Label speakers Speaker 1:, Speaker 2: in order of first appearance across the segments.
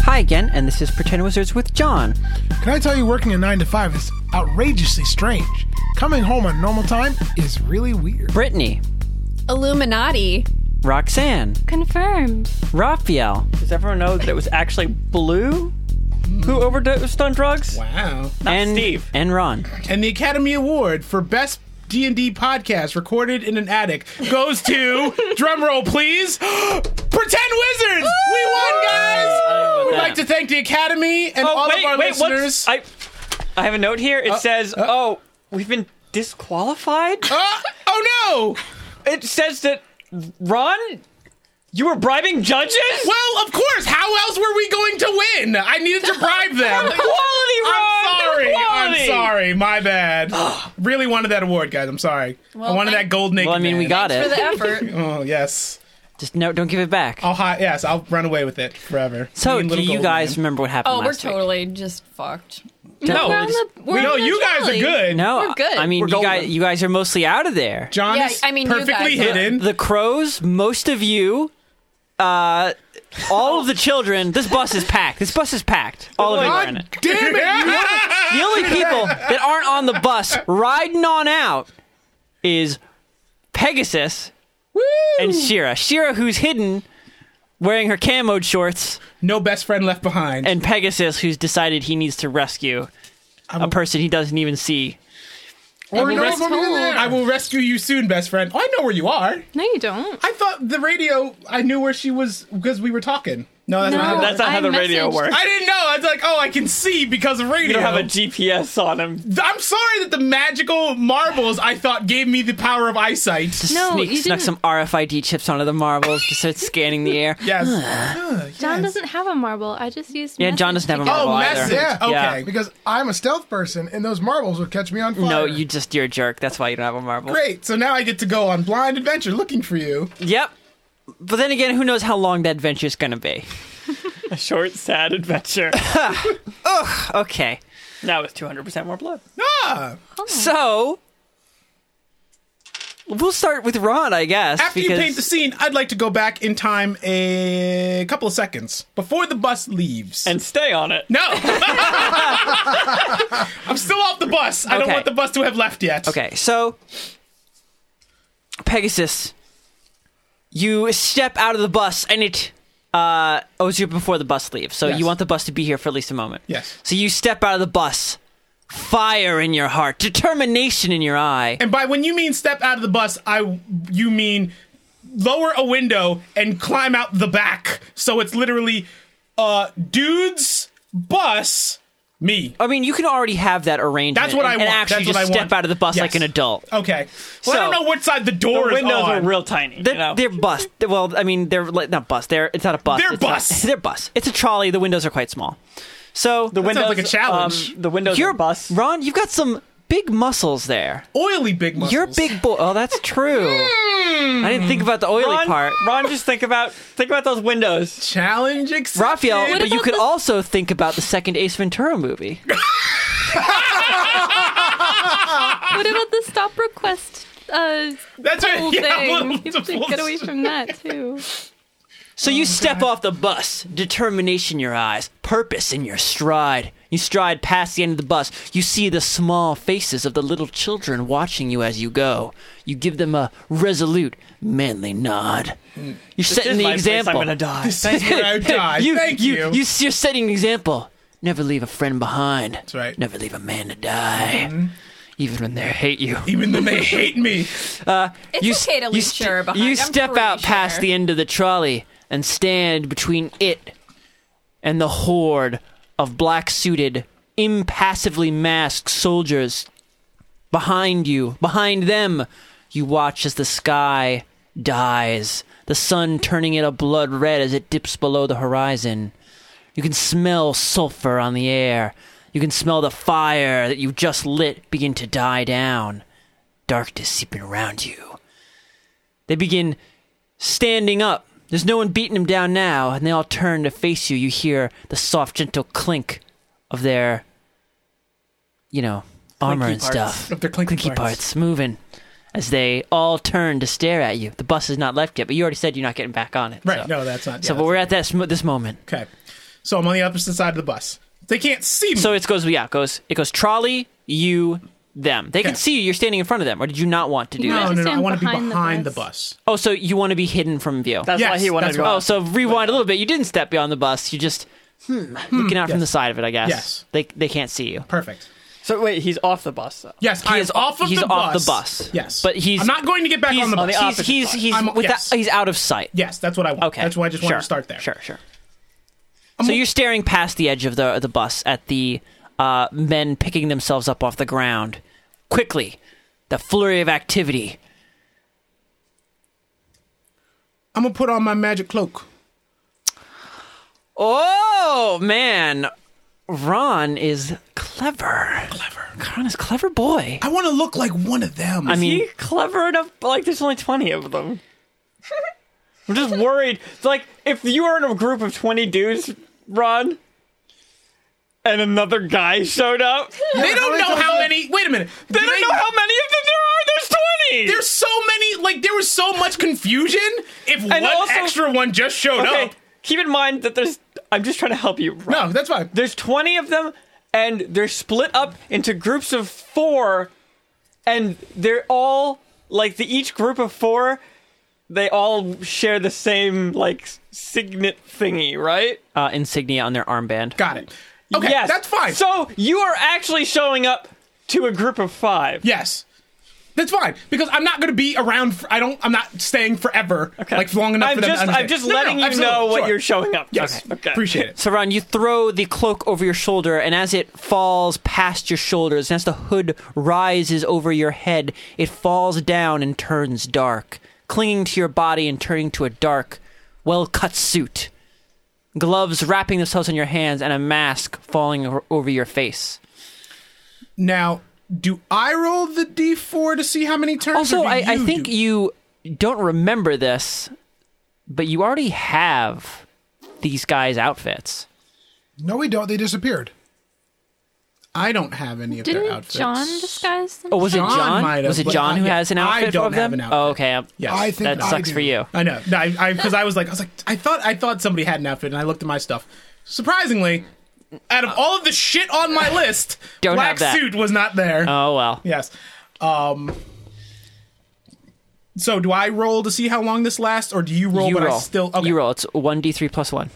Speaker 1: Hi again, and this is Pretend Wizards with John.
Speaker 2: Can I tell you, working a 9 to 5 is outrageously strange. Coming home on normal time is really weird.
Speaker 1: Brittany,
Speaker 3: Illuminati.
Speaker 1: Roxanne,
Speaker 4: Confirmed.
Speaker 1: Raphael. Does everyone know that it was actually Blue who overdosed on drugs?
Speaker 5: Wow.
Speaker 1: and
Speaker 6: Steve.
Speaker 1: and Ron.
Speaker 5: And the Academy Award for Best D&D Podcast Recorded in an Attic goes to, drumroll please, Pretend Wizards! We won, guys! We'd like to thank the Academy and
Speaker 1: Oh,
Speaker 5: all of our
Speaker 6: Oh, wait,
Speaker 5: listeners.
Speaker 6: what's I I have a note here. It says, "Oh, we've been disqualified."
Speaker 5: Uh, oh, no!
Speaker 6: it says that Ron, you were bribing judges.
Speaker 5: Well, of course. How else were we going to win? I needed to bribe them.
Speaker 6: Quality, Ron.
Speaker 5: I'm sorry.
Speaker 6: Quality.
Speaker 5: I'm sorry. My bad. really wanted that award, guys. I'm sorry. I wanted
Speaker 3: thank-
Speaker 5: that gold naked.
Speaker 1: Well, I mean, we
Speaker 5: man.
Speaker 1: got
Speaker 3: For
Speaker 1: it.
Speaker 3: the effort.
Speaker 5: Oh yes.
Speaker 1: Just no, don't give it back.
Speaker 5: I'll hi- yes. I'll run away with it forever. Oh, Me
Speaker 1: so,
Speaker 5: and
Speaker 1: do
Speaker 5: Little
Speaker 1: you
Speaker 5: Gold
Speaker 1: guys
Speaker 5: Man.
Speaker 1: remember what happened?
Speaker 3: Oh, we're
Speaker 1: last week?
Speaker 3: totally just fucked.
Speaker 1: No,
Speaker 3: We're on the, we're
Speaker 5: No,
Speaker 3: on the
Speaker 5: you guys are
Speaker 3: trolley.
Speaker 5: good.
Speaker 1: no.
Speaker 3: we're good.
Speaker 1: I mean,
Speaker 3: We're
Speaker 1: you guys, you guys are mostly out of there.
Speaker 5: John
Speaker 3: Yeah,
Speaker 5: is
Speaker 3: I mean, you
Speaker 5: perfectly
Speaker 3: guys- The-
Speaker 5: hidden.
Speaker 1: The crows, most of you, uh, all of the children. This bus is packed. This bus is packed. All of you are in it.
Speaker 5: Damn it!
Speaker 1: The only people that aren't on the bus riding on out is Pegasus and Shira. Shira, who's hidden, wearing her camoed shorts,
Speaker 5: no best friend left behind.
Speaker 1: and Pegasus, who's decided he needs to rescue a person he doesn't even see.
Speaker 5: Or
Speaker 3: we
Speaker 5: no,
Speaker 3: were
Speaker 5: I will-
Speaker 3: told.
Speaker 5: I will rescue you soon, best friend. Oh, I know where you are.
Speaker 4: No, you don't.
Speaker 5: I thought the radio. I knew where she was because we were talking. No, that's not.
Speaker 4: No.
Speaker 5: how
Speaker 6: That's not
Speaker 4: I
Speaker 6: how the radio
Speaker 4: messaged-
Speaker 6: works.
Speaker 5: I didn't know. I was like, oh, I can see because of radio.
Speaker 6: You don't have a GPS on him.
Speaker 5: I'm sorry that the magical marbles I thought gave me the power of eyesight.
Speaker 1: Just
Speaker 4: No,
Speaker 1: sneak,
Speaker 4: you
Speaker 1: snuck
Speaker 4: didn't.
Speaker 1: some RFID chips onto the marbles, just started scanning the air.
Speaker 5: Yes.
Speaker 4: John doesn't have a marble. I just used.
Speaker 1: Yeah, John
Speaker 4: message
Speaker 1: doesn't have a
Speaker 4: to get-
Speaker 1: marble
Speaker 5: Oh,
Speaker 1: either.
Speaker 5: message.
Speaker 2: Yeah.
Speaker 5: Okay.
Speaker 2: Like, Because I'm a stealth person, and those marbles would catch me on fire.
Speaker 1: No, you just you're a jerk. That's why you don't have a marble.
Speaker 5: Great. So now I get to go on blind adventure looking for you.
Speaker 1: Yep. But then again, who knows how long that adventure's gonna be?
Speaker 6: A short, sad adventure.
Speaker 1: Okay.
Speaker 6: now it's 200% more blood.
Speaker 5: Ah.
Speaker 4: Oh.
Speaker 1: So we'll start with Ron, I guess.
Speaker 5: After
Speaker 1: because,
Speaker 5: you paint the scene, I'd like to go back in time a couple of seconds before the bus leaves.
Speaker 6: And stay on it.
Speaker 5: no, I'm still off the bus. I don't
Speaker 1: Okay.
Speaker 5: want the bus to have left yet.
Speaker 1: Okay, so Pegasus, you step out of the bus and it uh owes you before the bus leaves. So
Speaker 5: Yes.
Speaker 1: you want the bus to be here for at least a moment.
Speaker 5: Yes.
Speaker 1: So you step out of the bus, fire in your heart, determination in your eye.
Speaker 5: And by when you mean step out of the bus, I you mean lower a window and climb out the back. So it's literally uh dudes bus me.
Speaker 1: I mean, you can already have that arrangement.
Speaker 5: That's what
Speaker 1: and, And
Speaker 5: I want.
Speaker 1: actually
Speaker 5: That's what
Speaker 1: just
Speaker 5: I
Speaker 1: step
Speaker 5: want.
Speaker 1: out of the bus
Speaker 5: Yes.
Speaker 1: like an adult.
Speaker 5: Okay. Well, I
Speaker 1: So-
Speaker 5: don't know which side the
Speaker 6: The
Speaker 5: door is
Speaker 6: windows
Speaker 5: on.
Speaker 6: are real tiny.
Speaker 1: They're,
Speaker 6: you know?
Speaker 1: they're bus. Well, I mean, they're like, not bus. They're it's not a bus.
Speaker 5: They're
Speaker 1: It's not-
Speaker 5: bus.
Speaker 1: they're bus. It's a trolley. The windows are quite small. So
Speaker 6: the windows
Speaker 5: sounds like a challenge.
Speaker 6: Um, the windows
Speaker 1: you're
Speaker 6: are bus.
Speaker 1: Ron, you've got some big muscles there.
Speaker 5: Oily big muscles.
Speaker 1: You're a big boy. Oh, that's true.
Speaker 6: Hmm.
Speaker 1: I didn't think about the oily
Speaker 6: Ron,
Speaker 1: part.
Speaker 6: Ron, just think about think about those windows.
Speaker 5: challenge accepted.
Speaker 1: Raphael,
Speaker 3: What
Speaker 1: but you
Speaker 3: about
Speaker 1: could
Speaker 3: the-
Speaker 1: also think about the second Ace Ventura movie.
Speaker 4: What about the stop request? Uh,
Speaker 5: That's right.
Speaker 4: whole
Speaker 5: Yeah,
Speaker 4: thing.
Speaker 5: well,
Speaker 4: you have to
Speaker 5: well,
Speaker 4: get away from that too.
Speaker 1: So you
Speaker 6: Oh
Speaker 1: step off the bus, determination in your eyes, purpose in your stride. You stride past the end of the bus. You see the small faces of the little children watching you as you go. You give them a resolute, manly nod. You're setting
Speaker 6: Hmm. This is
Speaker 1: the
Speaker 6: my place,
Speaker 1: example.
Speaker 6: I'm gonna die.
Speaker 5: Thank you. I die. Thank you.
Speaker 1: you, are setting an example. Never leave a friend behind. That's
Speaker 5: right.
Speaker 1: Never leave a man to die,
Speaker 6: Mm-hmm.
Speaker 1: even when they hate you.
Speaker 5: Even though they hate me.
Speaker 3: It's
Speaker 1: you
Speaker 3: okay to
Speaker 1: s-
Speaker 3: leave
Speaker 1: you st-
Speaker 3: Shara behind.
Speaker 1: You
Speaker 3: I'm
Speaker 1: step
Speaker 3: pretty
Speaker 1: out past
Speaker 3: sure.
Speaker 1: the end of the trolley and stand between it and the horde of black suited, impassively masked soldiers. Behind you, behind them, you watch as the sky dies, the sun turning it a blood red as it dips below the horizon. You can smell sulfur on the air. You can smell the fire that you just lit begin to die down. Darkness seeping around you. They begin standing up. There's no one beating them down now, and they all turn to face you. You hear the soft, gentle clink of their, you know, armor and stuff.
Speaker 5: Of their clinky parts.
Speaker 1: parts moving as they all turn to stare at you. The bus has not left yet, but you already said you're not getting back on it.
Speaker 5: Right.
Speaker 1: so-
Speaker 5: No, that's not.
Speaker 1: So, but
Speaker 5: yeah, that's-
Speaker 1: we're at that sm- this moment.
Speaker 5: Okay. So I'm on the opposite side of the bus. They can't see me.
Speaker 1: So it goes, yeah, it goes, it goes trolley, you, them. They can
Speaker 5: Okay.
Speaker 1: see you. You're standing in front of them, or did you not want to do
Speaker 4: No.
Speaker 1: that?
Speaker 5: no, no, no. I
Speaker 4: Stand
Speaker 5: want to be
Speaker 4: behind the
Speaker 5: behind the bus.
Speaker 4: bus.
Speaker 1: Oh, so you want to be hidden from view.
Speaker 6: That's why
Speaker 5: Yes,
Speaker 6: he wanted
Speaker 5: that's
Speaker 6: to go.
Speaker 5: why.
Speaker 1: oh, so rewind a little bit. You didn't step beyond the bus. You just hmm, looking out from the side of it, I guess.
Speaker 5: Yes.
Speaker 1: They they can't see you.
Speaker 5: Perfect.
Speaker 6: So wait, he's off the bus. Though.
Speaker 5: Yes, I
Speaker 1: He
Speaker 5: am
Speaker 1: is
Speaker 5: off of
Speaker 1: he's
Speaker 5: the
Speaker 1: off
Speaker 5: bus.
Speaker 1: the bus.
Speaker 5: Yes,
Speaker 1: But he's-
Speaker 5: I'm not going to get back
Speaker 1: he's,
Speaker 5: on the bus.
Speaker 6: the
Speaker 1: he's
Speaker 6: opposite
Speaker 1: he's
Speaker 6: side.
Speaker 1: he's,
Speaker 5: I'm-
Speaker 1: without-
Speaker 5: yes.
Speaker 1: he's out of sight.
Speaker 5: yes, that's what I want.
Speaker 1: Okay.
Speaker 5: That's why I just
Speaker 1: sure.
Speaker 5: wanted to start there.
Speaker 1: Sure, sure. so you're staring past the edge of the the bus at the uh, men picking themselves up off the ground quickly. The flurry of activity.
Speaker 5: I'm gonna put on my magic cloak.
Speaker 1: Oh man, Ron is clever.
Speaker 5: Clever.
Speaker 1: Ron is a clever boy.
Speaker 5: I want to look like one of them.
Speaker 1: I mean,
Speaker 6: He clever enough. but, Like there's only twenty of them. I'm just worried. It's like if you were in a group of twenty dudes, Ron, and another guy showed up.
Speaker 5: they don't know how many. Wait a minute.
Speaker 6: They don't know how many of them there are. There's twenty.
Speaker 5: There's so many. Like there was so much confusion. If one
Speaker 6: also-
Speaker 5: extra one just showed
Speaker 6: okay.
Speaker 5: up.
Speaker 6: Keep in mind that there's. I'm just trying to help you. Ron.
Speaker 5: No, that's fine.
Speaker 6: There's 20 of them, and they're split up into groups of four, and they're all like the each group of four. They all share the same like signet thingy, right?
Speaker 1: uh, insignia on their armband.
Speaker 5: Got it. Okay,
Speaker 6: yes,
Speaker 5: that's fine.
Speaker 6: So you are actually showing up to a group of five.
Speaker 5: yes. That's fine because I'm not going to be around. For, I don't. I'm not staying forever.
Speaker 6: Okay.
Speaker 5: Like long enough
Speaker 6: I'm
Speaker 5: for them.
Speaker 6: just,
Speaker 5: to
Speaker 6: I'm
Speaker 5: understand.
Speaker 6: just
Speaker 5: No, no,
Speaker 6: letting you
Speaker 5: absolutely,
Speaker 6: know what
Speaker 5: sure.
Speaker 6: you're showing up. to.
Speaker 5: Yes.
Speaker 6: Okay.
Speaker 5: Appreciate it.
Speaker 1: So Ron, you throw the cloak over your shoulder, and as it falls past your shoulders, and as the hood rises over your head, it falls down and turns dark, clinging to your body and turning to a dark, well-cut suit. Gloves wrapping themselves in your hands, and a mask falling o- over your face.
Speaker 5: Now, do I roll the d4 to see how many turns?
Speaker 1: Also,
Speaker 5: or do
Speaker 1: I, I
Speaker 5: you
Speaker 1: think
Speaker 5: do?
Speaker 1: you don't remember this, but you already have these guys' outfits.
Speaker 2: No, we don't. They disappeared.
Speaker 5: I don't have any of their
Speaker 4: Didn't
Speaker 5: outfits.
Speaker 4: John disguise them?
Speaker 1: Oh, was
Speaker 5: John
Speaker 1: it John?
Speaker 5: might have,
Speaker 1: was it
Speaker 5: but
Speaker 1: John
Speaker 5: I-
Speaker 1: who
Speaker 5: yeah,
Speaker 1: has an
Speaker 5: I
Speaker 1: outfit
Speaker 5: don't
Speaker 1: of
Speaker 5: have
Speaker 1: them?
Speaker 5: an outfit.
Speaker 1: Oh, okay. um,
Speaker 5: Yes.
Speaker 2: I think
Speaker 1: that
Speaker 2: I
Speaker 1: sucks
Speaker 2: do.
Speaker 1: for you.
Speaker 5: I know. No, I because I, was like, I was like, I thought, I thought somebody had an outfit, and I looked at my stuff. Surprisingly, out of
Speaker 6: Uh,
Speaker 5: all of the shit on my list,
Speaker 1: Don't
Speaker 5: black
Speaker 1: have that.
Speaker 5: suit was not there.
Speaker 1: Oh well.
Speaker 5: yes. Um. So do I roll to see how long this lasts, or do you roll?
Speaker 1: you
Speaker 5: but
Speaker 1: roll.
Speaker 5: I still okay.
Speaker 1: You roll. It's one d three plus one.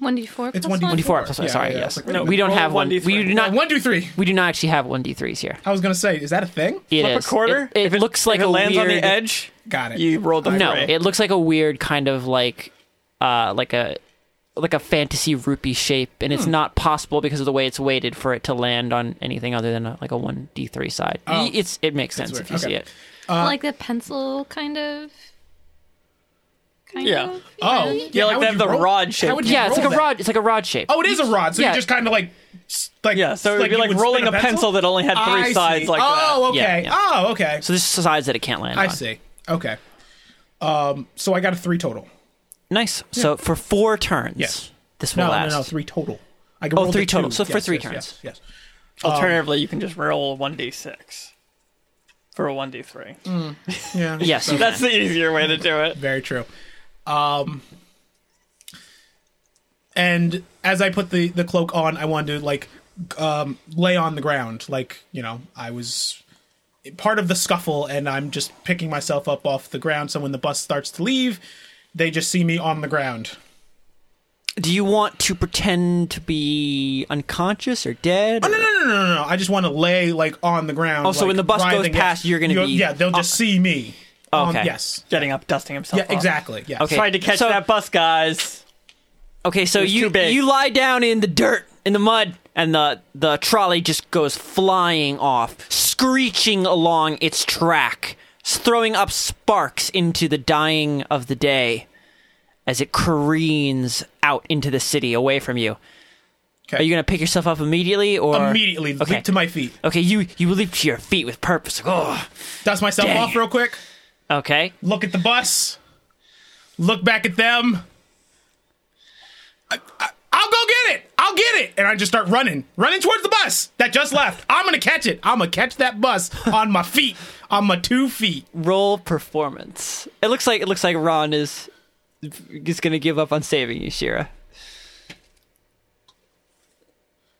Speaker 4: One d four.
Speaker 5: It's 1d4.
Speaker 1: One d four plus one.
Speaker 5: Yeah,
Speaker 1: Sorry.
Speaker 5: yeah,
Speaker 1: yes.
Speaker 5: it's like-
Speaker 1: no, we don't
Speaker 6: roll
Speaker 1: have one.
Speaker 6: 1d3.
Speaker 1: We do not.
Speaker 5: One, two, three.
Speaker 1: we do not actually have one d threes here.
Speaker 5: I was gonna say, is that a thing?
Speaker 1: It
Speaker 6: Flip
Speaker 1: is-
Speaker 6: a quarter.
Speaker 1: It, it
Speaker 6: if
Speaker 1: looks like
Speaker 6: if it
Speaker 1: a
Speaker 6: lands
Speaker 1: weird,
Speaker 6: on the edge.
Speaker 5: Got it.
Speaker 6: You rolled the
Speaker 1: No,
Speaker 6: right.
Speaker 1: it looks like a weird kind of like, uh, like a. Like a fantasy rupee shape, and
Speaker 5: Hmm.
Speaker 1: it's not possible because of the way it's weighted for it to land on anything other than a, like a one d three side. Y- It's it makes sense
Speaker 5: Oh. weird.
Speaker 1: if you
Speaker 5: Okay.
Speaker 1: see it.
Speaker 4: like the pencil kind of. Kind
Speaker 6: Yeah.
Speaker 4: of.
Speaker 5: Oh,
Speaker 6: Yeah, like
Speaker 5: how
Speaker 6: they
Speaker 5: would
Speaker 6: have
Speaker 5: you
Speaker 6: the
Speaker 5: roll-
Speaker 6: rod
Speaker 5: how
Speaker 6: shape.
Speaker 5: would you
Speaker 1: Yeah, it's like
Speaker 5: roll
Speaker 1: a
Speaker 5: that?
Speaker 1: rod. It's like a rod shape.
Speaker 5: Oh, it is a rod. So
Speaker 1: Yeah.
Speaker 5: you just kind of like, s- like
Speaker 6: Yeah, so it would be
Speaker 5: you
Speaker 6: like rolling
Speaker 5: spin
Speaker 6: a pencil that only had three
Speaker 5: I
Speaker 6: sides
Speaker 5: see.
Speaker 6: like that.
Speaker 5: Oh, okay.
Speaker 1: Yeah, yeah.
Speaker 5: Oh, okay.
Speaker 1: So there's sides that it can't land
Speaker 5: I
Speaker 1: on.
Speaker 5: see. Okay. Um, so I got a three total.
Speaker 1: Nice. So for four turns,
Speaker 5: Yes.
Speaker 1: this will
Speaker 5: No, no,
Speaker 1: last.
Speaker 5: no, three total. I can
Speaker 1: Oh,
Speaker 5: roll
Speaker 1: three
Speaker 5: the two.
Speaker 1: total. So for three
Speaker 5: yes,
Speaker 1: turns.
Speaker 5: Yes, yes.
Speaker 6: Alternatively, you can just roll one d six for a one d three.
Speaker 5: Mm. Yeah.
Speaker 1: Yes, you
Speaker 6: That's
Speaker 1: can.
Speaker 6: the easier way to do it.
Speaker 5: Very true. Um, and as I put the the cloak on, I wanted to like um, lay on the ground, like you know, I was part of the scuffle, and I'm just picking myself up off the ground. So when the bus starts to leave, they just see me on the ground.
Speaker 1: Do you want to pretend to be unconscious or dead?
Speaker 5: No, no, no, no, no, no. I just want to lay like on the ground.
Speaker 1: Oh, so
Speaker 5: like,
Speaker 1: when the bus goes
Speaker 5: writhing.
Speaker 1: past, you're gonna
Speaker 5: You'll-
Speaker 1: be- Oh,
Speaker 5: Yeah, they'll just see me. Um,
Speaker 1: Okay.
Speaker 5: yes.
Speaker 6: Getting up, dusting himself.
Speaker 5: Yeah.
Speaker 6: off.
Speaker 5: Exactly. Yes.
Speaker 1: Okay.
Speaker 6: Tried to catch
Speaker 1: So-
Speaker 6: that bus, guys.
Speaker 1: Okay, so
Speaker 6: It's
Speaker 1: you
Speaker 6: too big.
Speaker 1: you lie down in the dirt in the mud, and the the trolley just goes flying off, screeching along its track, s- throwing up sparks into the dying of the day, as it careens out into the city away from you.
Speaker 5: Okay.
Speaker 1: Are you gonna pick yourself up immediately, or
Speaker 5: Immediately
Speaker 1: Okay.
Speaker 5: leap to my feet.
Speaker 1: Okay, you you leap to your feet with purpose. Oh,
Speaker 5: Dust myself
Speaker 1: Dang.
Speaker 5: off real quick.
Speaker 1: okay.
Speaker 5: Look at the bus. Look back at them. I, I, I'll go get it. I'll get it. And I just start running, running towards the bus that just left. I'm gonna catch it. I'm gonna catch that bus on my feet, on my two feet.
Speaker 1: Roll performance. It looks like it looks like Ron is is gonna give up on saving you, Shira.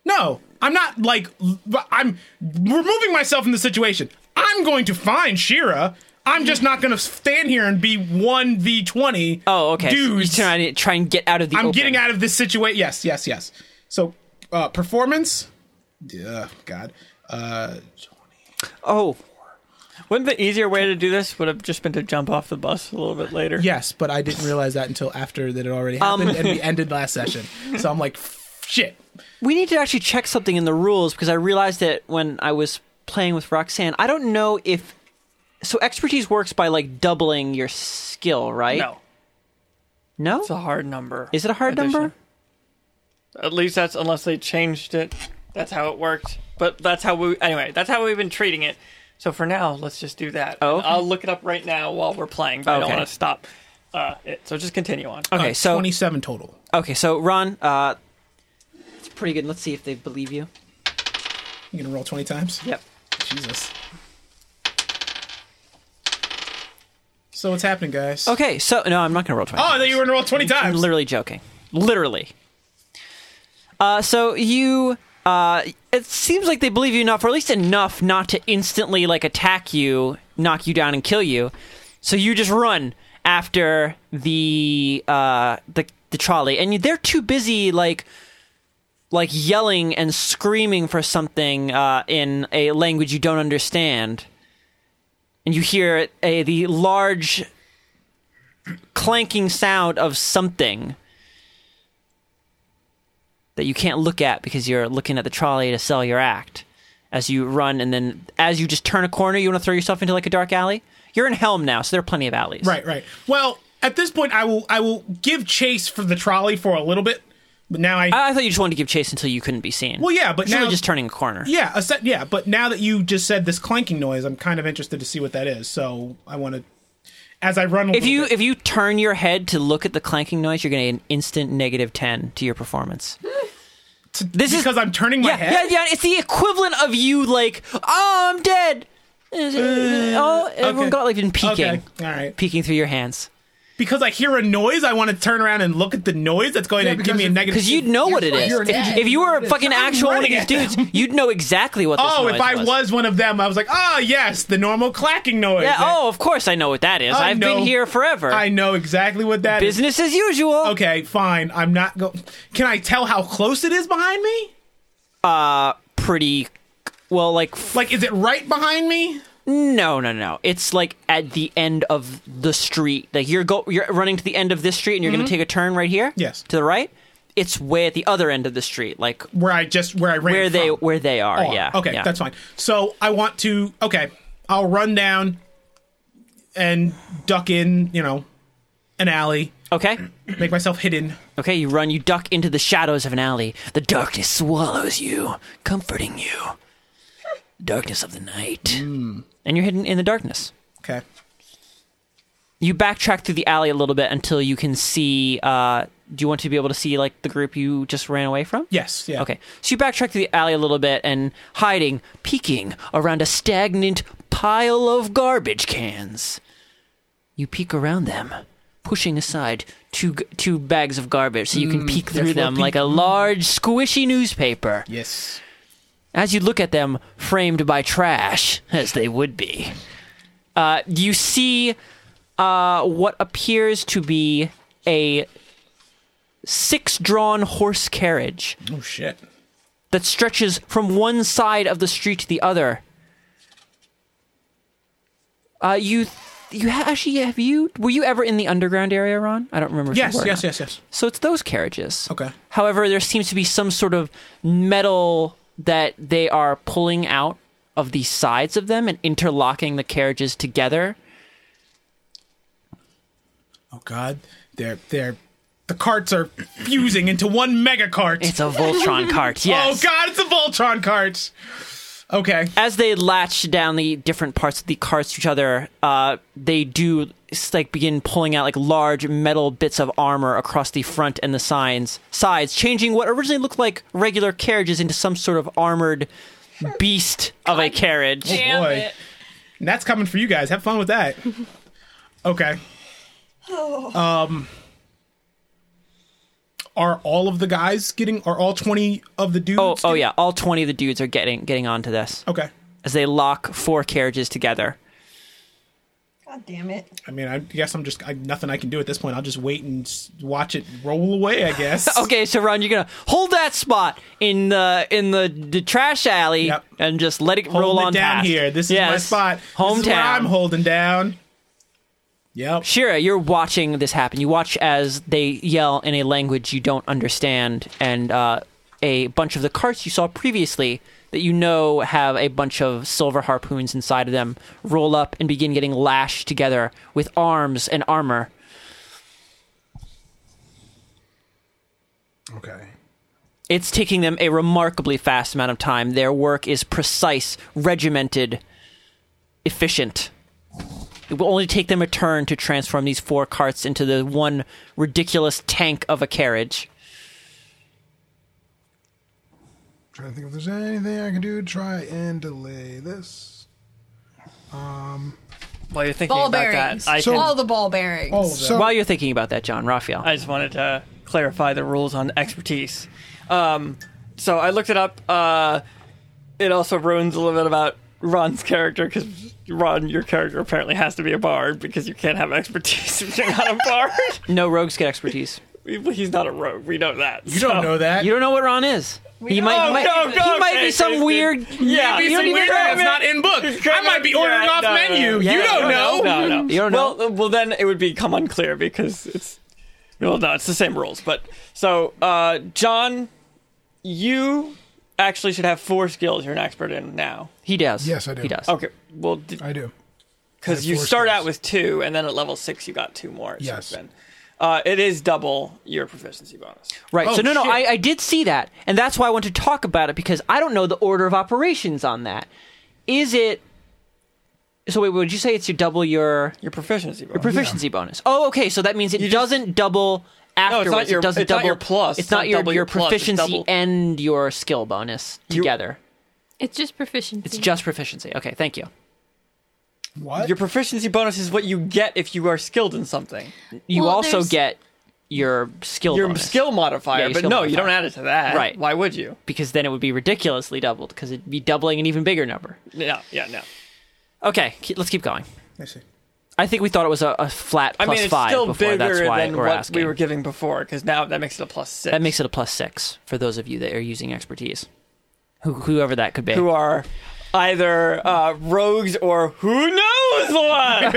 Speaker 5: no, I'm not like l- I'm removing myself from the situation. I'm going to find Shira. I'm just not going to stand here and be one v twenty.
Speaker 1: Oh, okay. So you
Speaker 5: dudes.
Speaker 1: try and try and get out of the.
Speaker 5: I'm
Speaker 1: open.
Speaker 5: getting out of this situation. Yes, yes, yes. So uh, performance. Ugh, God. Uh,
Speaker 6: Oh. Wouldn't the easier way to do this would have just been to jump off the bus a little bit later?
Speaker 5: yes, but I didn't realize that until after that it already
Speaker 1: Um,
Speaker 5: happened and we ended last session. So I'm like, shit.
Speaker 1: We need to actually check something in the rules because I realized that when I was playing with Roxanne, I don't know if so expertise works by like doubling your skill, right?
Speaker 6: No.
Speaker 1: No?
Speaker 6: It's a hard number.
Speaker 1: Is it a hard
Speaker 6: Addition.
Speaker 1: number?
Speaker 6: At least that's unless they changed it. That's how it worked. But that's how we anyway. That's how we've been treating it. So for now, let's just do that.
Speaker 1: Oh,
Speaker 6: And
Speaker 1: okay.
Speaker 6: I'll look it up right now while we're playing. But I don't
Speaker 1: Okay.
Speaker 6: want to stop uh, it. So just continue on.
Speaker 1: Okay,
Speaker 5: Uh,
Speaker 1: so
Speaker 5: 27 total.
Speaker 1: okay, so Ron, uh it's pretty good. Let's see if they believe you.
Speaker 5: You gonna roll 20 times?
Speaker 1: Yep.
Speaker 5: Jesus. So what's happening, guys?
Speaker 1: Okay, so no, I'm not gonna roll twice.
Speaker 5: Oh, I thought you were gonna roll 20
Speaker 1: I'm
Speaker 5: times.
Speaker 1: literally joking. Literally. Uh, so you, uh, it seems like they believe you enough, or at least enough, not to instantly like attack you, knock you down, and kill you. So you just run after the uh, the the trolley, and they're too busy like like yelling and screaming for something uh, in a language you don't understand. And you hear a the large clanking sound of something that you can't look at because you're looking at the trolley to sell your act as you run and then as you just turn a corner you want to throw yourself into like a dark alley you're in helm now so there are plenty of alleys
Speaker 5: Right, right. Well, at this point, I will I will give chase for the trolley for a little bit, but now I.
Speaker 1: i I thought you just wanted to give chase until you couldn't be seen
Speaker 5: well, yeah, but
Speaker 1: it's really
Speaker 5: now
Speaker 1: just turning a corner
Speaker 5: Yeah, a set, yeah, but now that you just said this clanking noise, I'm kind of interested to see what that is. So I want to, as I run. A
Speaker 1: if
Speaker 5: little
Speaker 1: you
Speaker 5: bit-
Speaker 1: if you turn your head to look at the clanking noise you're going to get an instant negative 10 to your performance this is-
Speaker 5: because I'm turning my
Speaker 1: yeah
Speaker 5: head.
Speaker 1: yeah yeah it's the equivalent of you like oh i'm dead oh everyone
Speaker 5: Uh, okay.
Speaker 1: got like in peeking
Speaker 5: Okay, all right.
Speaker 1: peeking through your hands
Speaker 5: Because I hear a noise, I want to turn around and look at the noise that's going to give
Speaker 2: because
Speaker 5: me a
Speaker 2: if-
Speaker 5: negative.
Speaker 1: Because you'd know what it is.
Speaker 2: you're
Speaker 1: If,
Speaker 2: an idiot.
Speaker 1: if you were a
Speaker 2: It's-
Speaker 1: fucking
Speaker 5: I'm
Speaker 1: actual one of
Speaker 5: running
Speaker 1: these
Speaker 5: at
Speaker 1: dudes, you'd know exactly what this
Speaker 5: Oh, if
Speaker 1: noise
Speaker 5: I was. one of them, I was like, ah, yes, the normal clacking noise.
Speaker 1: Yeah,
Speaker 5: That-
Speaker 1: oh, of course I know what that is.
Speaker 5: I
Speaker 1: I've been
Speaker 5: know.
Speaker 1: here forever.
Speaker 5: I know exactly what that is.
Speaker 1: Business as usual.
Speaker 5: Okay, fine. I'm not go. Can I tell how close it is behind me?
Speaker 1: Pretty. Well, like, f-
Speaker 5: Like, is it right behind me?
Speaker 1: no, no, no. It's like at the end of the street. Like, you're go, you're running to the end of this street and you're going to take a turn right here?
Speaker 5: Mm-hmm. Yes.
Speaker 1: To the right? It's way at the other end of the street. Like,
Speaker 5: Where I just where I ran.
Speaker 1: where they
Speaker 5: from.
Speaker 1: where they are.
Speaker 5: Oh,
Speaker 1: yeah.
Speaker 5: Okay,
Speaker 1: yeah.
Speaker 5: that's fine. So I want to. Okay, I'll run down and duck in. You know, an alley.
Speaker 1: Okay.
Speaker 5: Make myself hidden.
Speaker 1: Okay, you run, you duck into the shadows of an alley. The darkness swallows you, comforting you. Darkness of the night.
Speaker 5: Hmm.
Speaker 1: And you're hidden in the darkness.
Speaker 5: Okay.
Speaker 1: You backtrack through the alley a little bit until you can see. Uh, do you want to be able to see, like, the group you just ran away from?
Speaker 5: Yes. Yeah.
Speaker 1: Okay, so you backtrack through the alley a little bit and hiding, peeking around a stagnant pile of garbage cans. You peek around them, pushing aside two g- two bags of garbage so you
Speaker 5: Mm,
Speaker 1: can peek through
Speaker 5: little
Speaker 1: them like a large squishy newspaper.
Speaker 5: Yes.
Speaker 1: As you look at them, framed by trash, as they would be, uh, you see uh, what appears to be a six drawn horse carriage
Speaker 5: Oh shit.
Speaker 1: that stretches from one side of the street to the other. Uh, you, you ha- actually have you? Were you ever in the underground area, Ron? I don't remember. If
Speaker 5: Yes.
Speaker 1: you were or
Speaker 5: Yes.
Speaker 1: not.
Speaker 5: Yes. Yes.
Speaker 1: So it's those carriages.
Speaker 5: Okay.
Speaker 1: However, there seems to be some sort of metal that they are pulling out of the sides of them and interlocking the carriages together.
Speaker 5: Oh god. They're they're the carts are fusing into one mega cart.
Speaker 1: It's a Voltron cart. Yes.
Speaker 5: Oh god, it's a Voltron cart. Okay.
Speaker 1: as they latch down the different parts of the carts to each other, uh, they do s- like begin pulling out like large metal bits of armor across the front and the signs sides, changing what originally looked like regular carriages into some sort of armored beast of a carriage.
Speaker 3: Damn
Speaker 5: Boy.
Speaker 3: it.
Speaker 5: And that's coming for you guys. Have fun with that. Okay. Um Are all of the guys getting? Are all twenty of the dudes?
Speaker 1: Oh, oh yeah, all twenty of the dudes are getting getting onto this
Speaker 5: Okay.
Speaker 1: as they lock four carriages together.
Speaker 7: God damn it.
Speaker 5: I mean, I guess I'm just I, nothing I can do at this point. I'll just wait and s- watch it roll away. I guess.
Speaker 1: Okay, so Ron, you're gonna hold that spot in the in the, the trash alley
Speaker 5: Yep.
Speaker 1: and just let it
Speaker 5: Holding
Speaker 1: roll
Speaker 5: it
Speaker 1: on
Speaker 5: down
Speaker 1: past.
Speaker 5: here. This is my
Speaker 1: Yes.
Speaker 5: spot.
Speaker 1: Hometown.
Speaker 5: This is what I'm holding down. Yep.
Speaker 1: Shira, you're watching this happen. You watch as they yell in a language you don't understand, and uh, a bunch of the carts you saw previously that you know have a bunch of silver harpoons inside of them roll up and begin getting lashed together with arms and armor.
Speaker 5: Okay.
Speaker 1: It's taking them a remarkably fast amount of time. Their work is precise, regimented, efficient. It will only take them a turn to transform these four carts into the one ridiculous tank of a carriage.
Speaker 2: Trying to think if there's anything I can do to try and delay this.
Speaker 6: While you're thinking
Speaker 3: Ball
Speaker 6: about
Speaker 3: bearings.
Speaker 6: that, I,
Speaker 2: So-
Speaker 6: can,
Speaker 3: All the ball bearings.
Speaker 2: All
Speaker 8: Oh.
Speaker 2: of
Speaker 1: While
Speaker 2: that.
Speaker 1: you're thinking about that, John Raphael,
Speaker 6: I just wanted to clarify the rules on expertise. Um, so I looked it up. Uh, it also ruins a little bit about Ron's character because Ron, your character apparently has to be a bard because you can't have expertise if you're not a bard.
Speaker 1: no rogues get expertise.
Speaker 6: He's not a rogue. We know that.
Speaker 5: You don't know that.
Speaker 1: You don't know what Ron is. He might,
Speaker 6: don't-
Speaker 1: he might,
Speaker 6: no, no,
Speaker 1: he might be
Speaker 6: okay,
Speaker 1: some
Speaker 6: Kristen.
Speaker 1: weird.
Speaker 6: Yeah,
Speaker 1: you don't
Speaker 5: some
Speaker 1: even
Speaker 5: weird
Speaker 1: know.
Speaker 5: that's not in book. I might be ordering
Speaker 6: Yeah,
Speaker 5: off
Speaker 6: no, no,
Speaker 5: menu.
Speaker 6: no.
Speaker 5: you
Speaker 6: Yeah,
Speaker 5: don't know.
Speaker 6: No, no.
Speaker 1: You don't know?
Speaker 6: Well, uh, well, then it would become unclear because it's well, no, it's the same rules. But so, uh, John, you actually should have four skills you're an expert in now.
Speaker 1: He does.
Speaker 2: Yes, I do.
Speaker 1: He does.
Speaker 6: Okay, well,
Speaker 2: I do.
Speaker 6: because
Speaker 2: I
Speaker 6: you
Speaker 2: have four
Speaker 6: start
Speaker 2: skills.
Speaker 6: out with two, and then at level six you got two more. so
Speaker 2: Yes.
Speaker 6: then, uh, it is double your proficiency bonus.
Speaker 1: Right.
Speaker 5: Oh,
Speaker 1: so no, no,
Speaker 5: shit.
Speaker 1: I, I did see that, and that's why I want to talk about it because I don't know the order of operations on that. Is it? So wait, would you say it's your double your
Speaker 6: Your proficiency bonus.
Speaker 1: proficiency bonus? Oh, okay. So that means it
Speaker 6: just-
Speaker 1: doesn't double afterwards.
Speaker 6: your-
Speaker 1: it doesn't
Speaker 6: it's not
Speaker 1: double
Speaker 6: your plus,
Speaker 1: It's
Speaker 6: it's not
Speaker 1: not your
Speaker 6: double
Speaker 1: your
Speaker 6: your plus, it's
Speaker 1: proficiency
Speaker 6: double-
Speaker 1: and your skill bonus together.
Speaker 4: It's just proficiency.
Speaker 1: It's just proficiency. Okay, thank you.
Speaker 2: What?
Speaker 6: Your proficiency bonus is what you get if you are skilled in something.
Speaker 1: You
Speaker 4: Well,
Speaker 1: also
Speaker 4: there's-
Speaker 1: get your skill
Speaker 6: Your
Speaker 1: bonus,
Speaker 6: skill modifier,
Speaker 1: Yeah, your
Speaker 6: but
Speaker 1: skill
Speaker 6: no, you don't
Speaker 1: modifier.
Speaker 6: add it to that.
Speaker 1: Right.
Speaker 6: Why would you?
Speaker 1: because then it would be ridiculously doubled because it'd be doubling an even bigger number.
Speaker 6: No, yeah, no.
Speaker 1: Okay, ke- let's keep going.
Speaker 5: I see.
Speaker 1: I think we thought it was a, a flat
Speaker 6: I
Speaker 1: plus
Speaker 6: mean, it's
Speaker 1: five
Speaker 6: still
Speaker 1: before.
Speaker 6: bigger
Speaker 1: That's why
Speaker 6: than
Speaker 1: we're
Speaker 6: what
Speaker 1: asking.
Speaker 6: we were giving before, because now that makes it a plus six.
Speaker 1: That makes it a plus six for those of you that are using expertise, Who, whoever that could be.
Speaker 6: who are either uh, rogues or who knows what?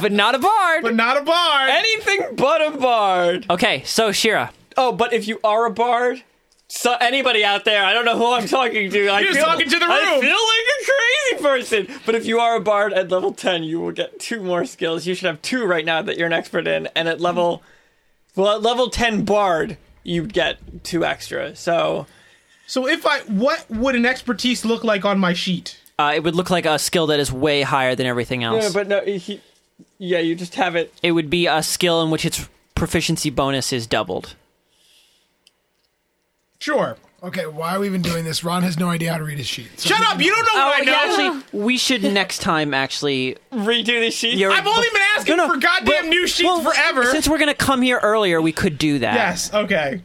Speaker 1: but not a bard.
Speaker 5: But not a bar.
Speaker 6: Anything but a bard.
Speaker 1: okay, so Shira,
Speaker 6: Oh, but if you are a bard, so anybody out there, I don't know who I'm talking to. I
Speaker 5: You're
Speaker 6: feel,
Speaker 5: talking to the room.
Speaker 6: I feel like a crazy person. But if you are a bard at level ten, you will get two more skills. You should have two right now that you're an expert in, and at level, well, at level ten bard, you get two extra. So
Speaker 5: So if I, what would an expertise look like on my sheet?
Speaker 1: uh, it would look like a skill that is way higher than everything else.
Speaker 6: No, but no, he, yeah, you just have it.
Speaker 1: it would be a skill in which its proficiency bonus is doubled.
Speaker 5: Sure.
Speaker 2: Okay, why are we even doing this? Ron has no idea how to read his sheet. So
Speaker 5: Shut up. You don't know
Speaker 6: Oh,
Speaker 5: what I know.
Speaker 1: Oh, actually, we should next time actually.
Speaker 6: Redo the sheet.
Speaker 1: You're-
Speaker 5: I've only been asking
Speaker 1: No, no,
Speaker 5: for goddamn
Speaker 1: well-
Speaker 5: new sheets
Speaker 1: well,
Speaker 5: forever.
Speaker 1: Since we're gonna come here earlier, we could do that.
Speaker 5: yes. Okay.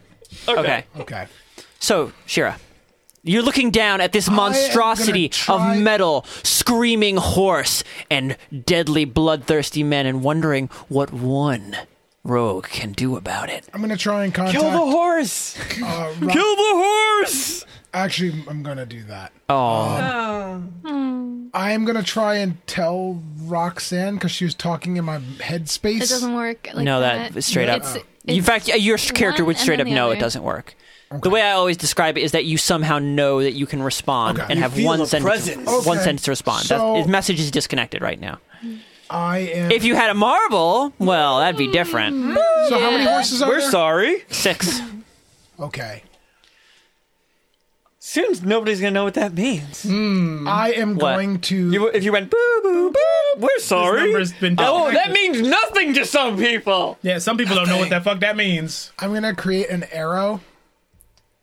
Speaker 1: Okay.
Speaker 2: Okay.
Speaker 1: So, Shira, you're looking down at this monstrosity
Speaker 2: try-
Speaker 1: of metal, screaming horse, and deadly bloodthirsty men, and wondering what one rogue can do about it.
Speaker 2: I'm gonna try and contact.
Speaker 6: Kill the horse!
Speaker 2: uh, Ron-
Speaker 6: Kill the horse!
Speaker 2: Actually, I'm gonna do that. Um,
Speaker 1: Oh,
Speaker 2: I am gonna try and tell Roxanne because she was talking in my headspace.
Speaker 4: It doesn't work. Like
Speaker 1: no,
Speaker 4: that.
Speaker 1: that straight up.
Speaker 4: It's-
Speaker 1: In
Speaker 4: it's
Speaker 1: fact, your character
Speaker 4: one
Speaker 1: would straight up
Speaker 4: and then the
Speaker 1: no, it
Speaker 4: other.
Speaker 1: doesn't work. The way I always describe it is that you somehow know that you can respond
Speaker 2: Okay.
Speaker 1: and
Speaker 2: You
Speaker 1: have
Speaker 6: feel
Speaker 1: one
Speaker 6: the
Speaker 1: sentence,
Speaker 6: presence.
Speaker 1: one
Speaker 2: Okay.
Speaker 1: sentence to respond.
Speaker 2: So-
Speaker 1: That's, his message is disconnected right now.
Speaker 2: I am.
Speaker 1: If you had a marble, well, that'd be different.
Speaker 2: so how many horses are
Speaker 6: We're
Speaker 2: there?
Speaker 6: sorry.
Speaker 1: Six.
Speaker 2: okay.
Speaker 6: Soon nobody's gonna know what that means.
Speaker 5: Hmm.
Speaker 2: I am
Speaker 1: What?
Speaker 2: going to.
Speaker 6: You, if you went boo boo boo, we're sorry.
Speaker 5: number's been
Speaker 6: oh,
Speaker 5: disconnected.
Speaker 6: that means nothing to some people.
Speaker 5: Yeah. Some people don't know what the fuck that means.
Speaker 2: I'm gonna create an arrow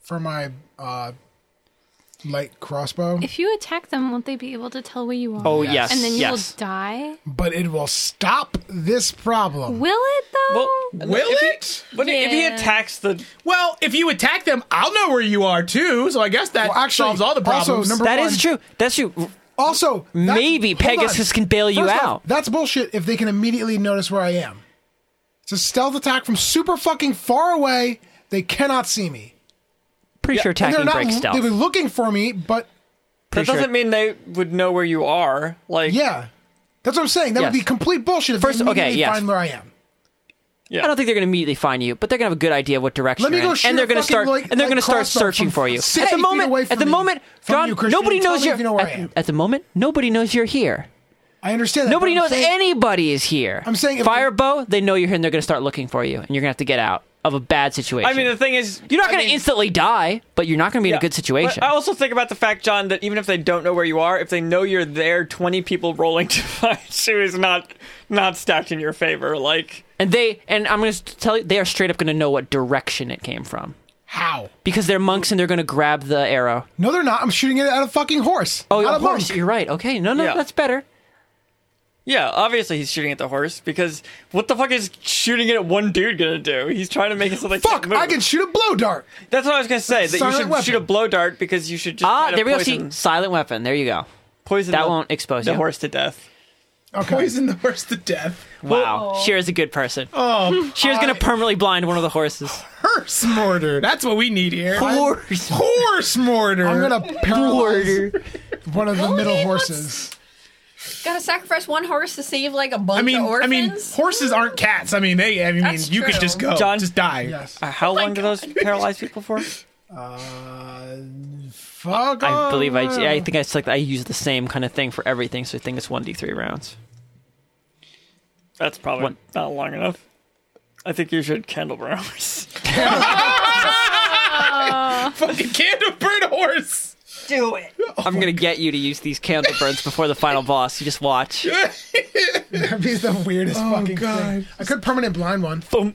Speaker 2: for my uh, light crossbow,
Speaker 4: If you attack them, won't they be able to tell where you are?
Speaker 1: Oh, yes.
Speaker 4: And then you
Speaker 1: yes.
Speaker 4: will die.
Speaker 2: but it will stop this problem.
Speaker 4: Will it though?
Speaker 5: Will
Speaker 6: if he-
Speaker 5: it?
Speaker 6: But if he
Speaker 4: Yeah.
Speaker 6: attacks the
Speaker 5: Well, if you attack them, I'll know where you are too. So I guess that
Speaker 2: Well, actually,
Speaker 5: solves all the
Speaker 2: also,
Speaker 5: problems.
Speaker 2: number-
Speaker 1: That
Speaker 2: One.
Speaker 1: is true. That's true.
Speaker 2: Also, that's-
Speaker 1: Maybe
Speaker 2: hold on.
Speaker 1: Pegasus can bail you
Speaker 2: First off,
Speaker 1: out.
Speaker 2: that's bullshit. If they can immediately notice where I am, it's a stealth attack from super fucking far away. They cannot see me.
Speaker 1: Pretty sure
Speaker 2: And
Speaker 1: attacking breaks
Speaker 2: They'll be
Speaker 1: stealth.
Speaker 2: looking for me, but
Speaker 6: that
Speaker 1: sure.
Speaker 6: doesn't mean they would know where you are. Like
Speaker 2: yeah, that's what I'm saying. That would
Speaker 1: Yes.
Speaker 2: be complete bullshit. If
Speaker 1: First-
Speaker 2: they
Speaker 1: okay,
Speaker 2: immediately
Speaker 1: yes.
Speaker 2: find where I am.
Speaker 1: I don't think they're going to immediately find you, but they're going to have a good idea of what direction.
Speaker 2: Let me
Speaker 1: you're
Speaker 2: go
Speaker 1: in,
Speaker 2: shoot
Speaker 1: and they're
Speaker 2: a
Speaker 1: gonna
Speaker 2: fucking,
Speaker 1: start.
Speaker 2: like-
Speaker 1: and they're
Speaker 2: like
Speaker 1: going to start
Speaker 2: crossbow
Speaker 1: searching
Speaker 2: from
Speaker 1: for you.
Speaker 2: six
Speaker 1: At the
Speaker 2: feet
Speaker 1: moment,
Speaker 2: away
Speaker 1: at
Speaker 2: from
Speaker 1: the
Speaker 2: me-
Speaker 1: moment,
Speaker 2: from
Speaker 1: John,
Speaker 2: you, Christian.
Speaker 1: nobody
Speaker 2: Tell
Speaker 1: knows
Speaker 2: me
Speaker 1: you're.
Speaker 2: if you know where I
Speaker 1: at,
Speaker 2: am.
Speaker 1: at the moment, nobody knows you're here.
Speaker 2: I understand. that.
Speaker 1: Nobody
Speaker 2: but
Speaker 1: knows
Speaker 2: I'm saying-
Speaker 1: anybody is here.
Speaker 2: I'm saying if-
Speaker 1: Firebow. They know you're here, and they're going to start looking for you, and you're going to have to get out of a bad situation.
Speaker 6: I mean, the thing is,
Speaker 1: you're not
Speaker 6: I
Speaker 1: going
Speaker 6: mean-
Speaker 1: to instantly die, but you're not going to be in
Speaker 6: Yeah.
Speaker 1: a good situation.
Speaker 6: But I also think about the fact, John, that even if they don't know where you are, if they know you're there, twenty people rolling to find you is not not stacked in your favor. Like
Speaker 1: and they and I'm going to tell you, they are straight up going to know what direction it came from
Speaker 2: how.
Speaker 1: because they're monks and they're going to grab the arrow.
Speaker 2: No, they're not. I'm shooting it at a fucking horse.
Speaker 1: Oh,
Speaker 2: not
Speaker 1: of
Speaker 2: a monk.
Speaker 1: course, you're right. Okay, no, no,
Speaker 6: Yeah.
Speaker 1: that's better.
Speaker 6: Yeah, obviously he's shooting at the horse because what the fuck is shooting it at one dude gonna do? He's trying to make it so they
Speaker 2: Fuck!
Speaker 6: can't move.
Speaker 2: I can shoot a blow dart.
Speaker 6: That's what I was gonna say. That you
Speaker 2: Silent
Speaker 6: should
Speaker 2: weapon.
Speaker 6: shoot a blow dart because you should just
Speaker 1: Ah,
Speaker 6: try to
Speaker 1: there we go.
Speaker 6: poison,
Speaker 1: See, silent weapon. There you go.
Speaker 6: poison
Speaker 1: That
Speaker 6: the-
Speaker 1: won't expose
Speaker 6: the
Speaker 1: you.
Speaker 6: horse to death.
Speaker 2: Okay.
Speaker 5: poison the horse to death.
Speaker 1: Wow, Shear's a good person. Oh, Shear's gonna permanently blind one of the horses.
Speaker 5: Horse mortar. That's what we need here.
Speaker 1: Horse.
Speaker 5: Horse mortar.
Speaker 2: I'm gonna paralyze one of the middle horses.
Speaker 3: Gotta sacrifice one horse to save like a bunch
Speaker 5: I mean,
Speaker 3: of
Speaker 5: I
Speaker 3: orphans.
Speaker 5: mean, horses aren't cats. I mean, they. I mean,
Speaker 3: That's
Speaker 5: you could
Speaker 3: true.
Speaker 5: just go,
Speaker 6: John-
Speaker 5: just die.
Speaker 2: Yes.
Speaker 6: Uh, How long do those paralyze people for?
Speaker 2: Uh, fuck.
Speaker 1: I believe I.
Speaker 2: off.
Speaker 1: I think I select. I use the same kind of thing for everything, so I think it's one d three rounds.
Speaker 6: That's probably
Speaker 1: One.
Speaker 6: not long enough. I think you should candle burn a horse.
Speaker 5: Fucking candle burn a horse.
Speaker 8: Do it.
Speaker 1: I'm gonna get you to use these candle burns before the final boss. You just watch.
Speaker 2: That'd be the weirdest fucking
Speaker 5: God.
Speaker 2: thing. I could permanent blind one.
Speaker 6: Boom.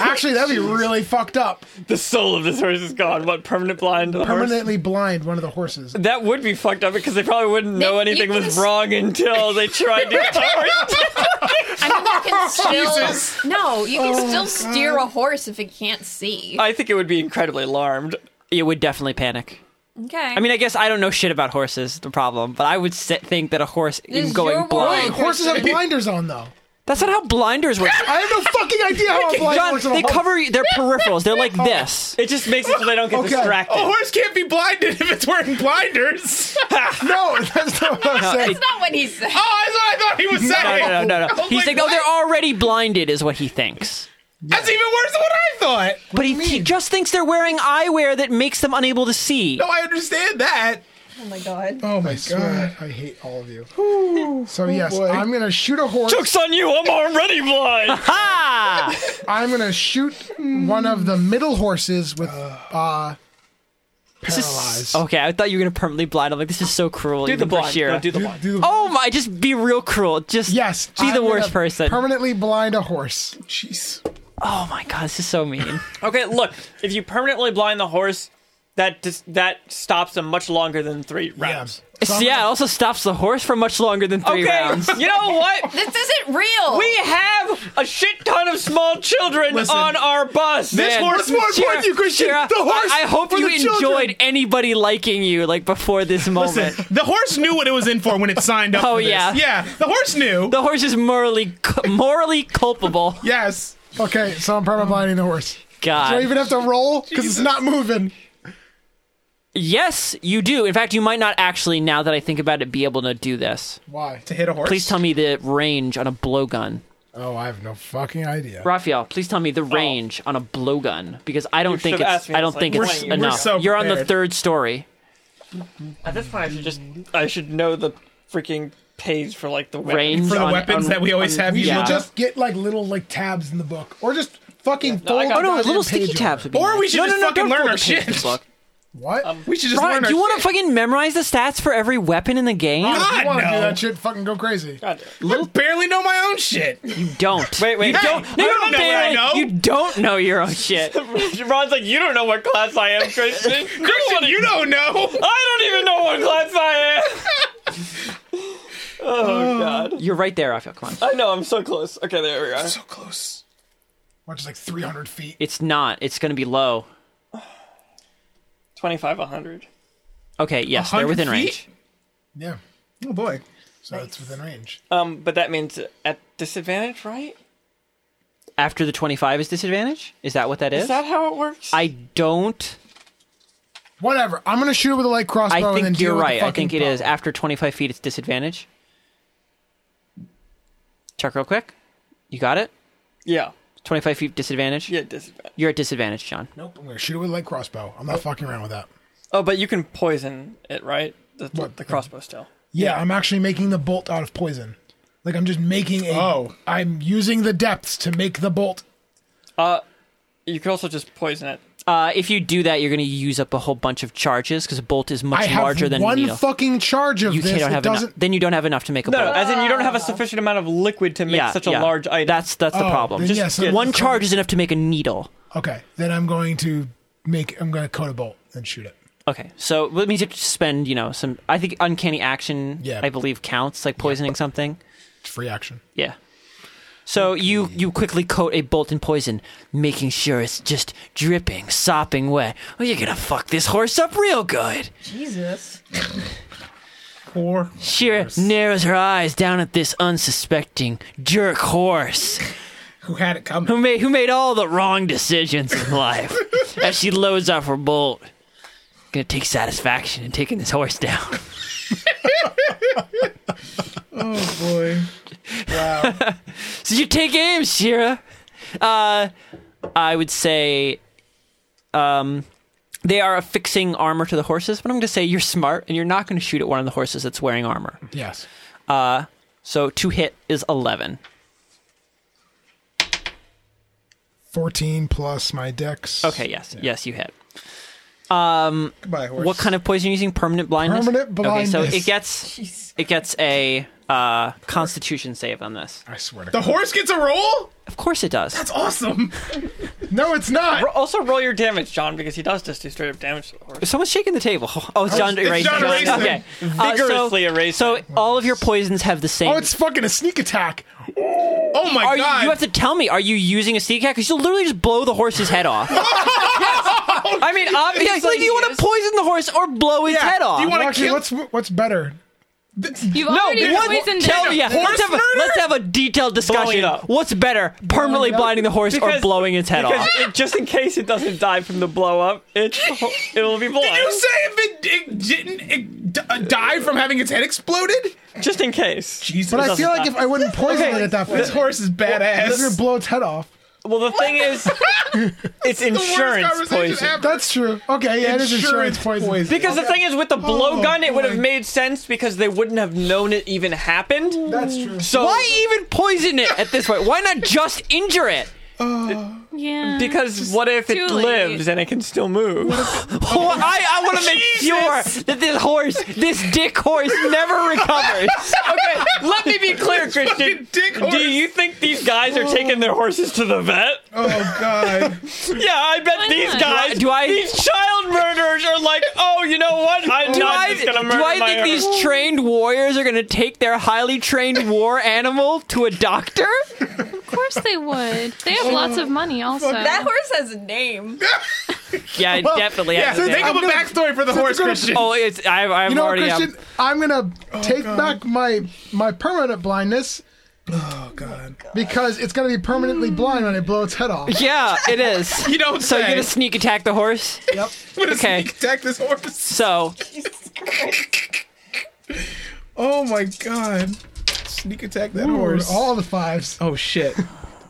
Speaker 2: Actually, that'd be really fucked up.
Speaker 6: The soul of this horse is gone. What permanent blind? to the horse?
Speaker 2: Permanently blind one of the horses.
Speaker 6: That would be fucked up because they probably wouldn't know
Speaker 3: you
Speaker 6: anything
Speaker 3: can
Speaker 6: was
Speaker 3: s-
Speaker 6: wrong until they tried to.
Speaker 3: I mean, you can still no, you
Speaker 8: Oh,
Speaker 3: can still steer a horse if it can't see.
Speaker 6: I think it would be incredibly alarmed.
Speaker 1: You would definitely panic.
Speaker 3: Okay.
Speaker 1: I mean, I guess I don't know shit about horses. The problem, but I would sit, think that a horse
Speaker 3: This
Speaker 1: is
Speaker 3: is
Speaker 1: going
Speaker 3: your
Speaker 1: blind.
Speaker 3: world.
Speaker 2: Horses have blinders on though.
Speaker 1: That's not how blinders work.
Speaker 2: I have no fucking idea how a blind
Speaker 1: John,
Speaker 2: horse on a
Speaker 1: they
Speaker 2: horse-
Speaker 1: cover you- their peripherals. They're like this.
Speaker 6: It just makes it so they don't get
Speaker 2: Okay.
Speaker 6: distracted.
Speaker 5: A horse can't be blinded if it's wearing blinders. oh, that's
Speaker 2: No, that's not what I'm saying.
Speaker 3: that's not what he said.
Speaker 5: what I thought he was
Speaker 1: No,
Speaker 5: saying.
Speaker 1: no, no, no.
Speaker 5: I was
Speaker 1: He's
Speaker 5: like,
Speaker 1: like, oh, they're
Speaker 5: what?
Speaker 1: already blinded, is what he thinks.
Speaker 5: That's even worse than what I thought.
Speaker 1: But he, he just thinks they're wearing eyewear that makes them unable to see.
Speaker 5: No, I understand that.
Speaker 8: Oh my god.
Speaker 2: Oh my god, I hate all of you. so yes, I'm gonna shoot a horse.
Speaker 6: Jokes on you! I'm already blind. Ah!
Speaker 1: Ha!
Speaker 2: I'm gonna shoot one of the middle horses with uh paralyzed.
Speaker 1: Okay, I thought you were gonna permanently blind. I'm like, this is so cruel.
Speaker 6: do the
Speaker 1: even for
Speaker 6: blind.
Speaker 1: Shira.
Speaker 6: No, do the blind.
Speaker 2: Do the-
Speaker 1: oh my! Just be real cruel. Just
Speaker 2: yes,
Speaker 1: be
Speaker 2: I'm
Speaker 1: the worst
Speaker 2: gonna
Speaker 1: person.
Speaker 2: Permanently blind a horse.
Speaker 5: Jeez.
Speaker 1: oh my god, this is so mean.
Speaker 6: Okay, look. If you permanently blind the horse, that dis- that stops them much longer than three rounds.
Speaker 1: It's- yeah, it also stops the horse for much longer than three
Speaker 6: Okay,
Speaker 1: rounds.
Speaker 6: you know what?
Speaker 3: this isn't real.
Speaker 6: We have a shit ton of small children
Speaker 5: Listen.
Speaker 6: on our bus.
Speaker 5: This
Speaker 1: Man.
Speaker 5: horse more
Speaker 1: Shira,
Speaker 5: important, you Christian.
Speaker 1: Shira,
Speaker 5: the horse.
Speaker 1: I, I hope
Speaker 5: for
Speaker 1: you
Speaker 5: the
Speaker 1: enjoyed
Speaker 5: children.
Speaker 1: anybody liking you like before this moment.
Speaker 5: Listen, the horse knew what it was in for when it signed up.
Speaker 1: Oh,
Speaker 5: for this.
Speaker 1: yeah.
Speaker 5: yeah. The horse knew.
Speaker 1: The horse is morally cu- morally culpable.
Speaker 5: yes.
Speaker 2: Okay, so I'm permanently blinding the horse. Do I
Speaker 1: God.
Speaker 2: even have to roll? Because it's not moving.
Speaker 1: Yes, you do. In fact, you might not actually, now that I think about it, be able to do this.
Speaker 2: Why?
Speaker 5: To hit a horse.
Speaker 1: Please tell me the range on a blowgun.
Speaker 2: Oh, I have no fucking idea.
Speaker 1: Raphael, please tell me
Speaker 5: Oh.
Speaker 1: the range on a blowgun because I don't think
Speaker 6: should've asked
Speaker 1: it's
Speaker 6: me.
Speaker 1: I don't
Speaker 6: It's like,
Speaker 1: think it's
Speaker 5: we're- we're
Speaker 1: enough.
Speaker 5: so
Speaker 1: You're on the
Speaker 5: prepared.
Speaker 1: third story.
Speaker 6: At this point, I should just I should know the freaking page for like the weapon.
Speaker 1: Range
Speaker 5: for the
Speaker 1: on-
Speaker 5: weapons
Speaker 1: on-
Speaker 5: that we always
Speaker 1: on-
Speaker 5: have. You
Speaker 1: yeah.
Speaker 5: look up-
Speaker 2: Just get like little like tabs in the book, or just fucking
Speaker 6: I
Speaker 2: fold.
Speaker 6: got-
Speaker 2: the
Speaker 1: Oh no,
Speaker 2: goddamn
Speaker 1: little sticky
Speaker 2: page
Speaker 1: tabs. Would be
Speaker 2: over.
Speaker 5: Or
Speaker 1: nice.
Speaker 5: we should
Speaker 1: no,
Speaker 5: just
Speaker 1: no, no,
Speaker 5: fucking
Speaker 1: don't
Speaker 5: learn
Speaker 1: fold
Speaker 5: our
Speaker 1: the page of the
Speaker 5: shit.
Speaker 1: book.
Speaker 2: What?
Speaker 5: We should just
Speaker 1: Brian,
Speaker 5: learn
Speaker 1: do
Speaker 5: our
Speaker 1: you want to
Speaker 5: shit.
Speaker 1: fucking memorize the stats for every weapon in the game?
Speaker 2: If you want to
Speaker 5: no.
Speaker 2: do that shit? Fucking go crazy.
Speaker 5: I barely know my own shit.
Speaker 1: You don't.
Speaker 6: Wait, wait.
Speaker 1: You
Speaker 6: Hey,
Speaker 1: don't. No,
Speaker 5: I
Speaker 1: you
Speaker 5: don't know what I
Speaker 1: barely-
Speaker 5: know.
Speaker 1: You don't know your own shit.
Speaker 6: Ron's like, you don't know what class I am, Christian. You don't
Speaker 5: Christian,
Speaker 6: wanna-
Speaker 5: you don't know.
Speaker 6: I don't even know what class I am. oh god.
Speaker 1: You're right there, Raphael. Come
Speaker 5: Uh,
Speaker 1: on.
Speaker 6: I know. I'm so close. Okay, there we are.
Speaker 5: So close.
Speaker 2: What, just like 300 feet?
Speaker 1: It's not. It's going to be low.
Speaker 6: 25, 100.
Speaker 1: Okay, yes, they're
Speaker 5: 100
Speaker 1: within
Speaker 5: feet?
Speaker 1: range.
Speaker 2: Yeah.
Speaker 5: Oh boy.
Speaker 2: So it's within range.
Speaker 1: Uh,
Speaker 6: Um, but that means at disadvantage, right?
Speaker 1: After the 25 is disadvantage? Is that what that is?
Speaker 6: Is that how it works?
Speaker 1: I don't.
Speaker 2: Whatever. I'm gonna shoot it with a light crossbow.
Speaker 1: I
Speaker 2: and then
Speaker 1: think
Speaker 2: deal
Speaker 1: you're
Speaker 2: with the
Speaker 1: right. I
Speaker 2: fucking
Speaker 1: think it
Speaker 2: bow.
Speaker 1: is. After 25 feet, it's disadvantage. Check real quick. You got it?
Speaker 6: yeah.
Speaker 1: 25 feet disadvantage?
Speaker 6: Yeah, disadvantage.
Speaker 1: You're at disadvantage, John.
Speaker 2: Nope. I'm gonna shoot it with a light crossbow. I'm not fucking around with that.
Speaker 6: Oh, but you can poison it, right? The, the,
Speaker 2: What?
Speaker 6: the crossbow still.
Speaker 2: Yeah, I'm actually making the bolt out of poison. Like I'm just making a.
Speaker 5: Oh.
Speaker 2: I'm using the depths to make the bolt.
Speaker 6: You could also just poison it.
Speaker 1: Uh, if you do that, you're going to use up a whole bunch of charges because a bolt is much
Speaker 2: I have
Speaker 1: larger than a
Speaker 2: one
Speaker 1: needle.
Speaker 2: fucking charge of
Speaker 1: you
Speaker 2: this.
Speaker 1: don't
Speaker 2: It
Speaker 1: have
Speaker 2: doesn't.
Speaker 1: enough. Then you don't have enough to make a
Speaker 6: No,
Speaker 1: bolt.
Speaker 6: as in you don't have a sufficient amount of liquid to make
Speaker 1: yeah,
Speaker 6: such a
Speaker 1: yeah.
Speaker 6: large item.
Speaker 1: That's that's the
Speaker 2: Oh,
Speaker 1: problem.
Speaker 2: then
Speaker 1: Just
Speaker 2: yes, then-
Speaker 1: one charge is enough to make a needle.
Speaker 2: Okay, then I'm going to make. I'm gonna coat a bolt and shoot it.
Speaker 1: Okay, so that means you have to spend, you know, some. I think uncanny action,
Speaker 2: Yeah.
Speaker 1: I believe, counts like poisoning something.
Speaker 2: It's free action.
Speaker 1: Yeah. So you you quickly coat a bolt in poison, making sure it's just dripping, sopping wet. Oh, you're gonna fuck this horse up real good.
Speaker 8: Jesus.
Speaker 5: Poor.
Speaker 1: Shira narrows her eyes down at this unsuspecting jerk horse.
Speaker 5: Who had it coming?
Speaker 1: who made who made all the wrong decisions in life as she loads off her bolt. Gonna take satisfaction in taking this horse down.
Speaker 5: boy.
Speaker 1: So you take aim, Shira. Uh, I would say, um, they are affixing armor to the horses, but I'm gonna say you're smart and you're not gonna shoot at one of the horses that's wearing armor.
Speaker 2: Yes.
Speaker 1: So to hit is eleven.
Speaker 2: Fourteen plus my dex.
Speaker 1: Okay, yes, yes, you hit.
Speaker 5: Goodbye, horse.
Speaker 1: What kind of poison are you using? Permanent blindness.
Speaker 2: Permanent
Speaker 1: Okay, so
Speaker 2: blindness.
Speaker 1: it gets it gets a uh, Constitution save on this.
Speaker 2: I swear to
Speaker 5: The
Speaker 2: God.
Speaker 5: horse gets a roll?
Speaker 1: Of course it does.
Speaker 5: That's awesome.
Speaker 2: No, it's not.
Speaker 6: Also, roll your damage, John, because he does just do straight up damage to the horse.
Speaker 1: Someone's shaking the table. Oh, it's John
Speaker 5: it's
Speaker 1: erased.
Speaker 5: John erased it.
Speaker 1: Okay, Uh, so-
Speaker 6: Vigorously erase
Speaker 1: So
Speaker 6: it.
Speaker 1: all of your poisons have the same.
Speaker 2: Oh, it's fucking a sneak attack.
Speaker 5: Oh my
Speaker 1: are you,
Speaker 5: god.
Speaker 1: you have to tell me? Are you using a sneak attack? Because you'll literally just blow the horse's head off. yes. I mean, obviously, do you want to poison the horse or blow its
Speaker 5: Yeah.
Speaker 1: head off?
Speaker 5: Do you want to
Speaker 2: Actually,
Speaker 5: kill?
Speaker 2: what's what's better?
Speaker 4: You've
Speaker 1: no,
Speaker 4: already
Speaker 1: what-
Speaker 4: poisoned
Speaker 1: tell
Speaker 4: it.
Speaker 1: me. Yeah,
Speaker 5: Horse
Speaker 1: let's, have a,
Speaker 5: murder?
Speaker 1: let's have a detailed
Speaker 6: Blowing
Speaker 1: discussion.
Speaker 6: it up.
Speaker 1: What's better, permanently
Speaker 2: it up?
Speaker 1: blinding the horse or
Speaker 6: Because-
Speaker 1: blowing its head
Speaker 6: Because
Speaker 1: off?
Speaker 6: it, just in case it doesn't die from the blow up, it it'll be blind.
Speaker 5: Did you say if it, it didn't it, d- uh, die from having its head exploded?
Speaker 6: Just in case.
Speaker 5: Jesus.
Speaker 2: But I feel like if I wouldn't poison
Speaker 6: Okay.
Speaker 2: it at that point,
Speaker 5: this horse is
Speaker 2: it's gonna
Speaker 5: badass.
Speaker 2: blow its head off.
Speaker 6: Well, the thing is, it's insurance poison.
Speaker 2: That's true. Okay, yeah, it is insurance poison.
Speaker 6: Because the thing is, with the blowgun, it would have
Speaker 2: boy.
Speaker 6: made sense because they wouldn't have known it even happened.
Speaker 2: That's true.
Speaker 6: So
Speaker 1: Why even poison it at this point? Why not just injure it?
Speaker 4: Yeah.
Speaker 6: Because what if it
Speaker 4: too late.
Speaker 6: lives and it can still move?
Speaker 1: Oh, I, I want to make sure that this horse, this dick horse, never recovers.
Speaker 6: okay, let me be clear, Christian.
Speaker 5: Fucking dick horse.
Speaker 6: Do you think these guys are taking their horses to the vet?
Speaker 5: Oh god.
Speaker 6: Yeah, I bet
Speaker 4: Why
Speaker 6: these
Speaker 4: not?
Speaker 6: guys,
Speaker 1: Do I- do I-
Speaker 6: these child murderers, are like, oh, you know what? I'm
Speaker 1: Do
Speaker 6: not
Speaker 1: I,
Speaker 6: just gonna
Speaker 1: do
Speaker 6: murder
Speaker 1: I
Speaker 6: my
Speaker 1: think
Speaker 6: horse.
Speaker 1: these trained warriors are going to take their highly trained war animal to a doctor?
Speaker 4: Of course they would. They
Speaker 5: Oh.
Speaker 4: have lots of money also.
Speaker 3: That horse has a name.
Speaker 1: Yeah, it definitely.
Speaker 5: Yeah,
Speaker 1: has
Speaker 5: so
Speaker 1: it.
Speaker 5: think of a
Speaker 2: gonna-
Speaker 5: backstory for the horse,
Speaker 2: gonna-
Speaker 5: Christian.
Speaker 1: oh, it's I've, I've
Speaker 2: You know, what,
Speaker 1: already. um,
Speaker 2: Christian, I'm gonna take back my my permanent blindness
Speaker 5: Oh god.
Speaker 2: because it's gonna be permanently blind when I blow its head off.
Speaker 1: yeah, it is.
Speaker 5: You don't
Speaker 1: so
Speaker 5: say.
Speaker 1: you're gonna sneak attack the horse.
Speaker 2: Yep.
Speaker 5: What a
Speaker 1: okay.
Speaker 5: sneak attack this horse.
Speaker 1: So
Speaker 5: Oh my god. Sneak attack that horse.
Speaker 2: All the fives.
Speaker 5: oh shit.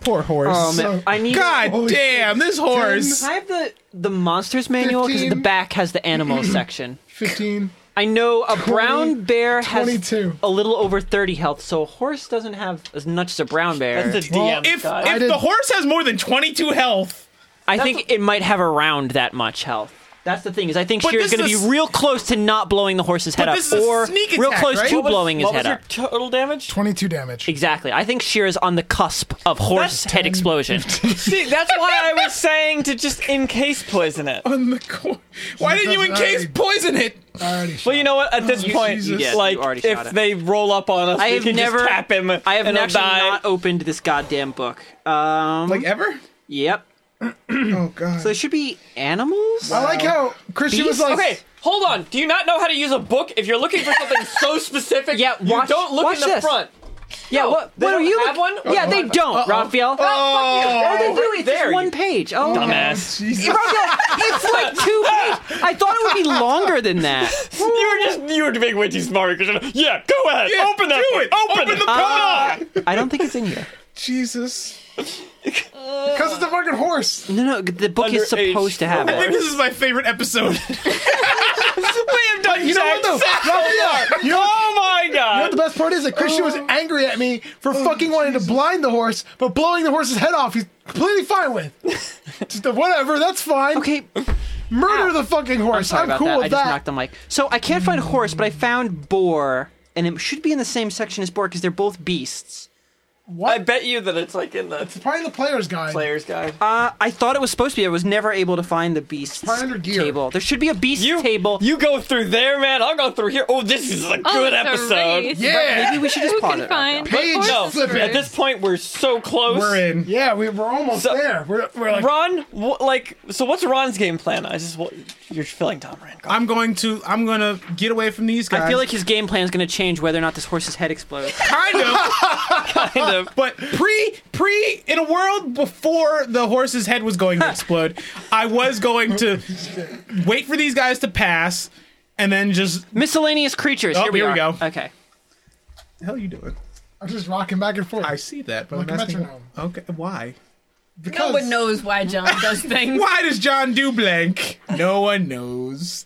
Speaker 5: Poor horse.
Speaker 1: um,
Speaker 2: So-
Speaker 1: I need
Speaker 5: god
Speaker 2: Holy
Speaker 5: damn, this horse.
Speaker 1: Can I have the the monsters manual because the
Speaker 2: 15.
Speaker 1: back has the animal section.
Speaker 2: Fifteen.
Speaker 1: I know a brown bear has
Speaker 2: 22.
Speaker 1: a little over 30 health, so a horse doesn't have as much as a brown bear.
Speaker 6: That's the
Speaker 2: Well,
Speaker 6: DM
Speaker 5: If
Speaker 6: guy.
Speaker 5: if
Speaker 2: did-
Speaker 5: the horse has more than 22 health,
Speaker 1: I think it might have around that much health. That's the thing is, I think
Speaker 5: But
Speaker 1: Shear's
Speaker 5: this
Speaker 1: going to
Speaker 5: is
Speaker 1: be
Speaker 5: a s-
Speaker 1: real close to not blowing the horse's head
Speaker 5: But
Speaker 1: up,
Speaker 5: this is a
Speaker 1: or
Speaker 5: sneak
Speaker 1: real
Speaker 5: attack,
Speaker 1: close
Speaker 5: right?
Speaker 1: to
Speaker 5: What was-
Speaker 1: blowing his
Speaker 6: What was
Speaker 1: head
Speaker 6: your
Speaker 1: up.
Speaker 6: total damage?
Speaker 2: 22 damage.
Speaker 1: Exactly. I think Shear is on the cusp of horse head explosion.
Speaker 6: See, that's why I was saying to just in case poison it.
Speaker 1: Oh,
Speaker 5: On the cor- Why didn't you
Speaker 2: doesn't
Speaker 5: encase
Speaker 2: hurt.
Speaker 5: poison it?
Speaker 2: I already
Speaker 6: Well, you know what? At this point,
Speaker 2: Jesus.
Speaker 1: Oh, Yeah, you
Speaker 6: like
Speaker 1: already
Speaker 6: if
Speaker 1: shot it.
Speaker 6: they roll up on us,
Speaker 1: I
Speaker 6: we
Speaker 1: have
Speaker 6: can
Speaker 1: never
Speaker 6: just tap him.
Speaker 1: I have
Speaker 6: and he'll
Speaker 1: actually
Speaker 6: die.
Speaker 1: not opened this goddamn book. Um,
Speaker 5: Like ever?
Speaker 1: yep.
Speaker 2: Oh, God.
Speaker 1: So it should be animals.
Speaker 2: I like how Christian was
Speaker 1: Beast?
Speaker 2: like,
Speaker 6: Okay, hold on. Do you not know how to use a book? If you're looking for something so specific,
Speaker 1: Yeah,
Speaker 6: you
Speaker 1: watch-
Speaker 6: don't look
Speaker 1: watch
Speaker 6: in the
Speaker 1: this.
Speaker 6: front.
Speaker 1: yeah. What?
Speaker 6: they
Speaker 1: What are
Speaker 6: don't
Speaker 1: you?
Speaker 6: have
Speaker 1: look-
Speaker 6: one?
Speaker 1: Yeah, they don't, Raphael.
Speaker 5: Oh,
Speaker 1: Oh, they do.
Speaker 6: right
Speaker 1: It's
Speaker 6: there,
Speaker 1: just one
Speaker 6: you
Speaker 1: page. Oh,
Speaker 6: dumbass.
Speaker 1: Raphael, it's like two pages. I thought it would be longer than that.
Speaker 6: You were just you were being way too smart. Christian. Yeah, go ahead.
Speaker 5: Yeah,
Speaker 6: open that.
Speaker 5: do
Speaker 6: book.
Speaker 5: it.
Speaker 6: Open,
Speaker 5: Open
Speaker 6: it. Ah.
Speaker 5: the book.
Speaker 1: Uh, I don't think it's in here.
Speaker 5: Jesus.
Speaker 2: because it's a fucking horse.
Speaker 1: No, no, the book is
Speaker 6: Underage.
Speaker 1: supposed to have
Speaker 5: I think
Speaker 1: it.
Speaker 5: this is my favorite episode.
Speaker 6: Liam done
Speaker 2: You know what,
Speaker 6: Jack
Speaker 2: though?
Speaker 6: Sack.
Speaker 2: Raphael, you know what-
Speaker 6: Oh my
Speaker 2: you know what
Speaker 6: god.
Speaker 2: the best part is that Christian
Speaker 1: Oh.
Speaker 2: was angry at me for fucking wanting to blind the horse, but blowing the horse's head off, he's completely fine with. Just the- whatever, that's fine.
Speaker 1: Okay,
Speaker 2: Murder
Speaker 1: Ow.
Speaker 2: the fucking horse.
Speaker 1: sorry
Speaker 2: I'm,
Speaker 1: about
Speaker 2: cool
Speaker 1: that. I
Speaker 2: with
Speaker 1: just
Speaker 2: that.
Speaker 1: knocked the mic. So I can't find horse, but I found boar, and it should be in the same section as boar because they're both beasts.
Speaker 6: I bet you that it's like in the
Speaker 2: Probably in the player's guide.
Speaker 6: player's guide.
Speaker 1: Uh, I thought it was supposed to be. I was never able to find the beast
Speaker 2: Probably under gear.
Speaker 1: table. There should be a beast
Speaker 6: You
Speaker 1: table.
Speaker 6: You go through there, man. I'll go through here. Oh, this is a
Speaker 4: Oh,
Speaker 6: good
Speaker 4: it's a
Speaker 6: episode.
Speaker 4: race.
Speaker 5: yeah.
Speaker 1: Maybe we should just
Speaker 4: Who
Speaker 1: pause
Speaker 4: can
Speaker 1: it.
Speaker 4: find
Speaker 2: Page
Speaker 4: what
Speaker 6: No,
Speaker 4: horse?
Speaker 2: flip
Speaker 6: at
Speaker 2: it.
Speaker 6: this point we're so close.
Speaker 5: We're in.
Speaker 2: Yeah, we, we're almost
Speaker 6: So-
Speaker 2: there. We're, we're like,
Speaker 6: Ron, wh- like, so what's Ron's game plan? I just, what, you're filling Tom Rand. Go.
Speaker 5: I'm going to I'm gonna get away from these guys.
Speaker 1: I feel like his game plan is going to change whether or not this horse's head explodes.
Speaker 5: kind of,
Speaker 6: Kind of.
Speaker 5: but pre pre in a world before the horse's head was going to explode, I was going to wait for these guys to pass and then just
Speaker 1: Miscellaneous creatures.
Speaker 5: Oh,
Speaker 1: here we,
Speaker 5: here we
Speaker 1: are.
Speaker 5: go.
Speaker 1: Okay.
Speaker 5: the hell you doing?
Speaker 2: I'm just rocking back and forth.
Speaker 5: I see that, but
Speaker 2: Like
Speaker 5: I'm
Speaker 2: a
Speaker 5: asking,
Speaker 2: metronome.
Speaker 5: okay, why?
Speaker 3: No one knows why John does things.
Speaker 5: Why does John do blank? No one knows.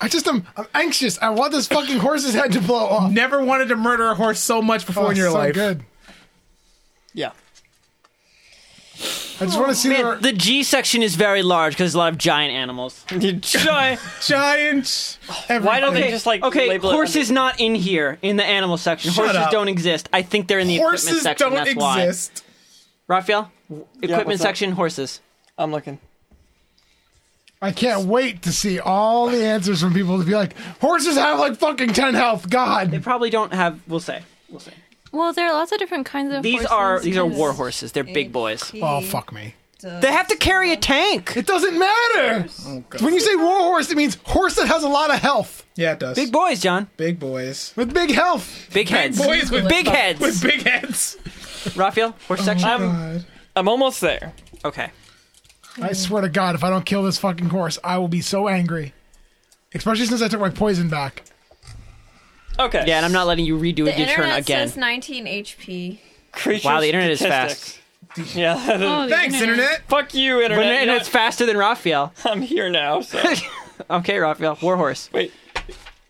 Speaker 2: I just am I'm anxious. I want this fucking horse's head to blow off.
Speaker 5: Never wanted to murder a horse so much before
Speaker 2: Oh,
Speaker 5: in your
Speaker 2: so
Speaker 5: life.
Speaker 2: good.
Speaker 6: Yeah.
Speaker 2: I just want to see their,
Speaker 1: The G section is very large because there's a lot of giant animals.
Speaker 6: You try.
Speaker 5: Giant.
Speaker 6: Why don't
Speaker 5: everything.
Speaker 6: they just, like,
Speaker 1: Okay,
Speaker 6: label it
Speaker 1: horse
Speaker 6: under-
Speaker 1: is not in here in the animal section. horses
Speaker 5: up.
Speaker 1: don't exist. I think they're in the
Speaker 5: horses
Speaker 1: equipment section.
Speaker 5: don't
Speaker 1: that's
Speaker 5: exist?
Speaker 1: why. Raphael, equipment
Speaker 6: what's up?
Speaker 1: section, horses.
Speaker 6: I'm looking.
Speaker 2: I can't wait to see all the answers from people to be like, horses have like fucking 10 health.
Speaker 1: They
Speaker 2: God.
Speaker 1: probably don't have. We'll say. We'll say.
Speaker 4: Well, there are lots of different kinds of
Speaker 1: These
Speaker 4: horses.
Speaker 1: are these are
Speaker 4: because-
Speaker 1: war horses. They're big boys.
Speaker 2: Oh, fuck me.
Speaker 1: They have to carry a tank.
Speaker 2: It doesn't matter. when you say war horse, it means horse that has a lot of health.
Speaker 5: Yeah, it does.
Speaker 1: Big boys, John.
Speaker 5: Big boys.
Speaker 2: With big health.
Speaker 1: Big heads.
Speaker 5: boys with-
Speaker 1: big heads.
Speaker 5: With big heads.
Speaker 1: Raphael, horse section.
Speaker 5: God.
Speaker 6: I'm almost there.
Speaker 1: okay.
Speaker 2: I swear to God, if I don't kill this fucking horse, I will be so angry. Especially since I took my poison back.
Speaker 6: Okay.
Speaker 1: Yeah, and I'm not letting you redo
Speaker 3: The
Speaker 1: your turn
Speaker 3: internet
Speaker 1: again.
Speaker 3: says 19 HP.
Speaker 6: Creature
Speaker 1: Wow, the internet is
Speaker 6: statistics. Yeah.
Speaker 4: Oh, the
Speaker 5: Thanks, internet.
Speaker 6: Fuck you, internet.
Speaker 1: But
Speaker 6: You
Speaker 1: and
Speaker 6: know
Speaker 1: it's faster than Raphael.
Speaker 6: what? I'm here now. So
Speaker 1: okay, Raphael. Warhorse.
Speaker 6: wait.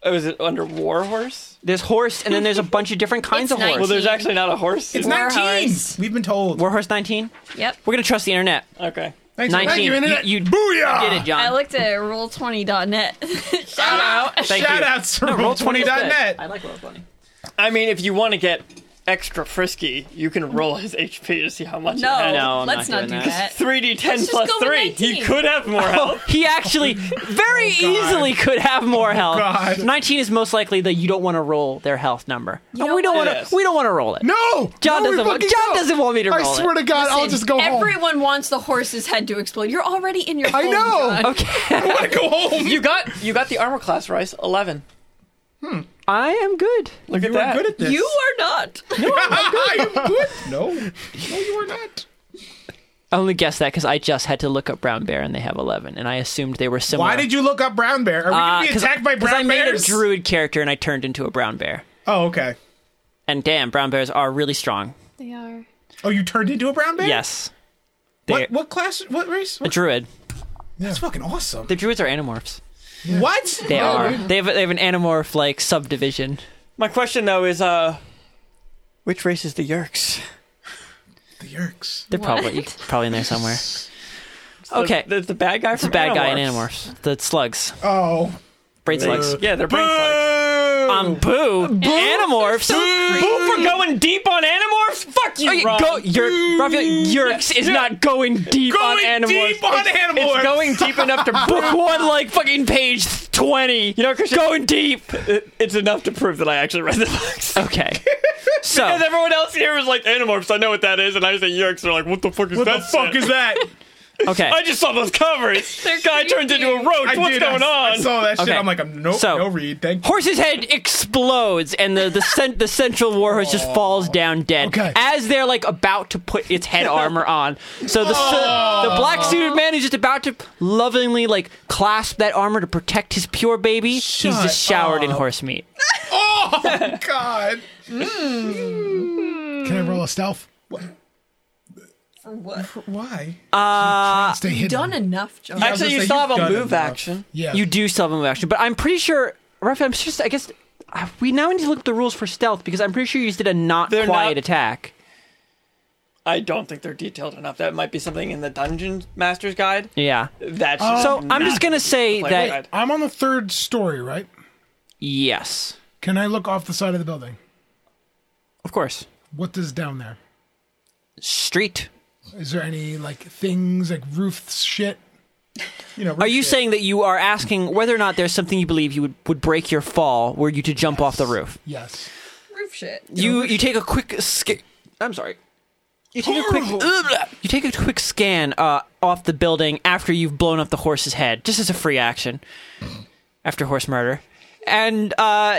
Speaker 6: Oh, is it under war horse?
Speaker 1: There's horse, and then there's a bunch of different kinds
Speaker 3: It's
Speaker 1: of horse.
Speaker 6: Well, there's actually not a horse.
Speaker 5: It's
Speaker 6: in-
Speaker 3: War
Speaker 5: 19.
Speaker 3: horse.
Speaker 5: We've been told.
Speaker 1: Warhorse 19.
Speaker 3: Yep.
Speaker 1: We're gonna trust the internet.
Speaker 6: Okay.
Speaker 5: Thanks,
Speaker 1: Nineteen.
Speaker 5: Thank you, internet.
Speaker 1: You- you-
Speaker 5: Booyah!
Speaker 1: Get it, John.
Speaker 3: I looked at roll20.net. Shout out.
Speaker 1: Thank
Speaker 5: Shout
Speaker 1: you.
Speaker 5: out to
Speaker 1: Roll20 is good.
Speaker 5: roll20.net.
Speaker 1: I like Roll20.
Speaker 6: I mean, if you want to get extra frisky, you can roll his HP to see how much.
Speaker 3: No,
Speaker 6: it has.
Speaker 1: No, I'm
Speaker 3: let's
Speaker 1: not
Speaker 3: not,
Speaker 1: doing
Speaker 3: do
Speaker 1: that.
Speaker 3: that.
Speaker 6: Three D ten
Speaker 3: Let's just
Speaker 6: plus
Speaker 3: go with
Speaker 6: three.
Speaker 3: 19.
Speaker 6: He could have more health.
Speaker 1: He actually very easily could have more health.
Speaker 5: Oh, God.
Speaker 1: 19 is most likely that you don't want to roll their health number. And we don't want
Speaker 6: Yes.
Speaker 1: to. We don't want to roll it.
Speaker 2: No!
Speaker 1: John
Speaker 2: no, we
Speaker 1: doesn't. Want,
Speaker 2: fucking
Speaker 1: John
Speaker 2: don't.
Speaker 1: doesn't want me to roll
Speaker 2: I swear
Speaker 1: it.
Speaker 2: to God, I'll just go home.
Speaker 3: Everyone wants the horse's head to explode. You're already in your
Speaker 2: I
Speaker 3: home,
Speaker 2: know.
Speaker 3: John.
Speaker 5: I want to go home.
Speaker 6: You got you got the armor class, Rice. Eleven.
Speaker 1: I am good.
Speaker 6: Look at
Speaker 5: You are
Speaker 6: that.
Speaker 5: good at this.
Speaker 3: You are not.
Speaker 5: I'm good. No. No, you are not.
Speaker 1: I only guessed that because I just had to look up brown bear and they have 11, and I assumed they were similar.
Speaker 5: Why did you look up brown bear? Are we
Speaker 1: Uh,
Speaker 5: going to be
Speaker 1: 'cause-
Speaker 5: attacked by
Speaker 1: 'cause
Speaker 5: brown
Speaker 1: I made
Speaker 5: bears?
Speaker 1: a druid character and I turned into a brown bear.
Speaker 5: oh, okay.
Speaker 1: And damn, brown bears are really strong.
Speaker 4: They are.
Speaker 5: Oh, you turned into a brown bear?
Speaker 1: Yes. They're
Speaker 5: What, what class? What race?
Speaker 1: a druid.
Speaker 5: That's fucking awesome.
Speaker 1: The druids are animorphs.
Speaker 5: What? Oh,
Speaker 1: They
Speaker 6: Oh,
Speaker 1: are. They have, they have an animorph like subdivision.
Speaker 6: My question though is, uh, which race is the Yerks?
Speaker 5: The Yerks.
Speaker 1: They're probably probably in there somewhere. Okay.
Speaker 6: the, the bad guy
Speaker 1: It's a
Speaker 6: from
Speaker 1: bad guy in
Speaker 6: Animorphs.
Speaker 1: Animorphs. The slugs.
Speaker 5: Oh.
Speaker 1: Brain slugs.
Speaker 6: Yeah, they're brain slugs.
Speaker 1: Um, boo. Animorphs. Mm.
Speaker 6: Boo for going deep on Animorphs? Fuck you,
Speaker 1: Okay,
Speaker 6: Ron. Mm.
Speaker 1: go, Yerk, Raphael,
Speaker 3: Mm,
Speaker 1: Yerks is not going deep on
Speaker 5: Going
Speaker 1: Animorphs.
Speaker 5: deep on
Speaker 1: It's-
Speaker 5: Animorphs.
Speaker 1: It's going deep enough to book one, like, fucking page 20.
Speaker 6: You know, Christian,
Speaker 1: Going deep.
Speaker 6: it, it's enough to prove that I actually read the books.
Speaker 1: Okay. So,
Speaker 6: Because everyone else here was like, Animorphs, I know what that is. And I say Yerks, they're like, what the fuck is
Speaker 5: What
Speaker 6: that
Speaker 5: the fuck
Speaker 6: shit?
Speaker 5: is that?
Speaker 1: okay.
Speaker 6: I just saw those covers.
Speaker 4: They're
Speaker 6: Guy turned into a roach.
Speaker 5: I
Speaker 6: What's
Speaker 5: did,
Speaker 6: going
Speaker 5: I,
Speaker 6: on?
Speaker 5: I saw that shit.
Speaker 1: Okay.
Speaker 5: I'm like, I'm nope,
Speaker 1: So-
Speaker 5: no read. Thank
Speaker 1: Horse's head explodes, and the the, cent- the central warhorse just falls down dead.
Speaker 2: Okay.
Speaker 1: As they're like about to put its head armor on, so the so, the
Speaker 6: Oh.
Speaker 1: black suited man is just about to lovingly like clasp that armor to protect his pure baby. He's just showered in horse meat.
Speaker 5: you. God.
Speaker 2: Can I roll a stealth?
Speaker 8: For what?
Speaker 5: Why?
Speaker 1: Uh,
Speaker 2: Stay hidden.
Speaker 3: Done enough, John.
Speaker 5: I was
Speaker 6: Actually,
Speaker 5: gonna
Speaker 6: you
Speaker 5: say,
Speaker 6: still have
Speaker 5: you've
Speaker 6: a
Speaker 5: done enough.
Speaker 6: move action.
Speaker 2: Yeah.
Speaker 1: You do still have a move action, but I'm pretty sure, Raphael. I'm just, I guess uh, we now need to look at the rules for stealth because I'm pretty sure you just did a not
Speaker 6: They're
Speaker 1: quiet
Speaker 6: not-
Speaker 1: attack.
Speaker 6: I don't think they're detailed enough. That might be something in the Dungeon Master's Guide.
Speaker 1: Yeah.
Speaker 6: That's
Speaker 5: Oh,
Speaker 1: So I'm just gonna say
Speaker 6: Oh, Like,
Speaker 1: that
Speaker 6: right.
Speaker 2: I'm on the third story, right?
Speaker 1: yes,
Speaker 2: Can I look off the side of the building?
Speaker 1: of course,
Speaker 2: What is down there?
Speaker 1: street.
Speaker 2: Is there any like things like roof shit?
Speaker 5: You know,
Speaker 1: Are you saying that you are asking whether or not there's something you believe you would, would break your fall were you to jump off the roof?
Speaker 2: Yes.
Speaker 8: Roof shit.
Speaker 1: You you take a quick scan. I'm sorry. You take a quick you take a quick scan uh, off the building after you've blown up the horse's head, just as a free action after horse murder, and uh,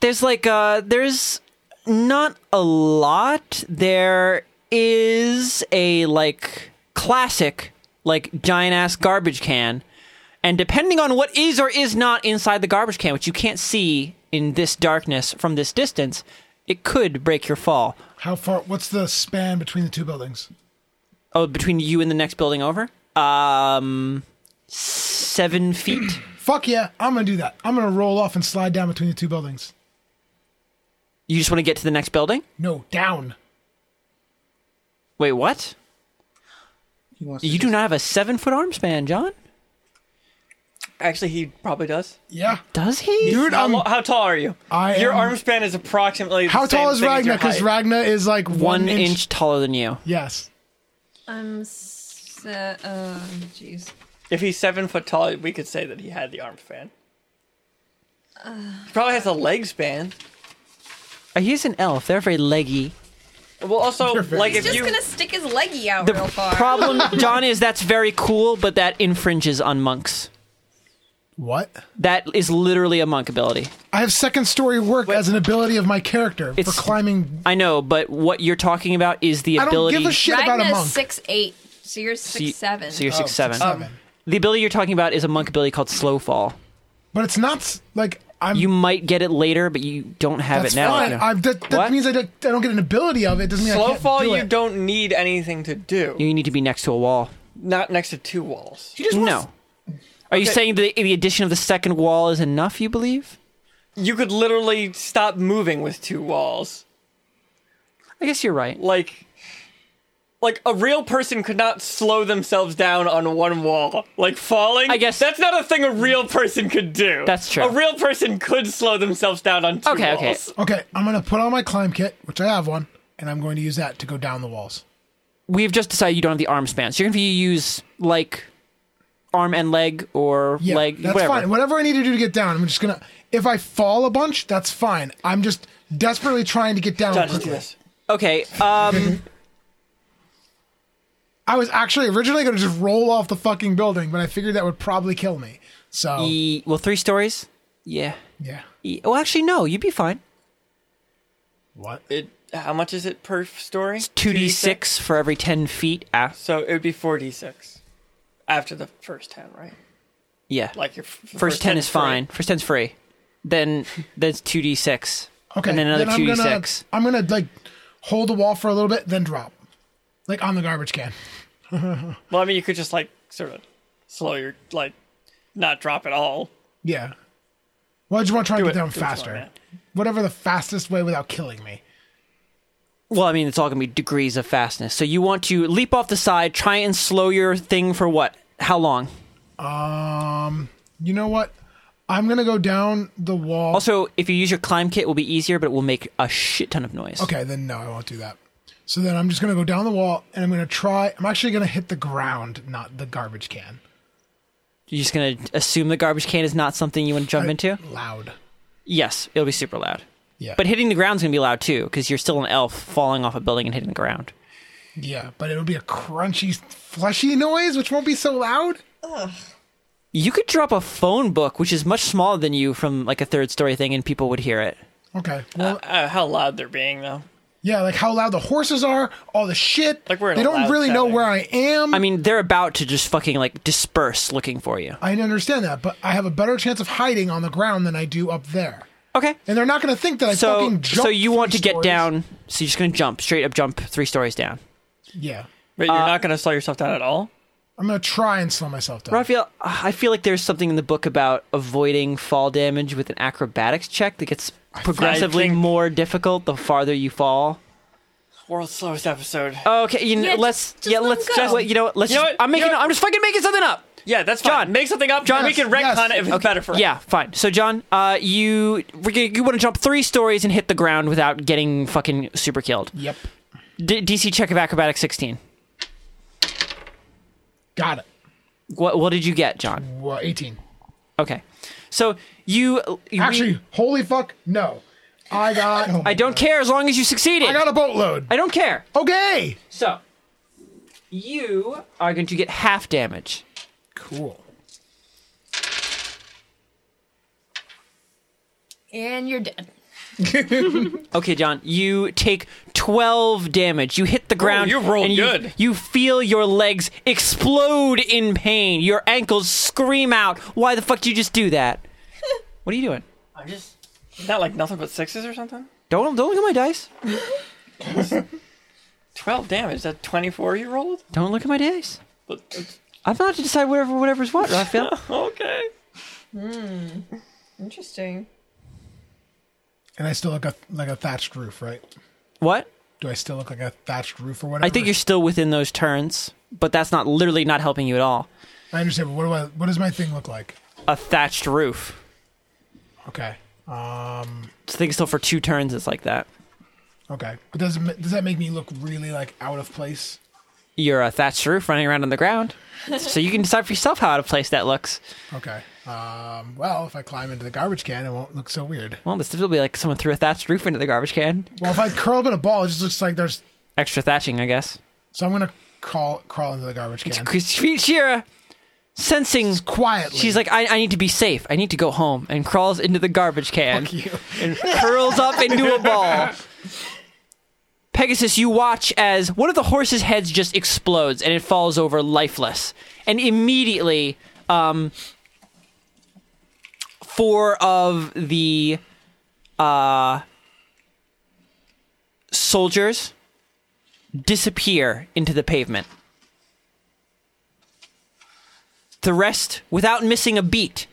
Speaker 1: there's like uh, there's not a lot. There is a like classic like giant ass garbage can. And depending on what is or is not inside the garbage can, which you can't see in this darkness from this distance, it could break your fall.
Speaker 2: How far? What's the span between the two buildings?
Speaker 1: Oh, between you and the next building over? Um, seven feet.
Speaker 2: Fuck yeah! I'm gonna do that. I'm gonna roll off and slide down between the two buildings.
Speaker 1: You just want to get to the next building?
Speaker 2: No, down.
Speaker 1: Wait, what? You do not have a seven foot arm span, John?
Speaker 6: Actually, he probably does.
Speaker 2: Yeah,
Speaker 1: Does he?
Speaker 2: dude.
Speaker 6: How,
Speaker 2: I'm,
Speaker 6: lo- how tall are you?
Speaker 2: I
Speaker 6: Your
Speaker 2: am-
Speaker 6: arm span is approximately. The
Speaker 2: how tall
Speaker 6: same
Speaker 2: is
Speaker 6: thing as
Speaker 2: Ragna?
Speaker 6: your
Speaker 2: Because
Speaker 6: height.
Speaker 2: Ragna is like one,
Speaker 1: One inch taller than you.
Speaker 2: Yes.
Speaker 8: I'm. s- uh, uh, Jeez.
Speaker 6: If he's seven foot tall, we could say that he had the arm span. he probably has a leg span.
Speaker 1: Uh, He's an elf. They're very leggy.
Speaker 6: Well, also, like
Speaker 3: He's
Speaker 6: if
Speaker 3: just
Speaker 6: you
Speaker 3: gonna stick his leggy out
Speaker 1: The
Speaker 3: real far.
Speaker 1: problem, John, is that's very cool, but that infringes on monks.
Speaker 2: What?
Speaker 1: That is literally a monk ability.
Speaker 2: I have second story work as an ability of my character for
Speaker 1: It's-
Speaker 2: climbing.
Speaker 1: I know, but what you're talking about is the
Speaker 2: I don't
Speaker 1: ability.
Speaker 2: give a shit about a
Speaker 3: Ragna's
Speaker 2: monk.
Speaker 3: six eight, so you're
Speaker 1: so
Speaker 3: six
Speaker 1: you-
Speaker 3: seven.
Speaker 1: So you're six
Speaker 2: Oh,
Speaker 1: seven.
Speaker 2: seven.
Speaker 1: the ability you're talking about is a monk ability called Slow Fall.
Speaker 2: but it's not s- like I'm.
Speaker 1: You might get it later, but you don't have
Speaker 2: that's
Speaker 1: it now.
Speaker 2: fine.
Speaker 1: No.
Speaker 2: I've, that that
Speaker 1: What?
Speaker 2: means I don't, I don't get an ability of it. Doesn't mean I
Speaker 6: slow
Speaker 2: can't
Speaker 6: fall,
Speaker 2: do
Speaker 6: you
Speaker 2: it.
Speaker 6: don't need anything to do.
Speaker 1: you need to be next to a wall.
Speaker 6: Not next to two walls.
Speaker 1: No. Are you saying the the addition of the second wall is enough? You believe?
Speaker 6: You could literally stop moving with two walls.
Speaker 1: I guess you're right.
Speaker 6: like like a real person could not slow themselves down on one wall like falling
Speaker 1: I guess-
Speaker 6: that's not a thing a real person could do
Speaker 1: That's true.
Speaker 6: a real person could slow themselves down on two
Speaker 1: Okay, okay.
Speaker 6: walls
Speaker 2: Okay, I'm gonna put on my climb kit, which I have one, and I'm going to use that to go down the walls.
Speaker 1: We've just decided you don't have the arm span, so you're gonna use like arm and leg or
Speaker 2: Yeah,
Speaker 1: leg
Speaker 2: that's
Speaker 1: whatever.
Speaker 2: fine. Whatever I need to do to get down, I'm just gonna. If I fall a bunch, that's fine. I'm just desperately trying to get down.
Speaker 6: John, just do
Speaker 2: quickly.
Speaker 6: this
Speaker 1: Okay. Um.
Speaker 2: I was actually originally gonna just roll off the fucking building, but I figured that would probably kill me. So
Speaker 1: e- well, three stories. Yeah.
Speaker 2: yeah,
Speaker 1: E- well, actually, no. You'd be fine.
Speaker 2: what?
Speaker 6: it how much is it per story
Speaker 1: Two d six for every ten feet. Ah,
Speaker 6: so it would be 4d6 after the first 10 right
Speaker 1: yeah.
Speaker 6: like your f- first,
Speaker 1: first, 10, is
Speaker 6: free.
Speaker 1: fine. First 10's free. Then that's 2d6.
Speaker 2: Okay,
Speaker 1: And then another
Speaker 2: I'm gonna,
Speaker 1: 2d6.
Speaker 2: I'm gonna like hold the wall for a little bit, then drop, like on the garbage can.
Speaker 6: well i mean you could just like sort of slow your like not drop at all
Speaker 2: Yeah. Well, I just want to try and
Speaker 6: Do
Speaker 2: get
Speaker 6: it.
Speaker 2: down
Speaker 6: Do it slow,
Speaker 2: faster.
Speaker 6: man.
Speaker 2: Whatever the fastest way without killing me.
Speaker 1: Well, I mean, it's all going to be degrees of fastness. So you want to leap off the side, try and slow your thing for what? How long?
Speaker 2: You know what? I'm gonna go down the wall.
Speaker 1: Also, if you use your climb kit, it will be easier, but it will make a shit ton of noise.
Speaker 2: Okay, then no, I won't do that. So then I'm just gonna go down the wall and I'm gonna try. I'm actually gonna hit the ground, not the garbage can.
Speaker 1: You're just gonna assume the garbage can is not something you want to jump into.
Speaker 2: Loud.
Speaker 1: Yes, it'll be super loud.
Speaker 2: Yeah.
Speaker 1: But hitting the ground's gonna be loud too, because you're still an elf falling off a building and hitting the ground.
Speaker 2: yeah, but it'll be a crunchy, fleshy noise, which won't be so loud.
Speaker 1: You could drop a phone book, which is much smaller than you, from like a third story thing, and people would hear it.
Speaker 2: Okay. Well,
Speaker 9: Uh, how loud they're being though.
Speaker 2: yeah, like how loud the horses are, all the shit.
Speaker 9: Like we're in
Speaker 2: they
Speaker 9: a
Speaker 2: don't
Speaker 9: loud
Speaker 2: really know
Speaker 9: setting.
Speaker 2: where I am.
Speaker 1: I mean, they're about to just fucking like disperse looking for you.
Speaker 2: I understand that, but I have a better chance of hiding on the ground than I do up there.
Speaker 1: Okay.
Speaker 2: And they're not going to think that I
Speaker 1: So,
Speaker 2: fucking jumped.
Speaker 1: so you want to
Speaker 2: three
Speaker 1: get
Speaker 2: stories.
Speaker 1: down? So you're just gonna jump straight up, jump three stories down.
Speaker 2: Yeah,
Speaker 9: But
Speaker 1: Uh,
Speaker 9: you're not gonna slow yourself down at all.
Speaker 2: I'm going to try and slow myself down.
Speaker 1: Raphael, I feel like there's something in the book about avoiding fall damage with an acrobatics check that gets progressively
Speaker 9: think-
Speaker 1: more difficult the farther you fall.
Speaker 9: World's slowest episode.
Speaker 1: Okay, you know,
Speaker 4: Yeah,
Speaker 1: let's
Speaker 4: just- just
Speaker 1: yeah,
Speaker 4: let
Speaker 1: let's
Speaker 4: him
Speaker 1: just
Speaker 4: go.
Speaker 1: wait, you know what? Let's
Speaker 9: You know
Speaker 1: just,
Speaker 9: what?
Speaker 1: I'm making
Speaker 9: You know-
Speaker 1: I'm just fucking making something up.
Speaker 9: yeah, that's fine.
Speaker 1: John.
Speaker 9: Make something up. John, we can
Speaker 2: Yes,
Speaker 9: retcon
Speaker 2: yes.
Speaker 9: it if it's better for us.
Speaker 1: Yeah, fine. So John, uh you we're gonna- you want to jump 3 stories and hit the ground without getting fucking super killed.
Speaker 2: Yep,
Speaker 1: D- DC check of acrobatics 16.
Speaker 2: got it.
Speaker 1: What what did you get, John?
Speaker 2: Well, 18.
Speaker 1: Okay. So you, you
Speaker 2: Actually, holy fuck, no. I got.
Speaker 1: I don't care as long as you succeeded.
Speaker 2: I got a boatload.
Speaker 1: I don't care.
Speaker 2: Okay.
Speaker 1: So, you are going to get half damage.
Speaker 2: Cool.
Speaker 3: And you're dead.
Speaker 1: Okay, John, you take 12 damage. You hit the
Speaker 2: Oh,
Speaker 1: ground.
Speaker 9: you rolled
Speaker 1: and
Speaker 9: good.
Speaker 1: You feel your legs explode in pain. Your ankles scream out. Why the fuck did you just do that? what are you doing?
Speaker 9: I'm just is that like nothing but sixes or something?
Speaker 1: Don't don't look at my dice.
Speaker 9: Twelve damage. That twenty-four year old.
Speaker 1: Don't look at my dice.
Speaker 9: But it's-
Speaker 1: I'm about to decide whatever whatever's what, Raphael.
Speaker 9: Okay.
Speaker 8: Interesting.
Speaker 2: And I still look a, like a thatched roof, right?
Speaker 1: what?
Speaker 2: Do I still look like a thatched roof or whatever?
Speaker 1: I think you're still within those turns, but that's not literally not helping you at all.
Speaker 2: I understand, but what do I? What does my thing look like?
Speaker 1: A thatched roof.
Speaker 2: Okay. Um.
Speaker 1: This thing still for two turns is like that.
Speaker 2: Okay. But does it, ma- does that make me look really like out of place?
Speaker 1: you're a thatched roof running around on the ground. so you can decide for yourself how out of place that looks.
Speaker 2: Okay. Um. Well, if I climb into the garbage can, it won't look so weird.
Speaker 1: Well, this will be like someone threw a thatched roof into the garbage can.
Speaker 2: Well, if I curl up in a ball, it just looks like there's.
Speaker 1: Extra thatching, I guess.
Speaker 2: So I'm gonna crawl crawl into the garbage can
Speaker 1: Shira, sensing,
Speaker 2: quietly.
Speaker 1: she's like, I, I need to be safe. I need to go home, and crawls into the garbage can
Speaker 2: Fuck you.
Speaker 1: and curls up into a ball. Pegasus, you watch as one of the horse's heads just explodes and it falls over lifeless. And immediately, um, four of the uh, soldiers disappear into the pavement. The rest, without missing a beat,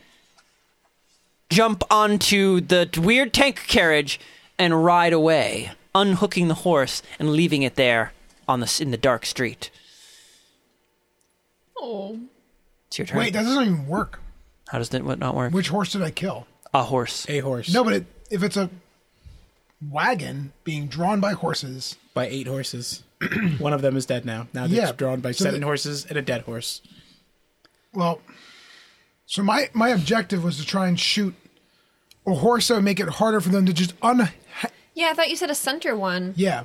Speaker 1: jump onto the weird tank carriage and ride away, unhooking the horse and leaving it there on the s- in the dark street.
Speaker 8: Oh.
Speaker 1: It's your turn.
Speaker 2: Wait, that doesn't even work.
Speaker 1: How does that what not work?
Speaker 2: Which horse did I kill?
Speaker 1: A horse.
Speaker 5: A horse.
Speaker 2: No, but it, if it's a wagon being drawn by horses,
Speaker 5: By eight horses. One of them is dead now. Now
Speaker 2: Yeah,
Speaker 5: it's drawn by
Speaker 2: so
Speaker 5: seven
Speaker 2: the-
Speaker 5: horses and a dead horse.
Speaker 2: well, so my my objective was to try and shoot a horse that would make it harder for them to just un.
Speaker 3: Yeah, I thought you said a center one.
Speaker 2: Yeah,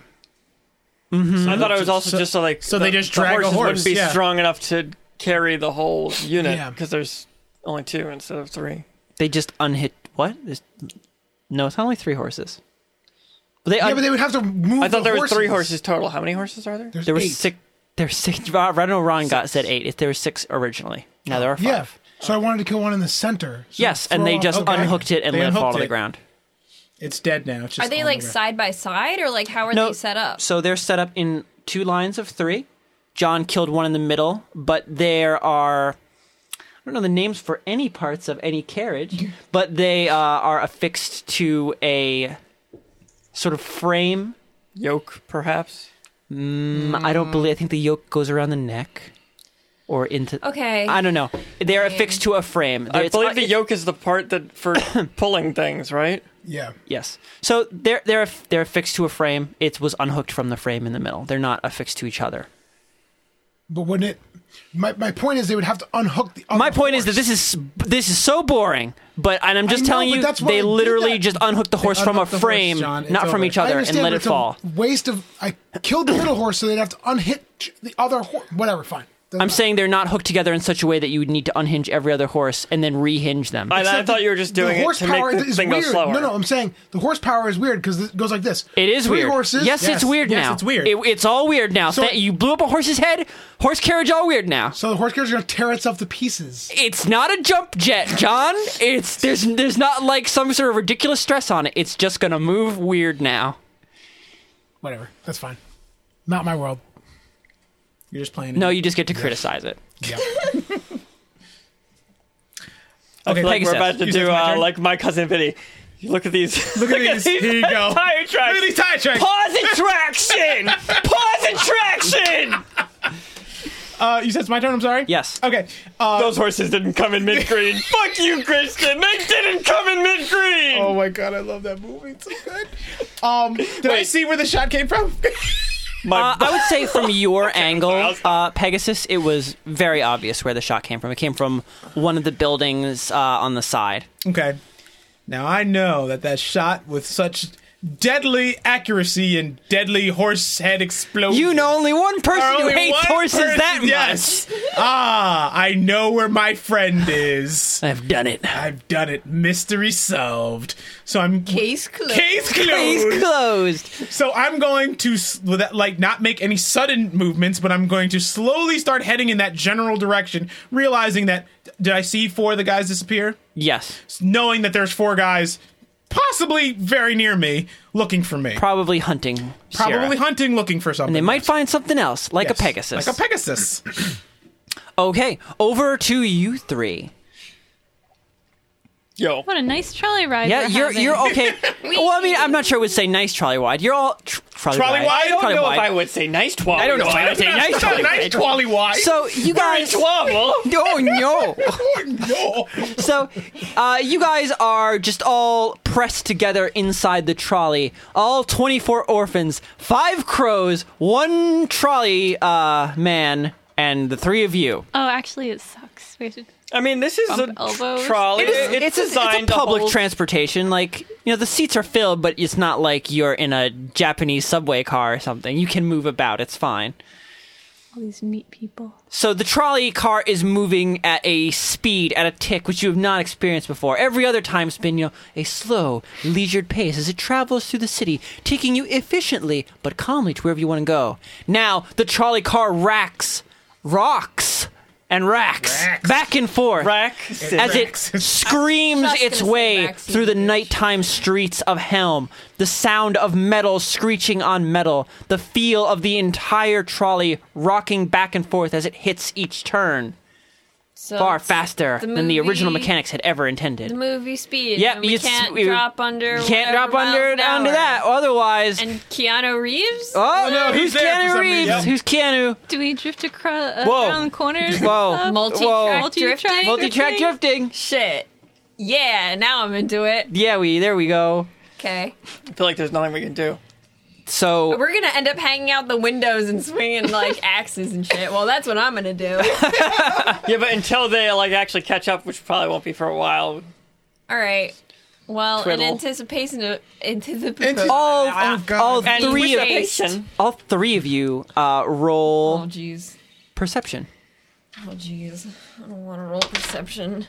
Speaker 9: I thought it was also
Speaker 5: So-
Speaker 9: just so, like
Speaker 5: so
Speaker 9: the-
Speaker 5: they just
Speaker 9: the
Speaker 5: drag a
Speaker 9: horses
Speaker 5: horse,
Speaker 9: wouldn't be
Speaker 5: yeah.
Speaker 9: strong enough to carry the whole unit
Speaker 2: Yeah.
Speaker 9: because there's only two instead of three.
Speaker 1: They just unhit what? There's, no, it's only three horses. But they
Speaker 2: yeah,
Speaker 1: un-
Speaker 2: but they would have to move.
Speaker 9: I thought
Speaker 2: the
Speaker 9: there were three
Speaker 2: horses.
Speaker 9: horses total. How many horses are there?
Speaker 2: There's
Speaker 1: there were
Speaker 2: eight.
Speaker 1: six. There were six. I don't know. Ron got said eight. If there were six originally, now there are five.
Speaker 2: Yeah, so I wanted to kill one in the center. so
Speaker 1: Yes, and
Speaker 2: throw
Speaker 1: they
Speaker 2: off
Speaker 1: just
Speaker 2: the wagon.
Speaker 1: unhooked it and
Speaker 5: They
Speaker 1: let it fall
Speaker 5: unhooked
Speaker 1: to the
Speaker 5: it.
Speaker 1: ground.
Speaker 5: It's dead now. It's just
Speaker 3: Are they
Speaker 5: on
Speaker 3: like
Speaker 5: the ground.
Speaker 3: side by side or like how are
Speaker 1: No,
Speaker 3: they set up?
Speaker 1: So they're set up in two lines of three. John killed one in the middle, but there are I don't know the names for any parts of any carriage, but they uh, are affixed to a sort of frame.
Speaker 9: Yoke, perhaps.
Speaker 1: Mm, I don't believe. I think the yoke goes around the neck. or into.
Speaker 3: Okay.
Speaker 1: I don't know. They're affixed to a frame.
Speaker 6: I
Speaker 1: It's-
Speaker 6: believe
Speaker 1: uh,
Speaker 6: the
Speaker 1: it-
Speaker 6: yoke is the part that for pulling things, right?
Speaker 2: Yeah.
Speaker 1: Yes. So they're they're aff- they're affixed to a frame. It was unhooked from the frame in the middle. They're not affixed to each other.
Speaker 2: But wouldn't it? My, my point is they would have to unhook the. Other
Speaker 1: My point is that
Speaker 2: horse.
Speaker 1: this is this is so boring. But and I'm just
Speaker 2: know,
Speaker 1: telling
Speaker 2: but
Speaker 1: you,
Speaker 2: that's why
Speaker 1: they
Speaker 2: I did
Speaker 1: literally
Speaker 2: that.
Speaker 1: just unhooked the horse from a
Speaker 5: unhooked the horse,
Speaker 1: frame,
Speaker 5: John. It's
Speaker 1: not from
Speaker 5: over.
Speaker 1: each
Speaker 5: I
Speaker 1: other,
Speaker 2: I
Speaker 1: and
Speaker 2: understand,
Speaker 1: let
Speaker 2: but
Speaker 1: it
Speaker 2: it's a
Speaker 1: fall.
Speaker 2: Waste of. I killed the little horse, so they'd have to unhitch the other horse. Whatever. Fine. Doesn't
Speaker 1: I'm
Speaker 2: matter.
Speaker 1: saying they're not hooked together in such a way that you would need to unhinge every other horse and then rehinge them.
Speaker 6: And I
Speaker 2: Except
Speaker 6: thought
Speaker 2: the-
Speaker 6: you were just doing it to make
Speaker 2: horsepower
Speaker 6: the
Speaker 2: is
Speaker 6: thing go
Speaker 2: weird.
Speaker 6: slower.
Speaker 2: No, no, I'm saying the horsepower is weird because it goes like this.
Speaker 1: It is
Speaker 2: Three
Speaker 1: weird.
Speaker 2: horses.
Speaker 1: Yes, it's weird
Speaker 5: Yes,
Speaker 1: now.
Speaker 5: it's weird.
Speaker 1: It- it's all weird now.
Speaker 2: So-
Speaker 1: Th- you blew up a horse's head. Horse carriage, all weird now.
Speaker 2: So the horse carriage is going to tear itself to pieces.
Speaker 1: It's not a jump jet, John. It's there's there's not like some sort of ridiculous stress on it. It's just gonna move weird now.
Speaker 2: Whatever. That's fine. Not my world.
Speaker 5: You're just playing.
Speaker 1: No, you just get to criticize it.
Speaker 2: Yeah.
Speaker 6: I feel like we're
Speaker 1: Pegasus.
Speaker 6: about to
Speaker 5: You said
Speaker 6: do
Speaker 5: it's my
Speaker 6: uh,
Speaker 5: turn?
Speaker 6: like my cousin Vinny. You Look at these.
Speaker 5: Look at these. Here you go.
Speaker 6: Tire tracks.
Speaker 5: Look at these tire tracks.
Speaker 6: Pause and traction. Pause and traction.
Speaker 5: Uh, you said it's my turn. I'm sorry.
Speaker 1: Yes.
Speaker 5: Okay. Uh,
Speaker 6: Those horses didn't come in mid green. Fuck you, Christian. They didn't come in mid green.
Speaker 5: oh my god, I love that movie. It's so good. Um, did I
Speaker 6: Wait.
Speaker 5: see where the shot came from?
Speaker 1: Uh, I would say from your angle,
Speaker 6: was-
Speaker 1: uh, Pegasus, it was very obvious where the shot came from. It came from one of the buildings uh, on the side.
Speaker 5: okay. Now I know that that shot with such deadly accuracy and deadly horse head explosion.
Speaker 1: You know only one person
Speaker 5: Are
Speaker 1: who
Speaker 5: only
Speaker 1: hates
Speaker 5: one
Speaker 1: horses
Speaker 5: person-
Speaker 1: that much.
Speaker 5: yes. ah, I know where my friend is.
Speaker 1: I've done it.
Speaker 5: I've done it. Mystery solved. So I'm
Speaker 8: Case closed.
Speaker 5: case closed.
Speaker 1: Case closed.
Speaker 5: So I'm going to s- with that, like not make any sudden movements, but I'm going to slowly start heading in that general direction, realizing that did I see four of the guys disappear?
Speaker 1: Yes.
Speaker 5: Knowing that there's four guys possibly very near me looking for me.
Speaker 1: Probably hunting. Sierra.
Speaker 5: Probably hunting looking for something.
Speaker 1: They might find something else, like
Speaker 5: Yes.
Speaker 1: a Pegasus.
Speaker 5: Like a Pegasus.
Speaker 1: okay, over to you three.
Speaker 6: Yo.
Speaker 4: What a nice trolley ride.
Speaker 1: Yeah,
Speaker 4: we're
Speaker 1: you're
Speaker 4: having.
Speaker 1: you're okay. well, I mean, I'm not sure. I would say nice trolley wide. You're all tr- trolley,
Speaker 5: Trolley
Speaker 1: wide.
Speaker 5: wide? I don't
Speaker 1: Trolley
Speaker 6: know
Speaker 1: wide.
Speaker 6: if I would say nice twelve.
Speaker 1: I don't know if I would say nice trolley
Speaker 5: nice
Speaker 1: wide.
Speaker 5: trolley wide.
Speaker 1: So you guys.
Speaker 6: Twelve.
Speaker 1: Oh no!
Speaker 5: oh, no.
Speaker 1: So, uh, you guys are just all pressed together inside the trolley. All 24 orphans, five crows, one trolley uh, man, and the three of you.
Speaker 4: Oh, actually, it sucks. We have to.
Speaker 6: I mean, this is
Speaker 4: Bump
Speaker 6: a
Speaker 4: elbows.
Speaker 6: trolley.
Speaker 4: It is-
Speaker 6: it's,
Speaker 1: a-
Speaker 6: designed
Speaker 1: a public
Speaker 6: to hold-
Speaker 1: transportation. Like you know, the seats are filled, but it's not like you're in a Japanese subway car or something. You can move about. It's fine.
Speaker 4: All these neat people.
Speaker 1: So the trolley car is moving at a speed, at a tick, which you have not experienced before. Every other time, it's been you know, a slow, leisured pace as it travels through the city, taking you efficiently but calmly to wherever you want to go. Now the trolley car racks, rocks, and racks,
Speaker 5: Racks.
Speaker 1: back and forth
Speaker 6: Rack.
Speaker 1: as it
Speaker 5: Racks.
Speaker 1: screams
Speaker 3: Just
Speaker 1: its
Speaker 3: gonna say
Speaker 1: way
Speaker 3: Rax, you
Speaker 1: through the
Speaker 3: bitch.
Speaker 1: nighttime streets of Helm, the sound of metal screeching on metal, the feel of the entire trolley rocking back and forth as it hits each turn,
Speaker 3: So
Speaker 1: far
Speaker 3: it's
Speaker 1: faster than the original
Speaker 3: movie-
Speaker 1: mechanics had ever intended.
Speaker 3: The movie speed.
Speaker 1: Yep,
Speaker 3: and we
Speaker 1: it's-
Speaker 3: can't
Speaker 1: we-
Speaker 3: drop under.
Speaker 1: You can't
Speaker 3: whatever
Speaker 1: drop under
Speaker 3: miles an
Speaker 1: under
Speaker 3: hour.
Speaker 1: that, otherwise.
Speaker 3: And Keanu Reeves.
Speaker 1: oh,
Speaker 5: no,
Speaker 1: who's
Speaker 5: he's there for
Speaker 1: Keanu
Speaker 5: some
Speaker 1: Reeves?
Speaker 5: reason.
Speaker 1: Who's Keanu?
Speaker 4: Do we drift across uh,
Speaker 1: Whoa.
Speaker 4: around corners? and
Speaker 1: Whoa.
Speaker 4: stuff?
Speaker 3: Multi-track
Speaker 4: Multi-track
Speaker 3: drifting?
Speaker 1: Multi-track
Speaker 4: drifting?
Speaker 1: drifting.
Speaker 3: Shit. Yeah, now I'm into it.
Speaker 1: Yeah, we there we go.
Speaker 3: Okay.
Speaker 6: I feel like there's nothing we can do.
Speaker 1: So
Speaker 3: We're gonna end up hanging out the windows and swinging like axes and shit. Well, that's what I'm gonna do.
Speaker 6: Yeah, but until they like actually catch up, which probably won't be for a while.
Speaker 3: All right. Well,
Speaker 6: Twiddle.
Speaker 3: in anticipation of anticipation.
Speaker 5: Anti-
Speaker 1: all,
Speaker 5: Oh, God.
Speaker 1: all
Speaker 6: And
Speaker 1: three of
Speaker 6: anticipation.
Speaker 1: all three of you uh, roll
Speaker 3: oh jeez.
Speaker 1: perception.
Speaker 3: Oh jeez. I don't want to roll perception.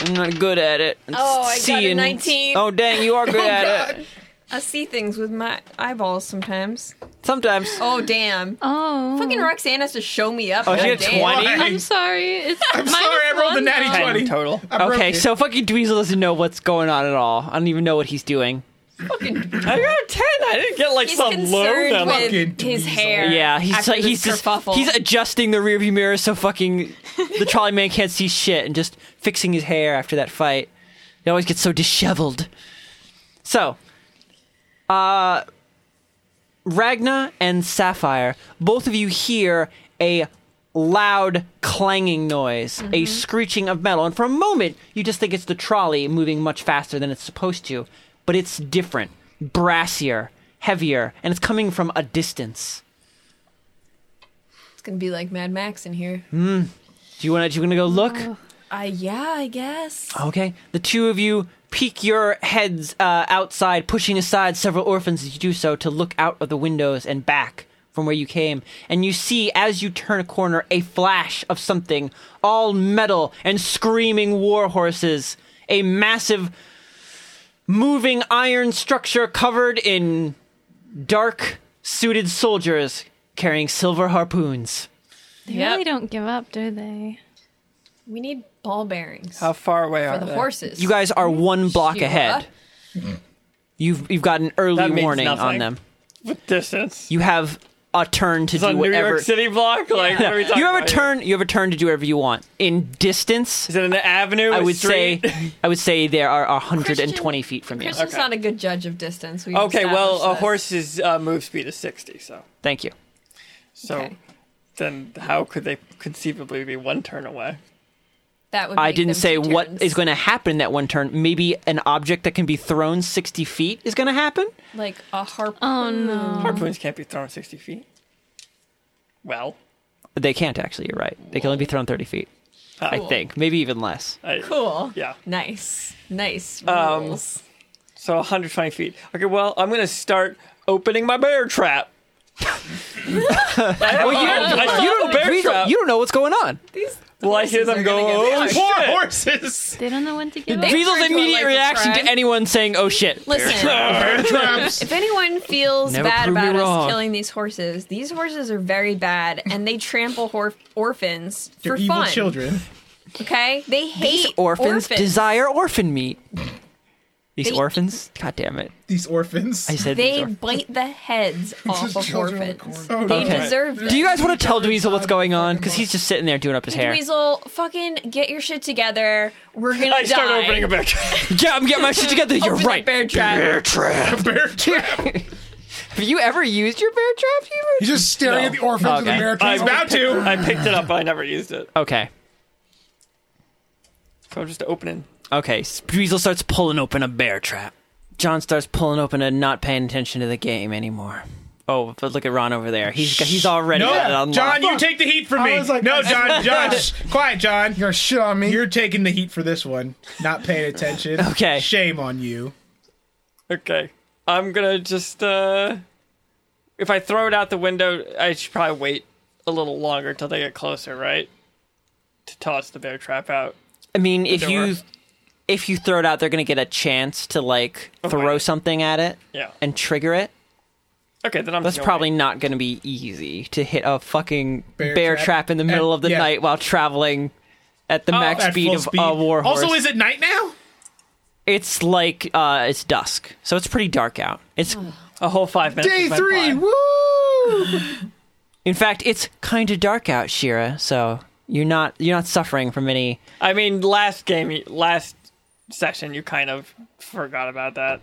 Speaker 1: I'm not good at it. It's
Speaker 3: Oh, I got a 19.
Speaker 1: Oh, dang, you are good at it.
Speaker 3: I see things with my eyeballs sometimes.
Speaker 1: Sometimes.
Speaker 3: Oh damn.
Speaker 4: Oh.
Speaker 3: Fucking Roxanne has to show me up.
Speaker 1: Oh, she
Speaker 3: God
Speaker 1: had
Speaker 3: damn.
Speaker 1: 20?
Speaker 4: I'm sorry. It's I'm
Speaker 5: sorry, I rolled a natty
Speaker 6: Ten
Speaker 5: 20.
Speaker 6: total.
Speaker 5: I broke
Speaker 1: okay,
Speaker 5: it.
Speaker 1: so fucking Dweezil doesn't know what's going on at all. I don't even know what he's doing.
Speaker 6: I got a ten. I didn't get like
Speaker 3: He's
Speaker 6: some low
Speaker 3: concerned
Speaker 6: down.
Speaker 3: with
Speaker 5: Fucking
Speaker 3: his
Speaker 5: dweezil.
Speaker 3: hair.
Speaker 1: Yeah, he's
Speaker 3: after
Speaker 1: like,
Speaker 3: this
Speaker 1: he's just,
Speaker 3: kerfuffle.
Speaker 1: he's adjusting the rearview mirror so fucking the trolley man can't see shit and just fixing his hair after that fight. He always gets so disheveled. So, uh, Ragna and Sapphire, both of you hear a loud clanging noise,
Speaker 3: Mm-hmm.
Speaker 1: a screeching of metal. And for a moment, you just think it's the trolley moving much faster than it's supposed to, but it's different, brassier, heavier, and it's coming from a distance.
Speaker 3: It's gonna be like Mad Max in here.
Speaker 1: Do you want to? You gonna go look?
Speaker 3: Uh, yeah, I guess.
Speaker 1: Okay. The two of you peek your heads uh, outside, pushing aside several orphans as you do so to look out of the windows and back from where you came. And you see, as you turn a corner, a flash of something, all metal and screaming war horses. A massive moving iron structure covered in dark suited soldiers carrying silver harpoons.
Speaker 4: They really don't give up, do they?
Speaker 3: We need ball bearings
Speaker 6: How far away are
Speaker 3: for the
Speaker 6: they?
Speaker 3: horses. Uh,
Speaker 1: You guys are one block
Speaker 3: Shira.
Speaker 1: ahead. You've you've got an early
Speaker 6: That means
Speaker 1: warning on
Speaker 6: nothing.
Speaker 1: them.
Speaker 6: Distance.
Speaker 1: You have a turn to
Speaker 6: It's on
Speaker 1: do
Speaker 6: New
Speaker 1: whatever.
Speaker 6: York City block. Like what are we talking
Speaker 1: you have a
Speaker 6: about
Speaker 1: turn. You have a turn to do whatever you want. In distance,
Speaker 6: Here? Is it an avenue?
Speaker 1: I
Speaker 6: a
Speaker 1: would
Speaker 6: street?
Speaker 1: say I would say there are 120
Speaker 3: Christian-
Speaker 1: feet from you.
Speaker 3: Christian's not a good judge of distance. We've
Speaker 6: Okay, well, a
Speaker 3: established this.
Speaker 6: horse's uh, move speed is sixty, so
Speaker 1: Thank you.
Speaker 6: so
Speaker 3: Okay.
Speaker 6: then how could they conceivably be one turn away?
Speaker 3: That would
Speaker 1: I
Speaker 3: make
Speaker 1: didn't
Speaker 3: them
Speaker 1: say
Speaker 3: two
Speaker 1: what
Speaker 3: turns.
Speaker 1: is going to happen that one turn. Maybe an object that can be thrown 60 feet is going to happen.
Speaker 3: like a harp.
Speaker 4: Oh no.
Speaker 6: Harpoons can't be thrown sixty feet. Well,
Speaker 1: They can't actually. You're right. They can only be thrown 30 feet.
Speaker 6: Oh.
Speaker 1: I think maybe even less.
Speaker 6: I,
Speaker 3: cool.
Speaker 6: Yeah.
Speaker 3: Hmm. Nice. Nice.
Speaker 6: Um,
Speaker 3: Rules.
Speaker 6: So 120 feet. Okay, well, I'm going to start opening my bear trap. I, well, I,
Speaker 1: You
Speaker 6: I you
Speaker 1: don't,
Speaker 6: a Oh, bear
Speaker 1: you don't-
Speaker 6: trap.
Speaker 1: you don't know what's going on.
Speaker 6: well, I hear them
Speaker 3: are
Speaker 6: go,
Speaker 3: gonna get
Speaker 6: oh,
Speaker 3: pushed."
Speaker 6: shit.
Speaker 5: Poor horses.
Speaker 4: They don't know when to give up.
Speaker 1: Weasel's
Speaker 3: into a
Speaker 1: immediate
Speaker 3: life of
Speaker 1: reaction to
Speaker 3: crime.
Speaker 1: anyone saying, "Oh shit."
Speaker 3: Listen,
Speaker 5: Traps.
Speaker 3: if anyone feels
Speaker 1: Never
Speaker 3: bad
Speaker 1: prove me
Speaker 3: about us
Speaker 1: wrong.
Speaker 3: killing these horses, these horses are very bad, and they trample hor- orphans
Speaker 5: They're
Speaker 3: for
Speaker 5: evil
Speaker 3: fun.
Speaker 5: children.
Speaker 3: Okay, they hate
Speaker 1: These orphans, desire orphan meat. These
Speaker 3: They-
Speaker 1: orphans? God damn it.
Speaker 5: These orphans.
Speaker 1: I said these
Speaker 3: They
Speaker 1: orphans.
Speaker 3: bite the heads off of
Speaker 2: children on the
Speaker 3: orphans.
Speaker 5: Oh,
Speaker 3: They
Speaker 5: God.
Speaker 3: deserve it.
Speaker 1: Do you guys want to tell Dweezil what's going on? Because he's just sitting there doing up his hair.
Speaker 3: Weasel, fucking get your shit together. We're gonna
Speaker 6: I
Speaker 3: die.
Speaker 6: start opening a bear trap.
Speaker 1: Yeah, I'm getting my shit together. You're
Speaker 3: Open the
Speaker 1: right.
Speaker 3: bear trap.
Speaker 5: bear trap.
Speaker 1: Have you ever used your bear trap, Hubert?
Speaker 2: He's just staring
Speaker 6: No.
Speaker 2: at the orphans and the
Speaker 1: Okay.
Speaker 2: Americans.
Speaker 6: I
Speaker 5: about
Speaker 6: picked-
Speaker 5: to.
Speaker 6: I picked it up, but I never used it.
Speaker 1: Okay.
Speaker 6: So I'm just opening.
Speaker 1: Okay. Dweezil starts pulling open a bear trap. John starts pulling open and not paying attention to the game anymore. Oh, but look at Ron over there. He's he's already got it
Speaker 5: No,
Speaker 1: unlocked.
Speaker 5: John, you take the heat from
Speaker 2: I
Speaker 5: me.
Speaker 2: was like-
Speaker 5: no, John, John, shh, quiet, John.
Speaker 2: You're gonna shit on me.
Speaker 5: You're taking the heat for this one. Not paying attention.
Speaker 1: Okay.
Speaker 5: Shame on you.
Speaker 6: Okay. I'm going to just, uh, if I throw it out the window, I should probably wait a little longer till they get closer, right? To toss the bear trap out.
Speaker 1: I mean, if
Speaker 6: door.
Speaker 1: you if you throw it out, they're gonna get a chance to like throw something at it
Speaker 6: Yeah.
Speaker 1: and trigger it.
Speaker 6: Okay, then I'm
Speaker 1: That's
Speaker 6: just gonna
Speaker 1: probably not gonna be easy to hit a fucking bear,
Speaker 5: Bear
Speaker 1: trap.
Speaker 5: trap.
Speaker 1: in the middle
Speaker 5: And-
Speaker 1: of the
Speaker 5: yeah. Oh,
Speaker 1: night while traveling at the max
Speaker 5: At
Speaker 1: speed
Speaker 5: full
Speaker 1: of a war horse.
Speaker 5: Also, is it night now?
Speaker 1: it's like uh, it's dusk, so it's pretty dark out. It's
Speaker 6: wait. a whole five minutes.
Speaker 2: Day
Speaker 6: is my
Speaker 2: three.
Speaker 6: plan.
Speaker 2: Woo!
Speaker 1: in fact it's kind of dark out, Shira. So you're not you're not suffering from any.
Speaker 6: I mean, last game, last session, you kind of forgot about that.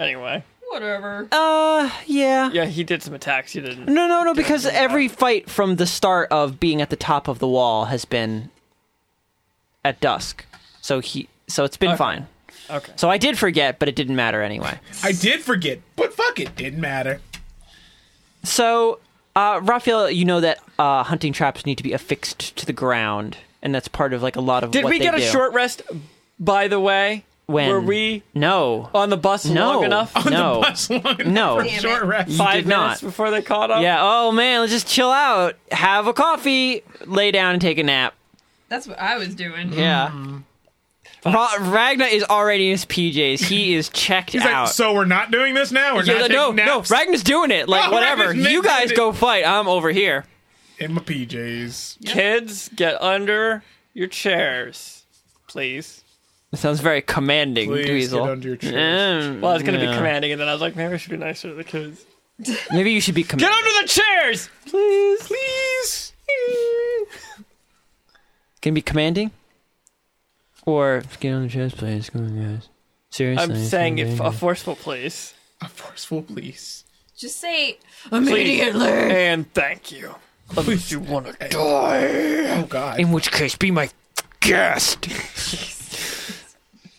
Speaker 6: Anyway,
Speaker 8: Whatever.
Speaker 1: Uh, yeah.
Speaker 6: yeah, he did some attacks. You didn't.
Speaker 1: No, no, no, because every fight from the start of being at the top of the wall has been at dusk. So he so it's been fine.
Speaker 6: Okay.
Speaker 1: So I did forget, but it didn't matter anyway.
Speaker 5: I did forget, but fuck it, didn't matter.
Speaker 1: So uh Raphael, you know that uh hunting traps need to be affixed to the ground, and that's part of like a lot of
Speaker 6: Did
Speaker 1: what
Speaker 6: we
Speaker 1: they
Speaker 6: get a
Speaker 1: do.
Speaker 6: short rest? By the way,
Speaker 1: when
Speaker 6: were we
Speaker 1: No.
Speaker 6: on the bus
Speaker 5: Oh,
Speaker 1: no.
Speaker 6: long enough?
Speaker 1: no.
Speaker 5: That's long enough
Speaker 1: No.
Speaker 5: for a short rest.
Speaker 6: Five
Speaker 1: did
Speaker 6: minutes
Speaker 1: not.
Speaker 6: before they caught up.
Speaker 1: Yeah, oh man, let's just chill out, have a coffee, lay down and take a nap.
Speaker 8: That's what I was doing.
Speaker 1: Yeah.
Speaker 5: Mm-hmm.
Speaker 1: Ra- Ragnar is already in his PJs. He is checked
Speaker 5: He's like,
Speaker 1: out.
Speaker 5: so we're not doing this now. We're
Speaker 1: Yeah,
Speaker 5: not
Speaker 1: no,
Speaker 5: taking naps
Speaker 1: no, Ragnar's doing it. Like
Speaker 5: No,
Speaker 1: whatever,
Speaker 5: Ragnar's
Speaker 1: you
Speaker 5: doing
Speaker 1: guys
Speaker 5: it.
Speaker 1: go fight. I'm over here.
Speaker 5: in my PJs.
Speaker 6: Kids, get under your chairs, please.
Speaker 1: That sounds very commanding,
Speaker 5: Please get
Speaker 1: Dweezil.
Speaker 5: under your chairs.
Speaker 1: Mm,
Speaker 6: Well, I was going to
Speaker 1: yeah.
Speaker 6: be commanding, and then I was like, maybe I should be nicer to the kids.
Speaker 1: Maybe you should be
Speaker 6: Get
Speaker 1: commanding.
Speaker 6: under the chairs, please.
Speaker 5: Please.
Speaker 1: Can be commanding, or get on the chest, please. Come on, guys. Seriously,
Speaker 6: I'm saying it a forceful please.
Speaker 5: A forceful please.
Speaker 8: Just say
Speaker 6: Immediately. And thank you.
Speaker 10: Unless you want to die.
Speaker 5: Oh God.
Speaker 1: In which case, be my guest.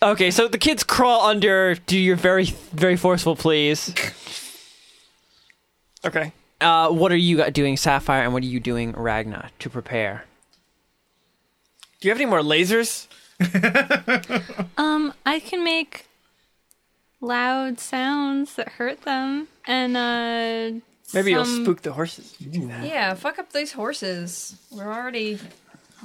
Speaker 6: Okay, so the kids crawl under. Do your very, very forceful, please. Okay.
Speaker 1: Uh, what are you doing, Sapphire, and what are you doing, Ragna, to prepare?
Speaker 6: Do you have any more lasers?
Speaker 4: Um, I can make loud sounds that hurt them, and uh,
Speaker 6: Maybe you'll
Speaker 4: some-
Speaker 6: spook the horses.
Speaker 3: Yeah, fuck up these horses. We're already,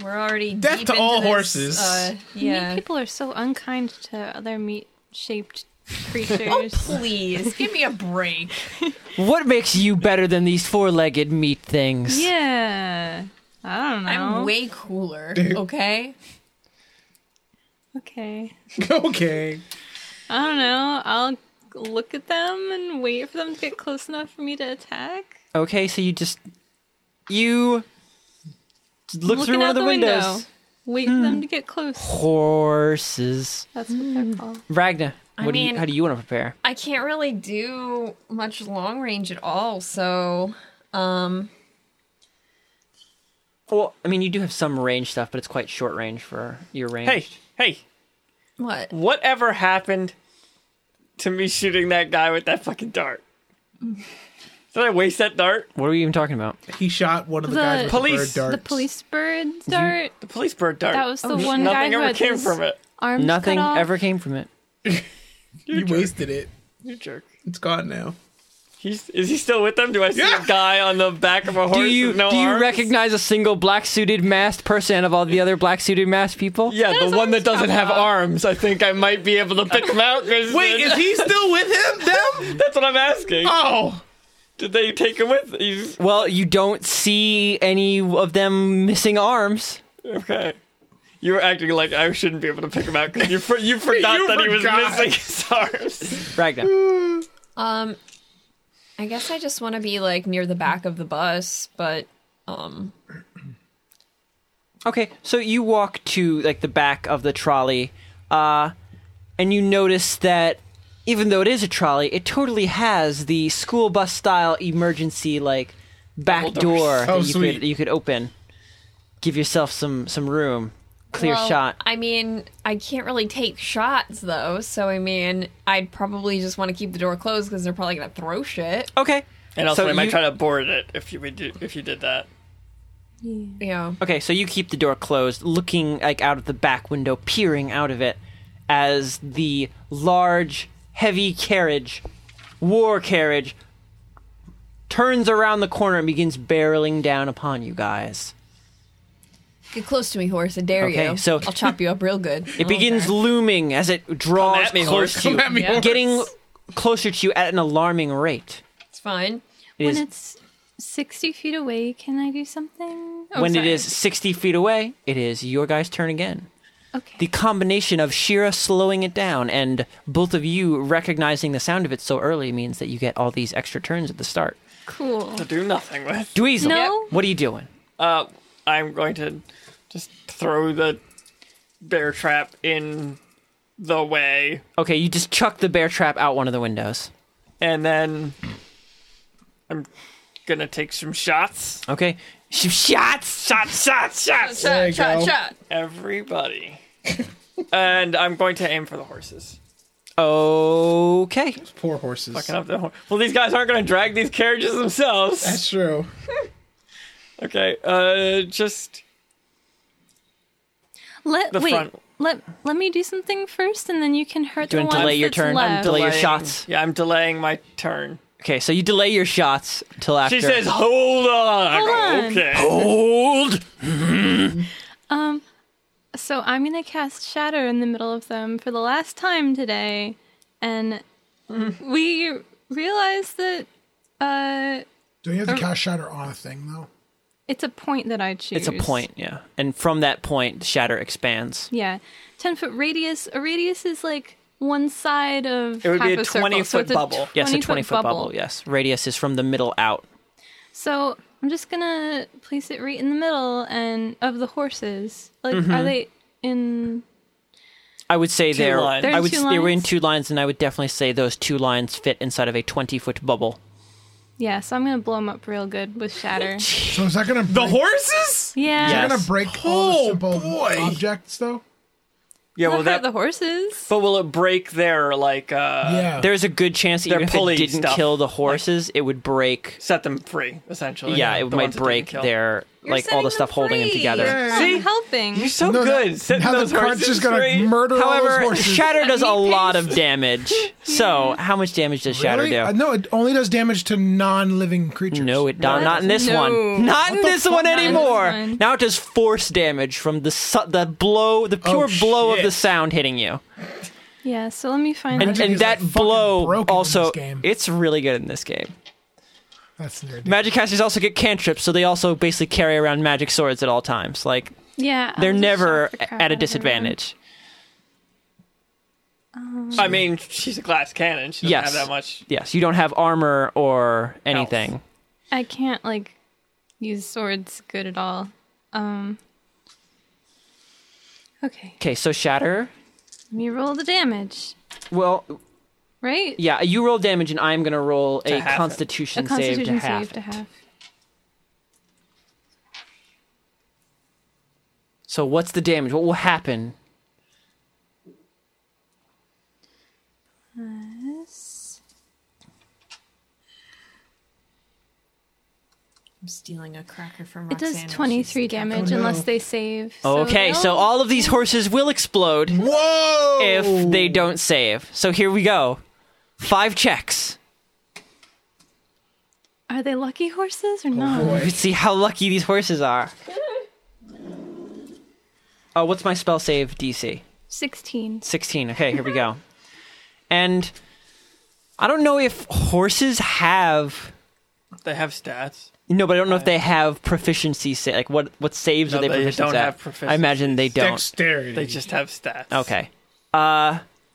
Speaker 3: we're already
Speaker 5: Death
Speaker 3: deep
Speaker 5: to
Speaker 3: into
Speaker 5: all
Speaker 3: this,
Speaker 5: horses.
Speaker 3: Uh,
Speaker 4: Yeah.
Speaker 3: yeah.
Speaker 4: People are so unkind to other meat-shaped creatures.
Speaker 3: Please give me a break.
Speaker 1: What makes you better than these four-legged meat things?
Speaker 4: Yeah. I don't know.
Speaker 3: I'm way cooler. Okay.
Speaker 4: okay.
Speaker 5: Okay.
Speaker 4: I don't know. I'll look at them and wait for them to get close enough for me to attack.
Speaker 1: Okay, so you just you
Speaker 6: Look through
Speaker 4: Looking
Speaker 6: one
Speaker 4: out
Speaker 6: of the,
Speaker 4: the
Speaker 6: windows.
Speaker 4: window. Wait for
Speaker 1: Hmm.
Speaker 4: them to get close.
Speaker 1: horses.
Speaker 4: That's what
Speaker 1: Hmm.
Speaker 4: they're called.
Speaker 1: Ragna, what do
Speaker 3: mean-
Speaker 1: you, how do you want to prepare?
Speaker 3: I can't really do much long range at all, so um
Speaker 1: Well, I mean, you do have some range stuff, but it's quite short range for your range.
Speaker 6: Hey, hey,
Speaker 3: what?
Speaker 6: whatever happened to me shooting that guy with that fucking dart? Did I waste that dart?
Speaker 1: what are we even talking about?
Speaker 5: He shot one of the,
Speaker 4: The-
Speaker 5: guys with
Speaker 6: Police.
Speaker 5: the bird darts.
Speaker 4: The police bird dart.
Speaker 6: The police bird dart.
Speaker 4: That was the
Speaker 6: one
Speaker 4: one guy
Speaker 6: Nothing
Speaker 4: who
Speaker 6: ever
Speaker 4: had
Speaker 6: came
Speaker 4: his
Speaker 6: from it.
Speaker 4: arms
Speaker 1: Nothing
Speaker 4: cut off.
Speaker 1: ever came from it.
Speaker 5: You wasted it.
Speaker 6: You jerk.
Speaker 5: It's gone now.
Speaker 6: He's, is he still with them? Do I see a guy on the back of a horse
Speaker 1: Do you
Speaker 6: with no
Speaker 1: do you
Speaker 6: arms?
Speaker 1: recognize a single black suited masked person out of all the other black suited masked people?
Speaker 6: Yeah,
Speaker 4: Those
Speaker 6: the one that
Speaker 4: arms
Speaker 6: doesn't
Speaker 4: pop
Speaker 6: have
Speaker 4: out.
Speaker 6: arms. I think I might be able to pick him out.
Speaker 5: Wait, is he still with him? Them?
Speaker 6: That's what I'm asking.
Speaker 1: Uh,
Speaker 5: Oh.
Speaker 6: Did they take him with? He's,
Speaker 1: Well, you don't see any of them missing arms.
Speaker 6: okay. You were acting like I shouldn't be able to pick him out because you, for, you forgot that he was
Speaker 5: forgot.
Speaker 6: missing his arms.
Speaker 1: Ragna,
Speaker 3: Um I guess I just want to be like near the back of the bus, but um
Speaker 1: Okay, so you walk to like the back of the trolley, uh, and you notice that even though it is a trolley, it totally has the school bus style emergency like back door that
Speaker 5: Oh,
Speaker 1: you
Speaker 5: sweet.
Speaker 1: could you could open. Give yourself some some room, clear
Speaker 3: well,
Speaker 1: shot.
Speaker 3: I mean, I can't really take shots though, so I mean, I'd probably just want to keep the door closed cuz they're probably going to throw shit.
Speaker 1: Okay,
Speaker 6: And also,
Speaker 1: So
Speaker 6: I might
Speaker 1: you-
Speaker 6: try to board it if you would do, if you did that.
Speaker 3: Yeah.
Speaker 1: Okay, so you keep the door closed, looking like out of the back window, peering out of it as the large, heavy carriage, war carriage, turns around the corner and begins barreling down upon you guys.
Speaker 3: Get close to me, horse. I dare
Speaker 1: Okay,
Speaker 3: you.
Speaker 1: so-
Speaker 3: I'll chop you up real good.
Speaker 1: It begins looming as it draws
Speaker 6: at me,
Speaker 1: close
Speaker 6: horse.
Speaker 1: to you,
Speaker 5: Oh, Come at me, horse.
Speaker 1: getting closer to you at an alarming rate.
Speaker 3: It's fine.
Speaker 1: It
Speaker 4: When
Speaker 1: is
Speaker 4: it's 60 feet away, can I do something? Oh,
Speaker 1: when it
Speaker 3: sorry.
Speaker 1: is 60 feet away, it is your guy's turn again.
Speaker 4: Okay.
Speaker 1: the combination of Shira slowing it down and both of you recognizing the sound of it so early means that you get all these extra turns at the start.
Speaker 4: cool.
Speaker 6: To do nothing with.
Speaker 1: Dweezil,
Speaker 4: No.
Speaker 1: what are you doing?
Speaker 6: Uh, I'm going to just throw the bear trap in the way,
Speaker 1: Okay, you just chuck the bear trap out one of the windows.
Speaker 6: and then I'm gonna take some shots.
Speaker 1: Okay, Sh- shots.
Speaker 6: Shots! Shots! Shots!
Speaker 5: There
Speaker 3: Shot, shot,
Speaker 5: you go.
Speaker 3: shot.
Speaker 6: Everybody. and I'm going to aim for the horses.
Speaker 1: Okay,
Speaker 5: Poor horses.
Speaker 6: Fucking up the hor- Well, these guys aren't going to drag these carriages themselves.
Speaker 5: That's true.
Speaker 6: Okay, uh, just.
Speaker 4: Let
Speaker 6: The
Speaker 4: wait.
Speaker 6: front.
Speaker 4: Let let me do something first, and then you can hurt
Speaker 1: Do you
Speaker 4: the
Speaker 1: want to
Speaker 4: ones
Speaker 1: delay your
Speaker 4: that's
Speaker 1: turn?
Speaker 4: left.
Speaker 1: Delay your
Speaker 6: delaying-
Speaker 1: shots.
Speaker 6: Yeah, I'm delaying my turn.
Speaker 1: okay. So you delay your shots till after.
Speaker 6: She says, hold on. I
Speaker 4: Hold
Speaker 6: go,
Speaker 4: on.
Speaker 6: Okay.
Speaker 1: "Hold."
Speaker 4: Um, so I'm gonna cast Shatter in the middle of them for the last time today, and
Speaker 6: Mm.
Speaker 4: we realize that uh,
Speaker 2: Do you have to cast shatter on a thing though?
Speaker 4: it's a point that I choose.
Speaker 1: It's a point, yeah. And from that point, Shatter expands.
Speaker 4: Yeah, ten foot radius. A radius is like one side of.
Speaker 6: It would
Speaker 4: half
Speaker 6: be a
Speaker 4: circle,
Speaker 6: 20
Speaker 4: so
Speaker 6: foot
Speaker 4: it's a
Speaker 6: bubble.
Speaker 1: Yes, a
Speaker 4: 20
Speaker 1: twenty-foot bubble. Yes, radius is from the middle out.
Speaker 4: So I'm just gonna place it right in the middle and of the horses. Like,
Speaker 6: Mm-hmm.
Speaker 4: are they in?
Speaker 1: I would say
Speaker 6: Two
Speaker 1: they're,
Speaker 6: lines. They're
Speaker 4: in
Speaker 1: I would
Speaker 4: two
Speaker 1: they were in
Speaker 4: lines?
Speaker 1: two lines, and I would definitely say those two lines fit inside of a twenty foot bubble.
Speaker 4: Yeah, so I'm gonna blow him up real good with shatter.
Speaker 2: So is that gonna break,
Speaker 5: The horses?
Speaker 4: Yeah,
Speaker 2: Is that gonna
Speaker 1: Yes.
Speaker 2: break all the
Speaker 5: Oh,
Speaker 2: simple
Speaker 5: boy.
Speaker 2: objects though?
Speaker 6: Yeah,
Speaker 4: Not
Speaker 6: well
Speaker 4: hurt
Speaker 6: that
Speaker 4: the horses.
Speaker 6: but will it break their like uh
Speaker 2: yeah.
Speaker 1: There's a good chance that
Speaker 6: Their
Speaker 1: even if it
Speaker 6: pulley
Speaker 1: didn't
Speaker 6: stuff.
Speaker 1: kill the horses, it would break.
Speaker 6: set them free essentially?
Speaker 1: Yeah,
Speaker 6: the
Speaker 1: it
Speaker 6: ones
Speaker 1: might
Speaker 6: that didn't
Speaker 1: break
Speaker 6: kill.
Speaker 1: their like all the stuff holding them together.
Speaker 4: See,
Speaker 6: Um,
Speaker 4: I'm helping.
Speaker 6: You're so
Speaker 2: No,
Speaker 6: good.
Speaker 2: that-
Speaker 6: setting
Speaker 2: now
Speaker 6: those
Speaker 2: the cart's
Speaker 6: horses
Speaker 2: just gonna
Speaker 6: free.
Speaker 2: murder all those
Speaker 1: However,
Speaker 2: horses.
Speaker 1: Shatter does a lot of damage. So, how much damage does Shatter
Speaker 2: Really?
Speaker 1: do?
Speaker 2: Uh, no, it only does damage to non-living creatures.
Speaker 1: No, it not, not in this
Speaker 4: No.
Speaker 1: one. Not in
Speaker 2: the
Speaker 1: this
Speaker 2: fuck?
Speaker 1: one
Speaker 2: Not in
Speaker 4: this
Speaker 1: anymore.
Speaker 4: one.
Speaker 1: Now it does force damage from the su- the blow, the
Speaker 2: Oh,
Speaker 1: pure blow of
Speaker 5: shit.
Speaker 1: the sound hitting you,
Speaker 4: Yeah, so let me find.
Speaker 1: and,
Speaker 4: out.
Speaker 1: and
Speaker 2: he's,
Speaker 1: that
Speaker 2: like, fucking
Speaker 1: blow
Speaker 2: broken in
Speaker 1: also
Speaker 2: this game.
Speaker 1: it's really good in this game.
Speaker 2: That's weird.
Speaker 1: Magic casters also get cantrips, so they also basically carry around magic swords at all times. Like
Speaker 4: yeah, I'll
Speaker 1: they're
Speaker 4: just
Speaker 1: never
Speaker 4: shock the
Speaker 1: at
Speaker 4: crap out
Speaker 1: a
Speaker 4: of everyone.
Speaker 1: disadvantage.
Speaker 6: I mean, she's a glass cannon. She doesn't
Speaker 1: Yes.
Speaker 6: have that much.
Speaker 1: Yes, you don't have armor or anything.
Speaker 4: I can't like use swords good at all. Um. Okay,
Speaker 1: Okay, so Shatter.
Speaker 4: let me roll the damage.
Speaker 1: Well,
Speaker 4: Right?
Speaker 1: yeah, you roll damage, and I'm gonna roll a
Speaker 6: half it.
Speaker 1: Constitution,
Speaker 4: A Constitution
Speaker 1: save to half.
Speaker 4: to
Speaker 1: it.
Speaker 4: half.
Speaker 1: So what's the damage? What will happen?
Speaker 3: I'm stealing a cracker from
Speaker 4: It
Speaker 3: Roxanne.
Speaker 4: does 23 damage Oh, unless they save. so
Speaker 1: Okay, so
Speaker 4: they'll-
Speaker 1: all of these horses will explode
Speaker 2: Oh!
Speaker 5: Whoa!
Speaker 1: if they don't save. So here we go. Five checks.
Speaker 4: Are they lucky horses
Speaker 1: Oh,
Speaker 4: or not?
Speaker 1: Let's see how lucky these horses are. Oh, what's my spell save DC?
Speaker 4: 16.
Speaker 1: 16. Okay, here we go. And I don't know if horses have
Speaker 6: They have stats.
Speaker 1: no, but I don't know if they have proficiency. Sa- like what what saves
Speaker 6: No,
Speaker 1: are they,
Speaker 6: they
Speaker 1: proficient
Speaker 6: don't
Speaker 1: at?
Speaker 6: have proficiency.
Speaker 1: I imagine they don't.
Speaker 5: Dexterity.
Speaker 6: They just have stats.
Speaker 1: Okay.